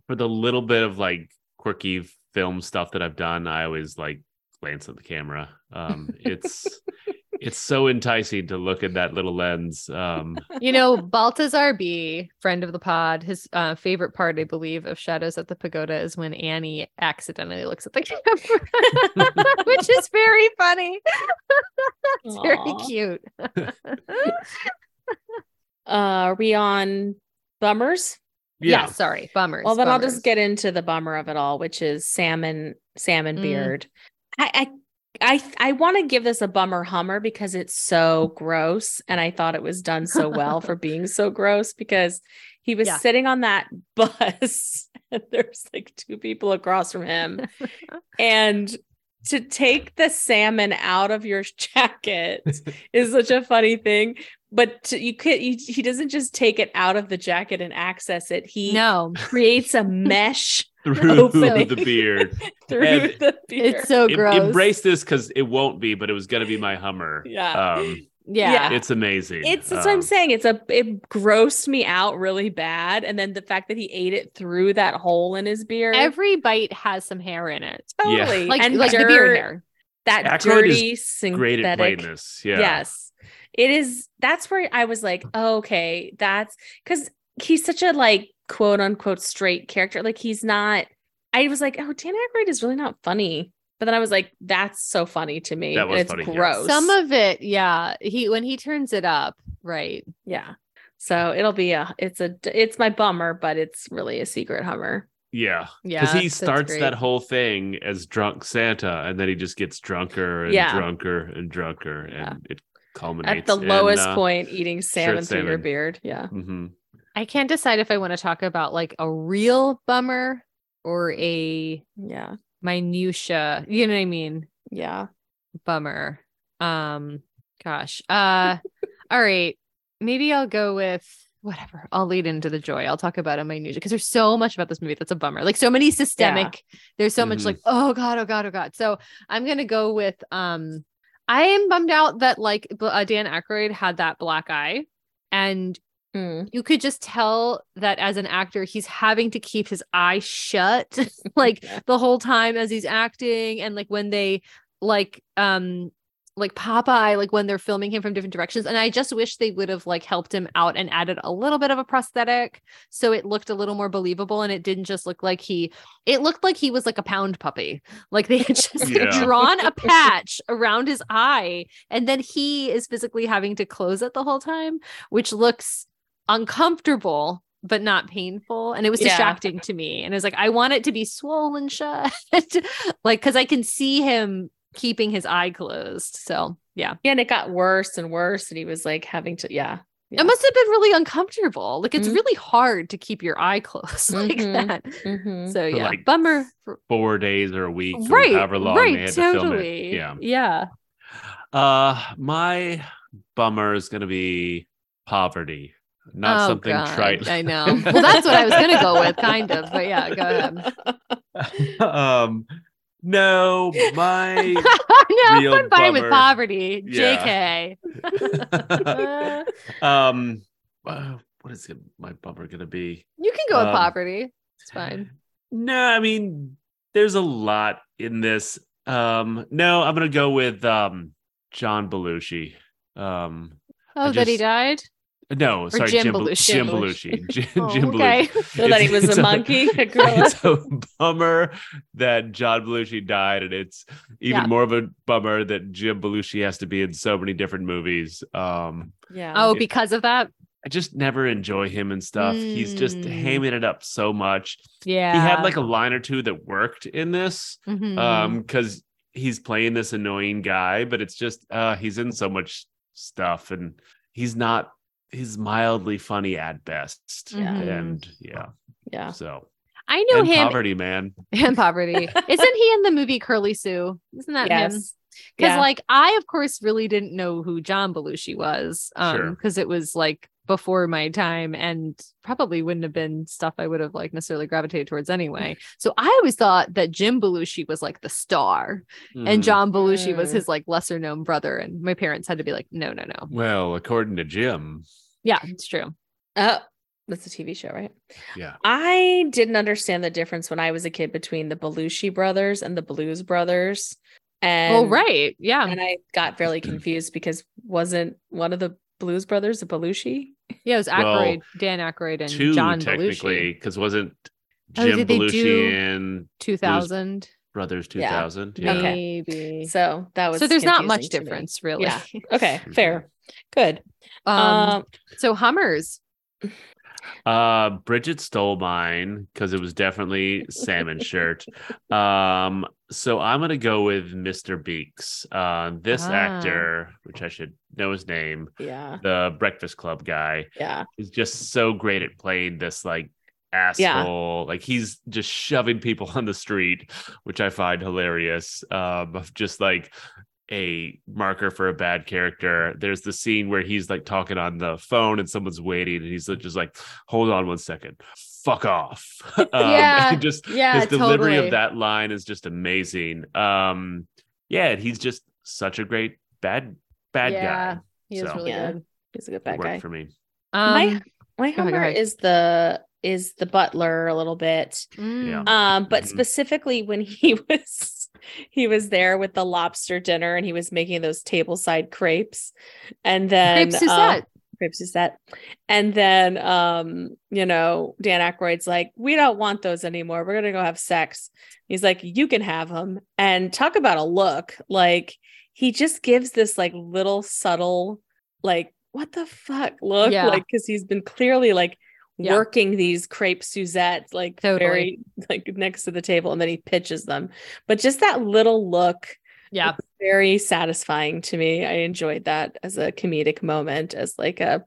Speaker 3: for the little bit of like quirky film stuff that I've done, I always like glance at the camera. Um, it's it's so enticing to look at that little lens. Um,
Speaker 2: you know Baltazar B, friend of the pod, his uh, favorite part, I believe, of Shadows at the Pagoda is when Annie accidentally looks at the camera, which is very funny. it's very
Speaker 4: Aw.
Speaker 2: cute.
Speaker 4: Uh, are we on bummers?
Speaker 2: Yeah,
Speaker 3: yeah,
Speaker 2: sorry, bummers.
Speaker 4: Well, then I'll
Speaker 2: bummers.
Speaker 4: just get into the bummer of it all, which is salmon, salmon
Speaker 2: Mm.
Speaker 4: beard. I, I, I, I want to give this a bummer hummer because it's so gross, and I thought it was done so well for being so gross because he was
Speaker 2: Yeah.
Speaker 4: sitting on that bus, and there's like two people across from him, and to take the salmon out of your jacket is such a funny thing. But to, you could you, he doesn't just take it out of the jacket and access it. He
Speaker 2: no.
Speaker 4: creates a mesh
Speaker 3: through
Speaker 4: Opening.
Speaker 3: the beard.
Speaker 4: through
Speaker 3: And
Speaker 4: the beard.
Speaker 2: It's so
Speaker 3: Em-
Speaker 2: gross.
Speaker 3: embrace this because it won't be, but it was gonna be my Hummer.
Speaker 4: yeah.
Speaker 3: Um,
Speaker 2: yeah.
Speaker 3: it's amazing.
Speaker 4: it's that's what I'm
Speaker 3: Um,
Speaker 4: saying. It's a it grossed me out really bad, and then the fact that he ate it through that hole in his beard,
Speaker 2: Every bite has some hair in it.
Speaker 3: Yeah.
Speaker 4: totally,
Speaker 2: Like
Speaker 4: and
Speaker 2: like the
Speaker 4: dirt-
Speaker 2: beard hair.
Speaker 4: that
Speaker 3: Aykroyd is
Speaker 4: dirty synthetic.
Speaker 3: Great at plainness. Yeah.
Speaker 4: Yes. It is that's where I was like, oh, okay, that's because he's such a like quote unquote straight character. Like he's not I was like, oh, Dan Aykroyd is really not funny. But then I was like, that's so funny to me.
Speaker 3: That
Speaker 4: and
Speaker 3: was
Speaker 4: it's
Speaker 3: funny, yeah.
Speaker 4: gross.
Speaker 2: Some of it, yeah. He when he turns it up, right.
Speaker 4: yeah. So it'll be a it's a it's my bummer, but it's really a secret hummer.
Speaker 3: Yeah.
Speaker 2: Yeah.
Speaker 3: Because he
Speaker 2: that's
Speaker 3: starts
Speaker 2: great.
Speaker 3: that whole thing as drunk Santa, and then he just gets drunker and
Speaker 4: Yeah.
Speaker 3: drunker and drunker,
Speaker 4: Yeah.
Speaker 3: and it culminates
Speaker 4: At the lowest
Speaker 3: in, uh,
Speaker 4: point, eating salmon through your
Speaker 3: salmon.
Speaker 4: beard. Yeah.
Speaker 3: Mm-hmm.
Speaker 2: I can't decide if I want to talk about like a real bummer or a
Speaker 4: Yeah.
Speaker 2: minutia, you know what I mean?
Speaker 4: Yeah.
Speaker 2: Bummer. Um gosh. Uh all right. Maybe I'll go with whatever. I'll lead into the joy. I'll talk about a minutia because there's so much about this movie that's a bummer. Like so many systemic there's so much
Speaker 3: Mhm.
Speaker 2: like oh god oh god oh god so i'm gonna go with um i am bummed out that like B- uh, dan Aykroyd had that black eye and
Speaker 4: Mm.
Speaker 2: you could just tell that as an actor he's having to keep his eye shut like
Speaker 4: Yeah.
Speaker 2: the whole time as he's acting and like when they like um like Popeye, like when they're filming him from different directions. And I just wish they would have like helped him out and added a little bit of a prosthetic so it looked a little more believable and it didn't just look like he it looked like he was like a pound puppy. Like they had just like,
Speaker 3: Yeah.
Speaker 2: drawn a patch around his eye and then he is physically having to close it the whole time, which looks uncomfortable but not painful and it was
Speaker 4: Yeah.
Speaker 2: distracting to me and i was like i want it to be swollen shut like because i can see him keeping his eye closed so yeah
Speaker 4: Yeah, and it got worse and worse, and he was like having to, yeah, Yeah.
Speaker 2: it must have been really uncomfortable like it's
Speaker 4: Mhm.
Speaker 2: really hard to keep your eye closed like
Speaker 4: Mhm.
Speaker 2: that
Speaker 4: Mhm.
Speaker 2: so yeah
Speaker 3: like,
Speaker 2: bummer for-
Speaker 3: Four days or a week, or
Speaker 2: right
Speaker 3: however long they
Speaker 2: right
Speaker 3: had to film
Speaker 2: totally
Speaker 3: it. Yeah.
Speaker 2: yeah
Speaker 3: Uh, my bummer is gonna be poverty, not
Speaker 2: Oh,
Speaker 3: something
Speaker 2: God,
Speaker 3: trite.
Speaker 2: I know. Well, that's what I was gonna go with, kind of. But yeah, go ahead.
Speaker 3: um, no, my
Speaker 2: no,
Speaker 3: Real
Speaker 2: I'm fine with
Speaker 3: bummer.
Speaker 2: poverty.
Speaker 3: Yeah.
Speaker 2: JK. Uh,
Speaker 3: um, wow, what is it, my bummer gonna be?
Speaker 2: you can go with
Speaker 3: Um,
Speaker 2: poverty. It's fine.
Speaker 3: No, I mean, there's a lot in this. Um, no, I'm gonna go with um John Belushi. Um,
Speaker 2: Oh, that he
Speaker 3: just-
Speaker 2: died.
Speaker 3: no, sorry,
Speaker 2: Jim
Speaker 3: Jim, Bel-
Speaker 2: Belushi.
Speaker 3: Jim
Speaker 4: Jim
Speaker 3: Belushi. Jim,
Speaker 2: Oh,
Speaker 3: Jim
Speaker 2: okay.
Speaker 3: Belushi.
Speaker 4: So that he was
Speaker 3: It's-
Speaker 4: a monkey, a gorilla.
Speaker 3: it's a bummer that John Belushi died, and it's even
Speaker 2: Yeah.
Speaker 3: more of a bummer that Jim Belushi has to be in so many different movies. Um,
Speaker 4: Yeah.
Speaker 2: Oh,
Speaker 3: it-
Speaker 2: because of that.
Speaker 3: I just never enjoy him and stuff. He's just
Speaker 2: Mm.
Speaker 3: hamming it up so much.
Speaker 2: Yeah.
Speaker 3: He had like a line or two that worked in this,
Speaker 2: Mhm.
Speaker 3: um, because he's playing this annoying guy, but it's just uh, he's in so much stuff, and he's not. He's mildly funny at best,
Speaker 4: Yeah.
Speaker 2: Mhm.
Speaker 3: and yeah,
Speaker 4: yeah.
Speaker 3: so
Speaker 2: I know
Speaker 3: and
Speaker 2: him
Speaker 3: poverty, man.
Speaker 2: and poverty. Isn't he in the movie Curly Sue? Isn't that him?
Speaker 4: Yes.
Speaker 2: Because
Speaker 4: Yeah.
Speaker 2: like I of course really didn't know who John Belushi was. Um
Speaker 3: Sure.
Speaker 2: because it was like before my time and probably wouldn't have been stuff I would have like necessarily gravitated towards anyway. So I always thought that Jim Belushi was like the star and
Speaker 3: Mhm.
Speaker 2: John Belushi was
Speaker 4: Mm.
Speaker 2: his like lesser known brother. And my parents had to be like, no, no, no.
Speaker 3: Well, according to Jim,
Speaker 2: Yeah, it's true.
Speaker 4: Oh, that's a TV show, right?
Speaker 3: yeah,
Speaker 4: I didn't understand the difference when I was a kid between the Belushi brothers and the Blues brothers. And
Speaker 2: well, right. Yeah.
Speaker 4: And I got fairly confused because wasn't one of the Blues brothers a Belushi?
Speaker 2: Yeah, it was
Speaker 3: Well,
Speaker 2: Aykroyd, Dan Aykroyd and
Speaker 3: two
Speaker 2: John
Speaker 3: technically,
Speaker 2: Belushi.
Speaker 3: because wasn't
Speaker 2: Oh,
Speaker 3: Jim
Speaker 2: did they
Speaker 3: Belushi
Speaker 2: do-
Speaker 3: and
Speaker 2: Two thousand.
Speaker 3: Brothers Two
Speaker 4: Yeah.
Speaker 3: Thousand?
Speaker 4: Okay.
Speaker 2: Maybe.
Speaker 4: So that was
Speaker 2: So there's not
Speaker 4: confusing
Speaker 2: much
Speaker 4: to me.
Speaker 2: difference really.
Speaker 4: Yeah. Okay,
Speaker 3: Mm-hmm.
Speaker 4: fair. Good.
Speaker 2: Um,
Speaker 4: um
Speaker 2: so Hummers.
Speaker 3: Uh, Bridget stole mine because it was definitely salmon shirt. Um, so I'm gonna go with Mr. Beaks. Uh, this
Speaker 2: Ah.
Speaker 3: actor, which I should know his name,
Speaker 4: yeah.
Speaker 3: the Breakfast Club guy,
Speaker 4: Yeah.
Speaker 3: is just so great at playing this like asshole. Like he's just shoving people on the street, which I find hilarious. Um, of just like a marker for a bad character. There's the scene where he's like talking on the phone and someone's waiting, and he's just like, "Hold on one second, fuck off." um,
Speaker 2: Yeah.
Speaker 3: and just
Speaker 2: Yeah,
Speaker 3: his delivery of that line is just amazing. Um, yeah, and he's just such a great bad bad
Speaker 2: Yeah,
Speaker 3: guy.
Speaker 2: He is
Speaker 3: so.
Speaker 2: really
Speaker 4: Yeah.
Speaker 2: good.
Speaker 4: He's a good
Speaker 3: It
Speaker 4: bad
Speaker 3: worked
Speaker 4: guy.
Speaker 3: for me.
Speaker 4: My-
Speaker 2: Um, Go
Speaker 4: My
Speaker 2: ahead, go
Speaker 4: Homer
Speaker 2: ahead.
Speaker 4: is the is the butler a little bit.
Speaker 2: mm,
Speaker 4: Um, but
Speaker 3: Mhm.
Speaker 4: specifically when he was he was there with the lobster dinner and he was making those tableside crepes. And then
Speaker 2: Grape
Speaker 4: uh,
Speaker 2: Suzette.
Speaker 4: Crepes is that. And then um, you know, Dan Aykroyd's like, we don't want those anymore. We're gonna go have sex. He's like, you can have them. And talk about a look. Like he just gives this like little subtle, like, what the fuck look?
Speaker 2: Yeah.
Speaker 4: Like, because he's been clearly like
Speaker 2: Yeah.
Speaker 4: working these crepe Suzette, like
Speaker 2: Totally.
Speaker 4: very like next to the table, and then he pitches them. But just that little look
Speaker 2: yeah.
Speaker 4: very satisfying to me. I enjoyed that as a comedic moment, as like a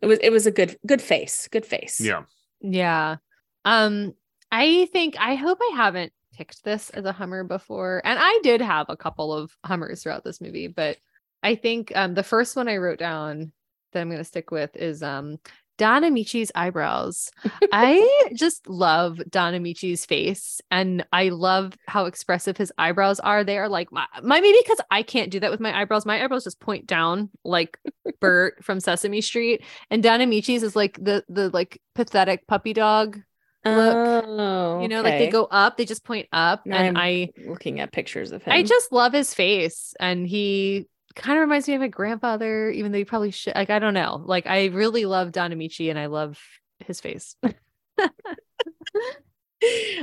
Speaker 4: it was it was a good good face, good face.
Speaker 3: Yeah.
Speaker 2: Yeah. Um, I think I hope I haven't picked this as a Hummer before. And I did have a couple of Hummers throughout this movie, but I think um the first one I wrote down that I'm gonna stick with is um Don Amici's eyebrows. I just love Don Amici's face and I love how expressive his eyebrows are. They are like my, my maybe because I can't do that with my eyebrows. My eyebrows just point down like Bert from Sesame Street. And Don Amici's is like the the like pathetic puppy dog. Look,
Speaker 4: Oh,
Speaker 2: You know, like they
Speaker 4: okay.
Speaker 2: go up, they just point up.
Speaker 4: Now
Speaker 2: and
Speaker 4: I'm
Speaker 2: I
Speaker 4: looking at pictures of him.
Speaker 2: I just love his face. And he kind of reminds me of my grandfather, even though he probably should like I don't know. Like I really love Don Amici and I love his face.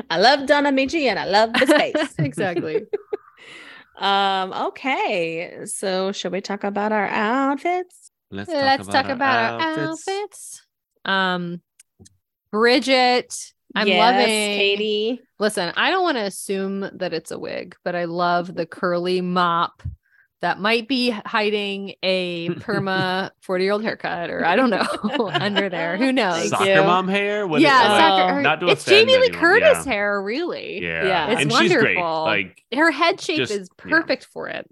Speaker 4: I love Don Amici and I love the face.
Speaker 2: exactly.
Speaker 4: um, okay. So shall we talk about our outfits?
Speaker 3: Let's
Speaker 2: Let's talk
Speaker 3: our
Speaker 2: about, our outfits. Um, Bridget, I'm
Speaker 4: Yes,
Speaker 2: loving.
Speaker 4: Katie.
Speaker 2: Listen, I don't want to assume that it's a wig, but I love the curly mop that might be hiding a perma 40 year old haircut, or I don't know, under there. Who knows?
Speaker 4: Thank
Speaker 3: Soccer
Speaker 4: you.
Speaker 3: mom hair? What is-
Speaker 2: yeah,
Speaker 3: like,
Speaker 4: soc-
Speaker 2: soccer-
Speaker 4: Oh.
Speaker 3: not to
Speaker 2: it's
Speaker 3: offend
Speaker 2: Jamie Lee
Speaker 3: anyone,
Speaker 2: Curtis
Speaker 3: yeah.
Speaker 2: hair, really.
Speaker 3: Yeah.
Speaker 4: Yeah.
Speaker 2: It's
Speaker 3: and she's great.
Speaker 2: wonderful.
Speaker 3: Like
Speaker 2: Her head shape
Speaker 3: Just-
Speaker 2: is
Speaker 3: yeah.
Speaker 2: perfect for it.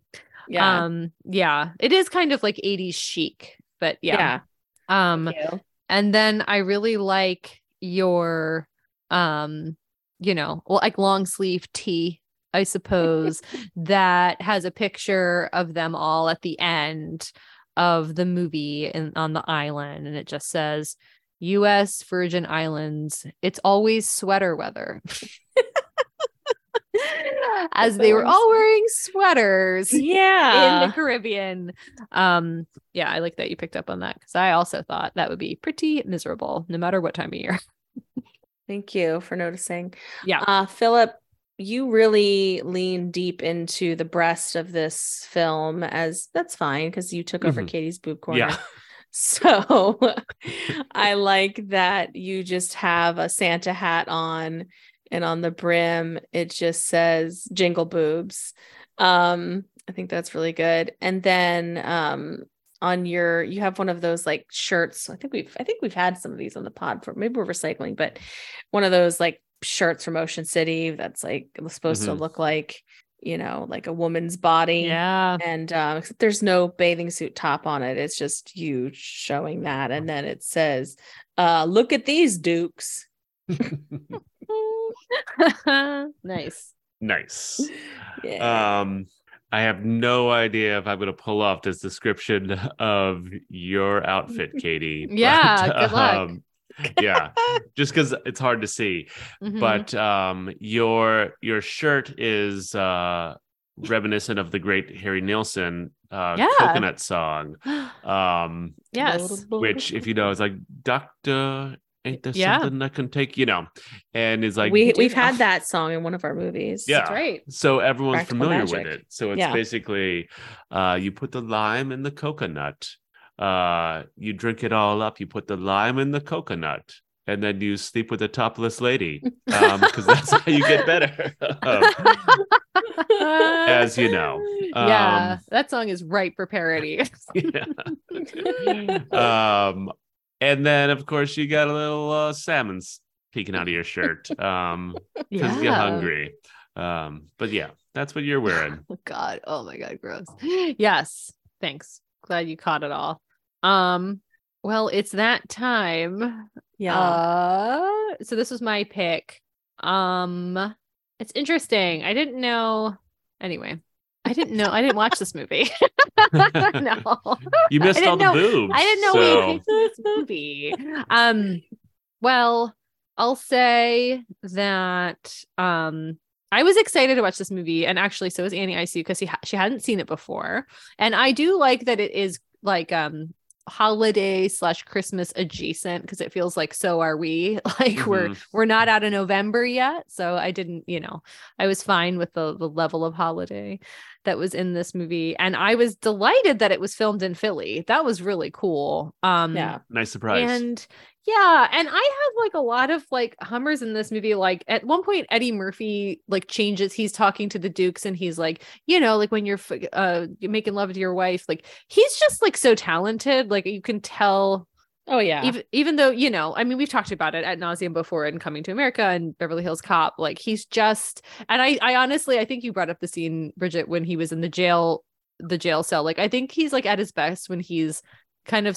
Speaker 4: Yeah.
Speaker 2: Um, yeah, it is kind of like 80s chic, but yeah.
Speaker 4: yeah.
Speaker 2: Um, and then I really like your, um, you know, well, like long sleeve tee, I suppose, that has a picture of them all at the end of the movie and on the island, and it just says U.S. Virgin Islands. It's always sweater weather. As they were all wearing sweaters
Speaker 4: Yeah.
Speaker 2: in the Caribbean. Um, yeah, I like that you picked up on that because I also thought that would be pretty miserable no matter what time of year.
Speaker 4: Thank you for noticing.
Speaker 2: Yeah.
Speaker 4: Uh, Philip, you really lean deep into the breast of this film, as that's fine because you took over
Speaker 3: Mhm.
Speaker 4: Katie's boob corner.
Speaker 3: Yeah.
Speaker 4: So I like that you just have a Santa hat on and on the brim it just says jingle boobs. Um I think that's really good. And then um on your you have one of those like shirts. I think we've I think we've had some of these on the pod for maybe we're recycling, but one of those like shirts from Ocean City that's like supposed to
Speaker 3: Mhm.
Speaker 4: look like, you know, like a woman's body
Speaker 2: Yeah.
Speaker 4: and um, except there's no bathing suit top on it. It's just you showing that, and then it says, uh, "Look at these dukes."
Speaker 2: nice.
Speaker 3: nice.
Speaker 4: Yeah.
Speaker 3: Um, I have no idea if I'm going to pull off this description of your outfit, Katie.
Speaker 2: Yeah, good luck.
Speaker 3: um, yeah, just because it's hard to see.
Speaker 2: Mhm.
Speaker 3: But um, your your shirt is uh, reminiscent of the great Harry Nilsson uh,
Speaker 2: Yeah.
Speaker 3: coconut song.
Speaker 2: Mm-hmm.
Speaker 3: Um,
Speaker 2: yes.
Speaker 3: which, if you know, is like Doctor. Ain't there
Speaker 2: Yeah.
Speaker 3: something that can take you know? And is like
Speaker 4: we
Speaker 2: do
Speaker 4: we've
Speaker 2: know.
Speaker 4: had that song in one of our movies.
Speaker 3: Yeah.
Speaker 2: That's right.
Speaker 3: so everyone's
Speaker 4: Practical
Speaker 3: familiar with
Speaker 4: magic.
Speaker 3: it so it's
Speaker 4: Yeah.
Speaker 3: basically uh you put the lime in the coconut uh you drink it all up you put the lime in the coconut and then you sleep with a topless lady um because that's how you get better um, as you know
Speaker 2: yeah.
Speaker 3: um,
Speaker 2: that song is ripe for parody.
Speaker 3: yeah. um and then of course you got a little uh, salmon's peeking out of your shirt um because you're hungry um but yeah that's what you're wearing
Speaker 2: Oh, God. Oh my God. Gross. Yes. Thanks. Glad you caught it all. Um, well, it's that time
Speaker 4: yeah.
Speaker 2: Uh, so this was my pick. Um, it's interesting. I didn't know. Anyway, I didn't know. I didn't watch this movie. no,
Speaker 3: You missed
Speaker 2: didn't
Speaker 3: all the
Speaker 2: know-
Speaker 3: boobs.
Speaker 2: I didn't know
Speaker 3: so-
Speaker 2: we picked this movie. Um, well, I'll say that um, I was excited to watch this movie, and actually, so was Annie Isu because ha- she hadn't seen it before, and I do like that it is like um holiday slash Christmas adjacent because it feels like so are we like we're we're not out of November yet, so I didn't you know I was fine with the the level of holiday that was in this movie, and I was delighted that it was filmed in Philly. That was really cool. Um,
Speaker 4: yeah.
Speaker 3: nice surprise.
Speaker 2: and yeah, and I have like a lot of like hummers in this movie. Like at one point, Eddie Murphy like changes. He's talking to the Dukes, and he's like, you know, like when you're f- uh you're making love to your wife, like he's just like so talented. Like you can tell
Speaker 4: Oh yeah.
Speaker 2: even even though you know i mean we've talked about it at nauseum before in coming to america and beverly hills cop like he's just and i i honestly i think you brought up the scene bridget when he was in the jail the jail cell like i think he's like at his best when he's kind of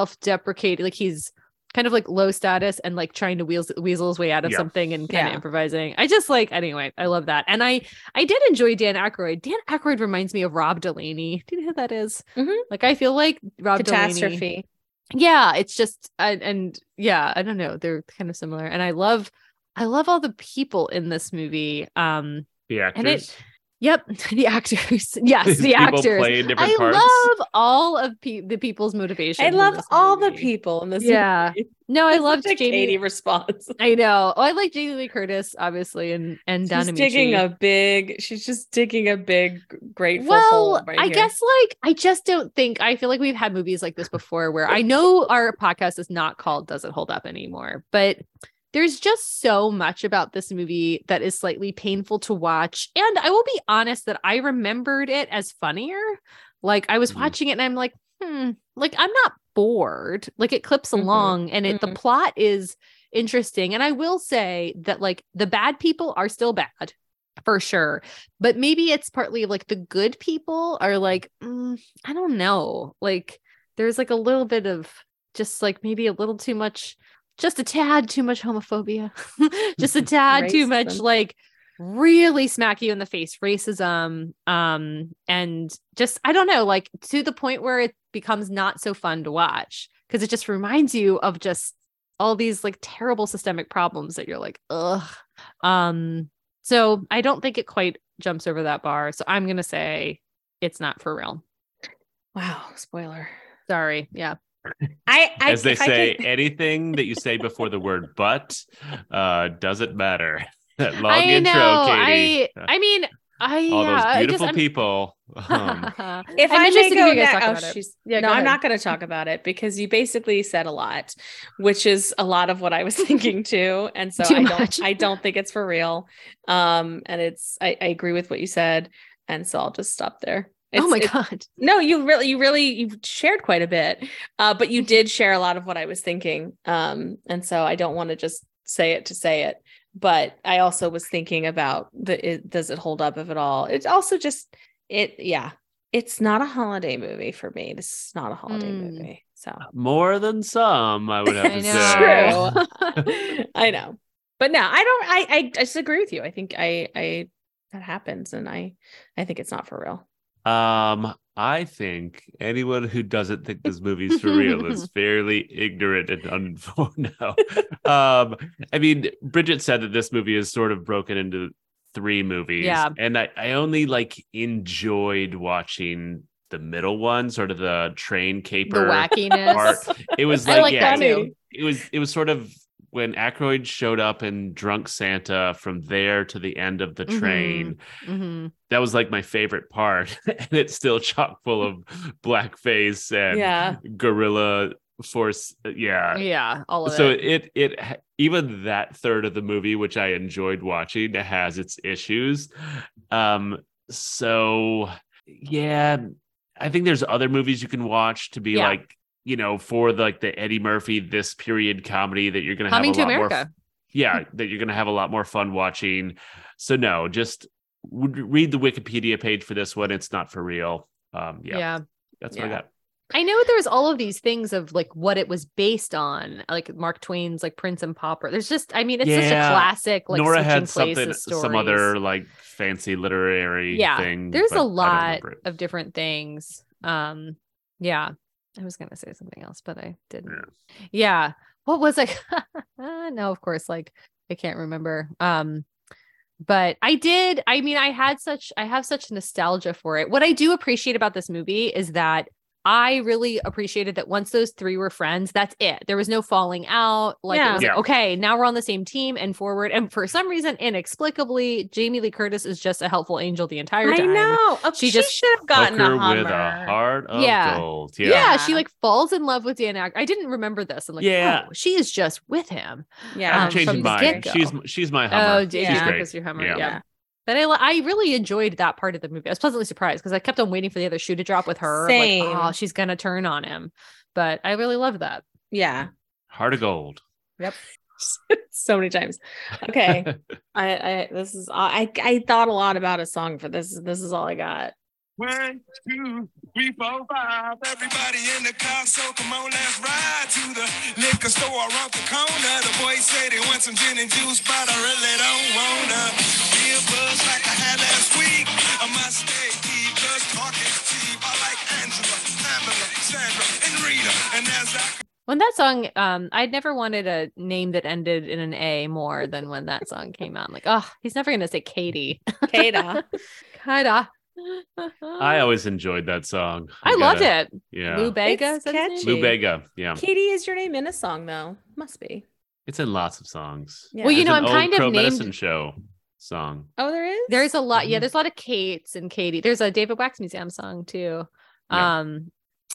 Speaker 2: self-deprecating like he's kind of like low status and like trying to weasel, weasel his way out of
Speaker 3: Yeah.
Speaker 2: something and kind
Speaker 4: Yeah.
Speaker 2: of improvising i just like anyway i love that and i i did enjoy dan Aykroyd. dan Aykroyd reminds me of rob delaney do you know who that is?
Speaker 4: Mhm.
Speaker 2: like i feel like rob delaney
Speaker 4: Catastrophe.
Speaker 2: yeah it's just and, and yeah i don't know they're kind of similar and i love i love all the people in this movie um
Speaker 3: the actors.
Speaker 2: and it- yep the actors yes
Speaker 3: These
Speaker 2: the
Speaker 3: people
Speaker 2: actors
Speaker 3: playing different
Speaker 2: i
Speaker 3: parts.
Speaker 2: love all of pe- the people's motivation
Speaker 4: I love all the people in this.
Speaker 2: yeah
Speaker 4: movie.
Speaker 2: no i
Speaker 4: That's
Speaker 2: loved
Speaker 4: such a
Speaker 2: jamie
Speaker 4: Katie response.
Speaker 2: i know oh i like jamie lee curtis obviously and and
Speaker 4: She's
Speaker 2: Donna
Speaker 4: digging a big. She's just digging a big grateful hole
Speaker 2: well
Speaker 4: right
Speaker 2: i
Speaker 4: here.
Speaker 2: guess like i just don't think i feel like we've had movies like this before where i know our podcast is not called doesn't hold up anymore but there's just so much about this movie that is slightly painful to watch and i will be honest that i remembered it as funnier like i was
Speaker 4: Mm-hmm.
Speaker 3: Mhm.
Speaker 2: watching it and i'm like hmm like i'm not bored like it clips
Speaker 4: Mhm.
Speaker 2: along and it the
Speaker 4: Mhm.
Speaker 2: plot is interesting and i will say that like the bad people are still bad for sure. But maybe it's partly like the good people are like, "Mm, I don't know. Like there's like a little bit of just like maybe a little too much, just a tad too much homophobia, just a tad too much
Speaker 4: Racism.
Speaker 2: like really smack you in the face racism um and just i don't know like to the point where it becomes not so fun to watch because it just reminds you of just all these like terrible systemic problems that you're like ugh um so I don't think it quite jumps over that bar. So I'm gonna say it's not for real.
Speaker 4: Wow, spoiler.
Speaker 2: Sorry. Yeah.
Speaker 4: I, I
Speaker 3: As they
Speaker 4: if I
Speaker 3: say,
Speaker 4: could-
Speaker 3: anything that you say before the word "but" uh, doesn't matter. That long
Speaker 2: I
Speaker 3: intro,
Speaker 2: know.
Speaker 3: Katie.
Speaker 2: I I mean I
Speaker 3: All
Speaker 2: yeah,
Speaker 3: those
Speaker 2: I
Speaker 3: beautiful
Speaker 2: just, I'm-
Speaker 3: people. Um,
Speaker 4: if
Speaker 2: I'm
Speaker 4: I may
Speaker 2: interested
Speaker 4: go
Speaker 2: if you guys talk
Speaker 4: now,
Speaker 2: about
Speaker 4: oh,
Speaker 2: it.
Speaker 4: she's
Speaker 2: Yeah,
Speaker 4: no,
Speaker 2: go
Speaker 4: I'm
Speaker 2: ahead.
Speaker 4: not going to talk about it because you basically said a lot, which is a lot of what I was thinking too. And so
Speaker 2: Too
Speaker 4: I don't,
Speaker 2: much.
Speaker 4: I don't think it's for real. Um, and it's, I, I agree with what you said, and so I'll just stop there.
Speaker 2: oh
Speaker 4: It's-
Speaker 2: my
Speaker 4: it-
Speaker 2: god.
Speaker 4: No, you really, you really, you shared quite a bit, uh, but you did share a lot of what I was thinking. Um, and so I don't want to just say it to say it, but I also was thinking about the it, does it hold up if at all? It's also just it, yeah. It's not a holiday movie for me. This is not a holiday
Speaker 2: Mm.
Speaker 4: movie. So
Speaker 3: more than some, I would have
Speaker 2: I
Speaker 3: to
Speaker 2: know.
Speaker 3: say.
Speaker 4: true. I know, but no, I don't. I, I disagree with you. I think I I that happens, and I I think it's not for real.
Speaker 3: Um, I think anyone who doesn't think this movie's for real is fairly ignorant and uninformed. No, um, I mean, Bridget said that this movie is sort of broken into three movies,
Speaker 2: Yeah.
Speaker 3: and I, I only like enjoyed watching the middle one, sort of the train
Speaker 2: The
Speaker 3: caper
Speaker 2: wackiness.
Speaker 3: part. It was
Speaker 2: I
Speaker 3: like,
Speaker 2: like
Speaker 3: yeah,
Speaker 2: that
Speaker 4: Funny.
Speaker 2: too.
Speaker 3: it was it was sort of when Aykroyd showed up in Drunk Santa from there to the end of the
Speaker 2: Mhm.
Speaker 3: train
Speaker 2: Mhm.
Speaker 3: that was like my favorite part and it's still chock full of blackface and
Speaker 4: Yeah.
Speaker 3: gorilla force uh, yeah
Speaker 2: Yeah. All of
Speaker 3: so
Speaker 2: it.
Speaker 3: it it ha- even that third of the movie which i enjoyed watching has its issues um so yeah i think there's other movies you can watch to be
Speaker 2: Yeah.
Speaker 3: like you know for the, like the eddie murphy this period comedy that you're gonna
Speaker 2: Coming
Speaker 3: have
Speaker 2: to
Speaker 3: a lot more
Speaker 2: America.
Speaker 3: yeah, that you're going to have a lot more fun watching. So no, just w- read the Wikipedia page for this one. It's not for real. Um, yeah,
Speaker 2: yeah.
Speaker 3: that's
Speaker 4: Yeah.
Speaker 3: what I got.
Speaker 2: I know there's all of these things of like what it was based on, like Mark Twain's like Prince and Pauper. There's just, I mean, it's just a
Speaker 3: Yeah.
Speaker 2: classic like
Speaker 3: Nora
Speaker 2: switching
Speaker 3: had something,
Speaker 2: places
Speaker 3: some
Speaker 2: stories.
Speaker 3: other like fancy literary
Speaker 2: Yeah,
Speaker 3: thing.
Speaker 2: there's
Speaker 3: but I
Speaker 2: a
Speaker 3: don't
Speaker 2: lot
Speaker 3: remember it.
Speaker 2: of different things um yeah i was gonna say something else but i didn't yeah, what was i Uh, no of course like i can't remember um but i did i mean i had such i have such nostalgia for it what i do appreciate about this movie is that i really appreciated that once those three were friends that's it there was no falling out like it
Speaker 4: Yeah.
Speaker 2: was
Speaker 3: Yeah.
Speaker 2: like okay now we're on the same team and forward and for some reason inexplicably jamie lee curtis is just a helpful angel the entire
Speaker 4: I
Speaker 2: time
Speaker 4: know. Oh,
Speaker 2: She
Speaker 4: she,
Speaker 2: just
Speaker 4: just should have gotten
Speaker 3: Hooker
Speaker 4: a Hummer.
Speaker 3: with a heart of
Speaker 2: Yeah.
Speaker 3: gold.
Speaker 2: Yeah.
Speaker 3: Yeah.
Speaker 2: she like falls in love with Dan Ack. I didn't remember this. I'm like,
Speaker 3: Yeah.
Speaker 2: oh, she is just with him.
Speaker 4: yeah,
Speaker 2: um,
Speaker 3: I'm changing
Speaker 2: from the
Speaker 3: mine.
Speaker 2: get-go.
Speaker 3: She's she's my Hummer.
Speaker 2: Oh, Dan
Speaker 4: She's
Speaker 2: Ack
Speaker 3: great.
Speaker 2: is your Hummer. Yeah.
Speaker 3: Yeah.
Speaker 4: Yeah.
Speaker 2: But I, li- I really enjoyed that part of the movie. I was pleasantly surprised because I kept on waiting for the other shoe to drop with her. I'm
Speaker 4: Same.
Speaker 2: Like, oh, she's gonna turn on him. But I really loved that.
Speaker 4: Yeah.
Speaker 3: Heart of gold.
Speaker 4: so many times. Okay. I, I this is I I thought a lot about a song for this. This is all I got.
Speaker 1: One, two, three, four, five. Everybody in the car, so come on, let's ride to the liquor store around the corner. The boys say they want some gin and juice, but I really don't wanna be a buzz like I had last week. I must stay deep, just talking cheap. I like Angela, Pamela, Sandra, and Rita. And as I
Speaker 2: When that song, um, I'd never wanted a name that ended in an A more than when that song came out. I'm like, oh, he's never gonna say Katie.
Speaker 4: Kada.
Speaker 2: Kinda.
Speaker 3: I
Speaker 2: I,
Speaker 3: always enjoyed that song.
Speaker 2: loved
Speaker 3: gotta-
Speaker 2: it. Lou
Speaker 3: Yeah.
Speaker 2: Bega.
Speaker 4: It's
Speaker 2: is that his name?
Speaker 4: catchy.
Speaker 3: Lou Bega. Yeah.
Speaker 4: Katie is your name in a song though. Must be.
Speaker 3: It's in lots of songs.
Speaker 4: Yeah.
Speaker 2: Well, you
Speaker 3: It's
Speaker 2: know, I'm
Speaker 3: an old
Speaker 2: kind of
Speaker 3: Crow
Speaker 2: named-
Speaker 3: Medicine Show song.
Speaker 4: Oh, there is.
Speaker 2: There's a lot. Yeah,
Speaker 3: Mhm.
Speaker 2: there's a lot of Kates and Katie. There's a David Wax Museum song too.
Speaker 3: Yeah.
Speaker 2: Um,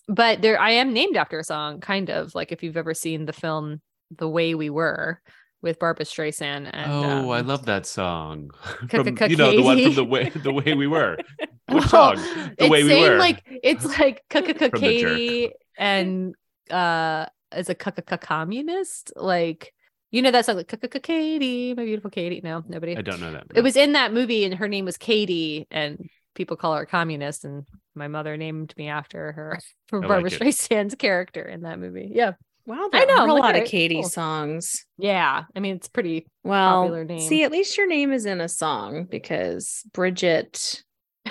Speaker 2: but there I am named after a song, kind of like if you've ever seen the film The Way We Were with Barbara Streisand and
Speaker 3: oh, I
Speaker 2: um,
Speaker 3: love that song.
Speaker 2: Ca-
Speaker 3: From,
Speaker 2: ca-
Speaker 3: you know, the one from
Speaker 2: Katie.
Speaker 3: the way the way we were. What
Speaker 2: well,
Speaker 3: song? The
Speaker 2: it's
Speaker 3: way we
Speaker 2: saying,
Speaker 3: were.
Speaker 2: Like it's like Kaka
Speaker 3: From The Jerk.
Speaker 2: Katie and uh as a Kaka communist, like You know that song like Katie, my beautiful Katie. No, nobody.
Speaker 3: I don't know that.
Speaker 2: It was in that movie, and her name was Katie, and people call her a communist, and my mother named me after her for
Speaker 3: I like
Speaker 2: Barbara
Speaker 3: it.
Speaker 2: Streisand's character in that movie. Yeah,
Speaker 4: Wow,
Speaker 2: I
Speaker 4: there
Speaker 2: know,
Speaker 4: are a
Speaker 2: look
Speaker 4: lot
Speaker 2: at
Speaker 4: of
Speaker 2: it.
Speaker 4: Katie
Speaker 2: Cool.
Speaker 4: songs.
Speaker 2: yeah. I mean, it's pretty. Popular
Speaker 4: Well,
Speaker 2: name.
Speaker 4: see, at least your name is in a song because Bridget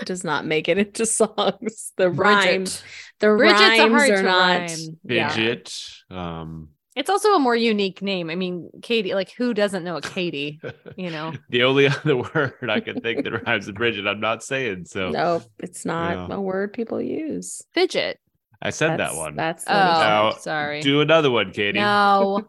Speaker 4: does not make it into songs. The rhymes, the
Speaker 2: Bridget's a
Speaker 4: rhymes
Speaker 2: hard
Speaker 4: are
Speaker 2: to
Speaker 4: not.
Speaker 2: rhyme. Yeah.
Speaker 3: Fidget. Um,
Speaker 2: It's also a more unique name. I mean, Katie, like who doesn't know a Katie? You know,
Speaker 3: the only other word I can think that rhymes with Bridget, I'm not saying. So
Speaker 4: No, it's not
Speaker 3: Yeah.
Speaker 4: a word people use.
Speaker 2: fidget.
Speaker 3: I said
Speaker 4: that's,
Speaker 3: that one.
Speaker 4: That's
Speaker 2: Oh,
Speaker 4: the
Speaker 3: Now,
Speaker 2: sorry.
Speaker 3: Do another one, Katie.
Speaker 2: no,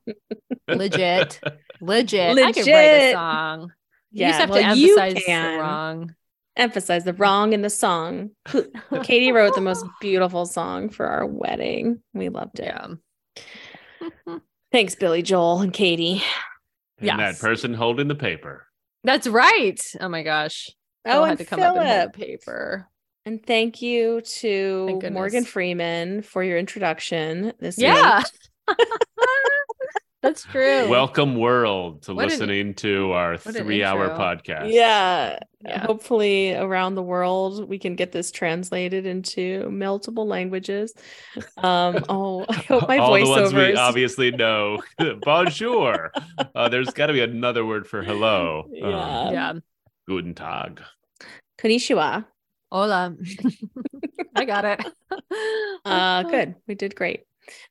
Speaker 2: legit, legit. I could write a
Speaker 4: Legit.
Speaker 2: song.
Speaker 4: yeah.
Speaker 2: you just have
Speaker 4: well,
Speaker 2: to
Speaker 4: you
Speaker 2: emphasize
Speaker 4: can
Speaker 2: the wrong.
Speaker 4: emphasize the wrong in the song. Who- Katie wrote the most beautiful song for our wedding. We loved it.
Speaker 2: Yeah.
Speaker 4: Thanks, Billy Joel and Katie.
Speaker 3: And
Speaker 2: Yes.
Speaker 3: that person holding the paper.
Speaker 2: That's right. Oh my gosh. Phil
Speaker 4: Oh, and
Speaker 2: had to come up and hold
Speaker 4: Philip.
Speaker 2: the paper.
Speaker 4: And thank you to
Speaker 2: Thank goodness.
Speaker 4: Morgan Freeman for your introduction this
Speaker 2: Yeah.
Speaker 4: week.
Speaker 2: That's true.
Speaker 3: Welcome, world, to
Speaker 2: What an-
Speaker 3: listening to our
Speaker 2: what an
Speaker 3: three hour
Speaker 2: intro.
Speaker 3: podcast.
Speaker 4: Yeah.
Speaker 2: Yeah.
Speaker 4: Hopefully, around the world, we can get this translated into multiple languages. Um, oh, I hope my
Speaker 3: All the ones we
Speaker 4: voiceovers.
Speaker 3: obviously know. Bonjour. Uh, there's got to be another word for hello. Um,
Speaker 4: Yeah.
Speaker 2: yeah. Oh,
Speaker 3: guten Tag.
Speaker 4: Konnichiwa.
Speaker 2: Hola. I got it.
Speaker 4: Uh, good. We did great.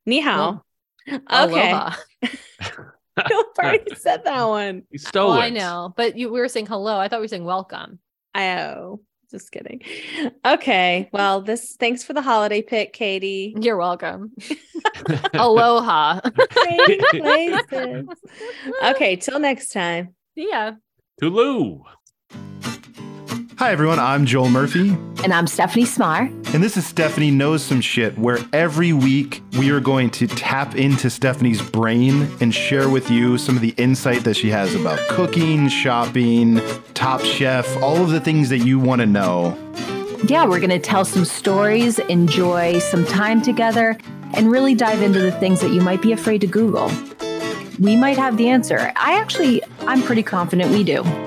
Speaker 4: Ni hao. Okay.
Speaker 2: Aloha.
Speaker 4: I've already said that one.
Speaker 3: You stole
Speaker 2: Well, Oh, I
Speaker 3: it.
Speaker 2: know, but you, we were saying hello. I thought we were saying welcome.
Speaker 4: Oh, just kidding. Okay. Well, this thanks for the holiday pick, Katie.
Speaker 2: You're welcome. Aloha.
Speaker 4: Great places. Okay, till next time.
Speaker 2: yeah.
Speaker 3: Tulu.
Speaker 5: Hi, everyone. I'm Joel Murphy,
Speaker 6: And I'm Stephanie Smar.
Speaker 5: and this is Stephanie Knows Some Shit, where every week we are going to tap into Stephanie's brain and share with you some of the insight that she has about cooking, shopping, Top Chef, all of the things that you want to know.
Speaker 6: Yeah, we're going to tell some stories, enjoy some time together, and really dive into the things that you might be afraid to Google. We might have the answer. I actually, I'm pretty confident we do.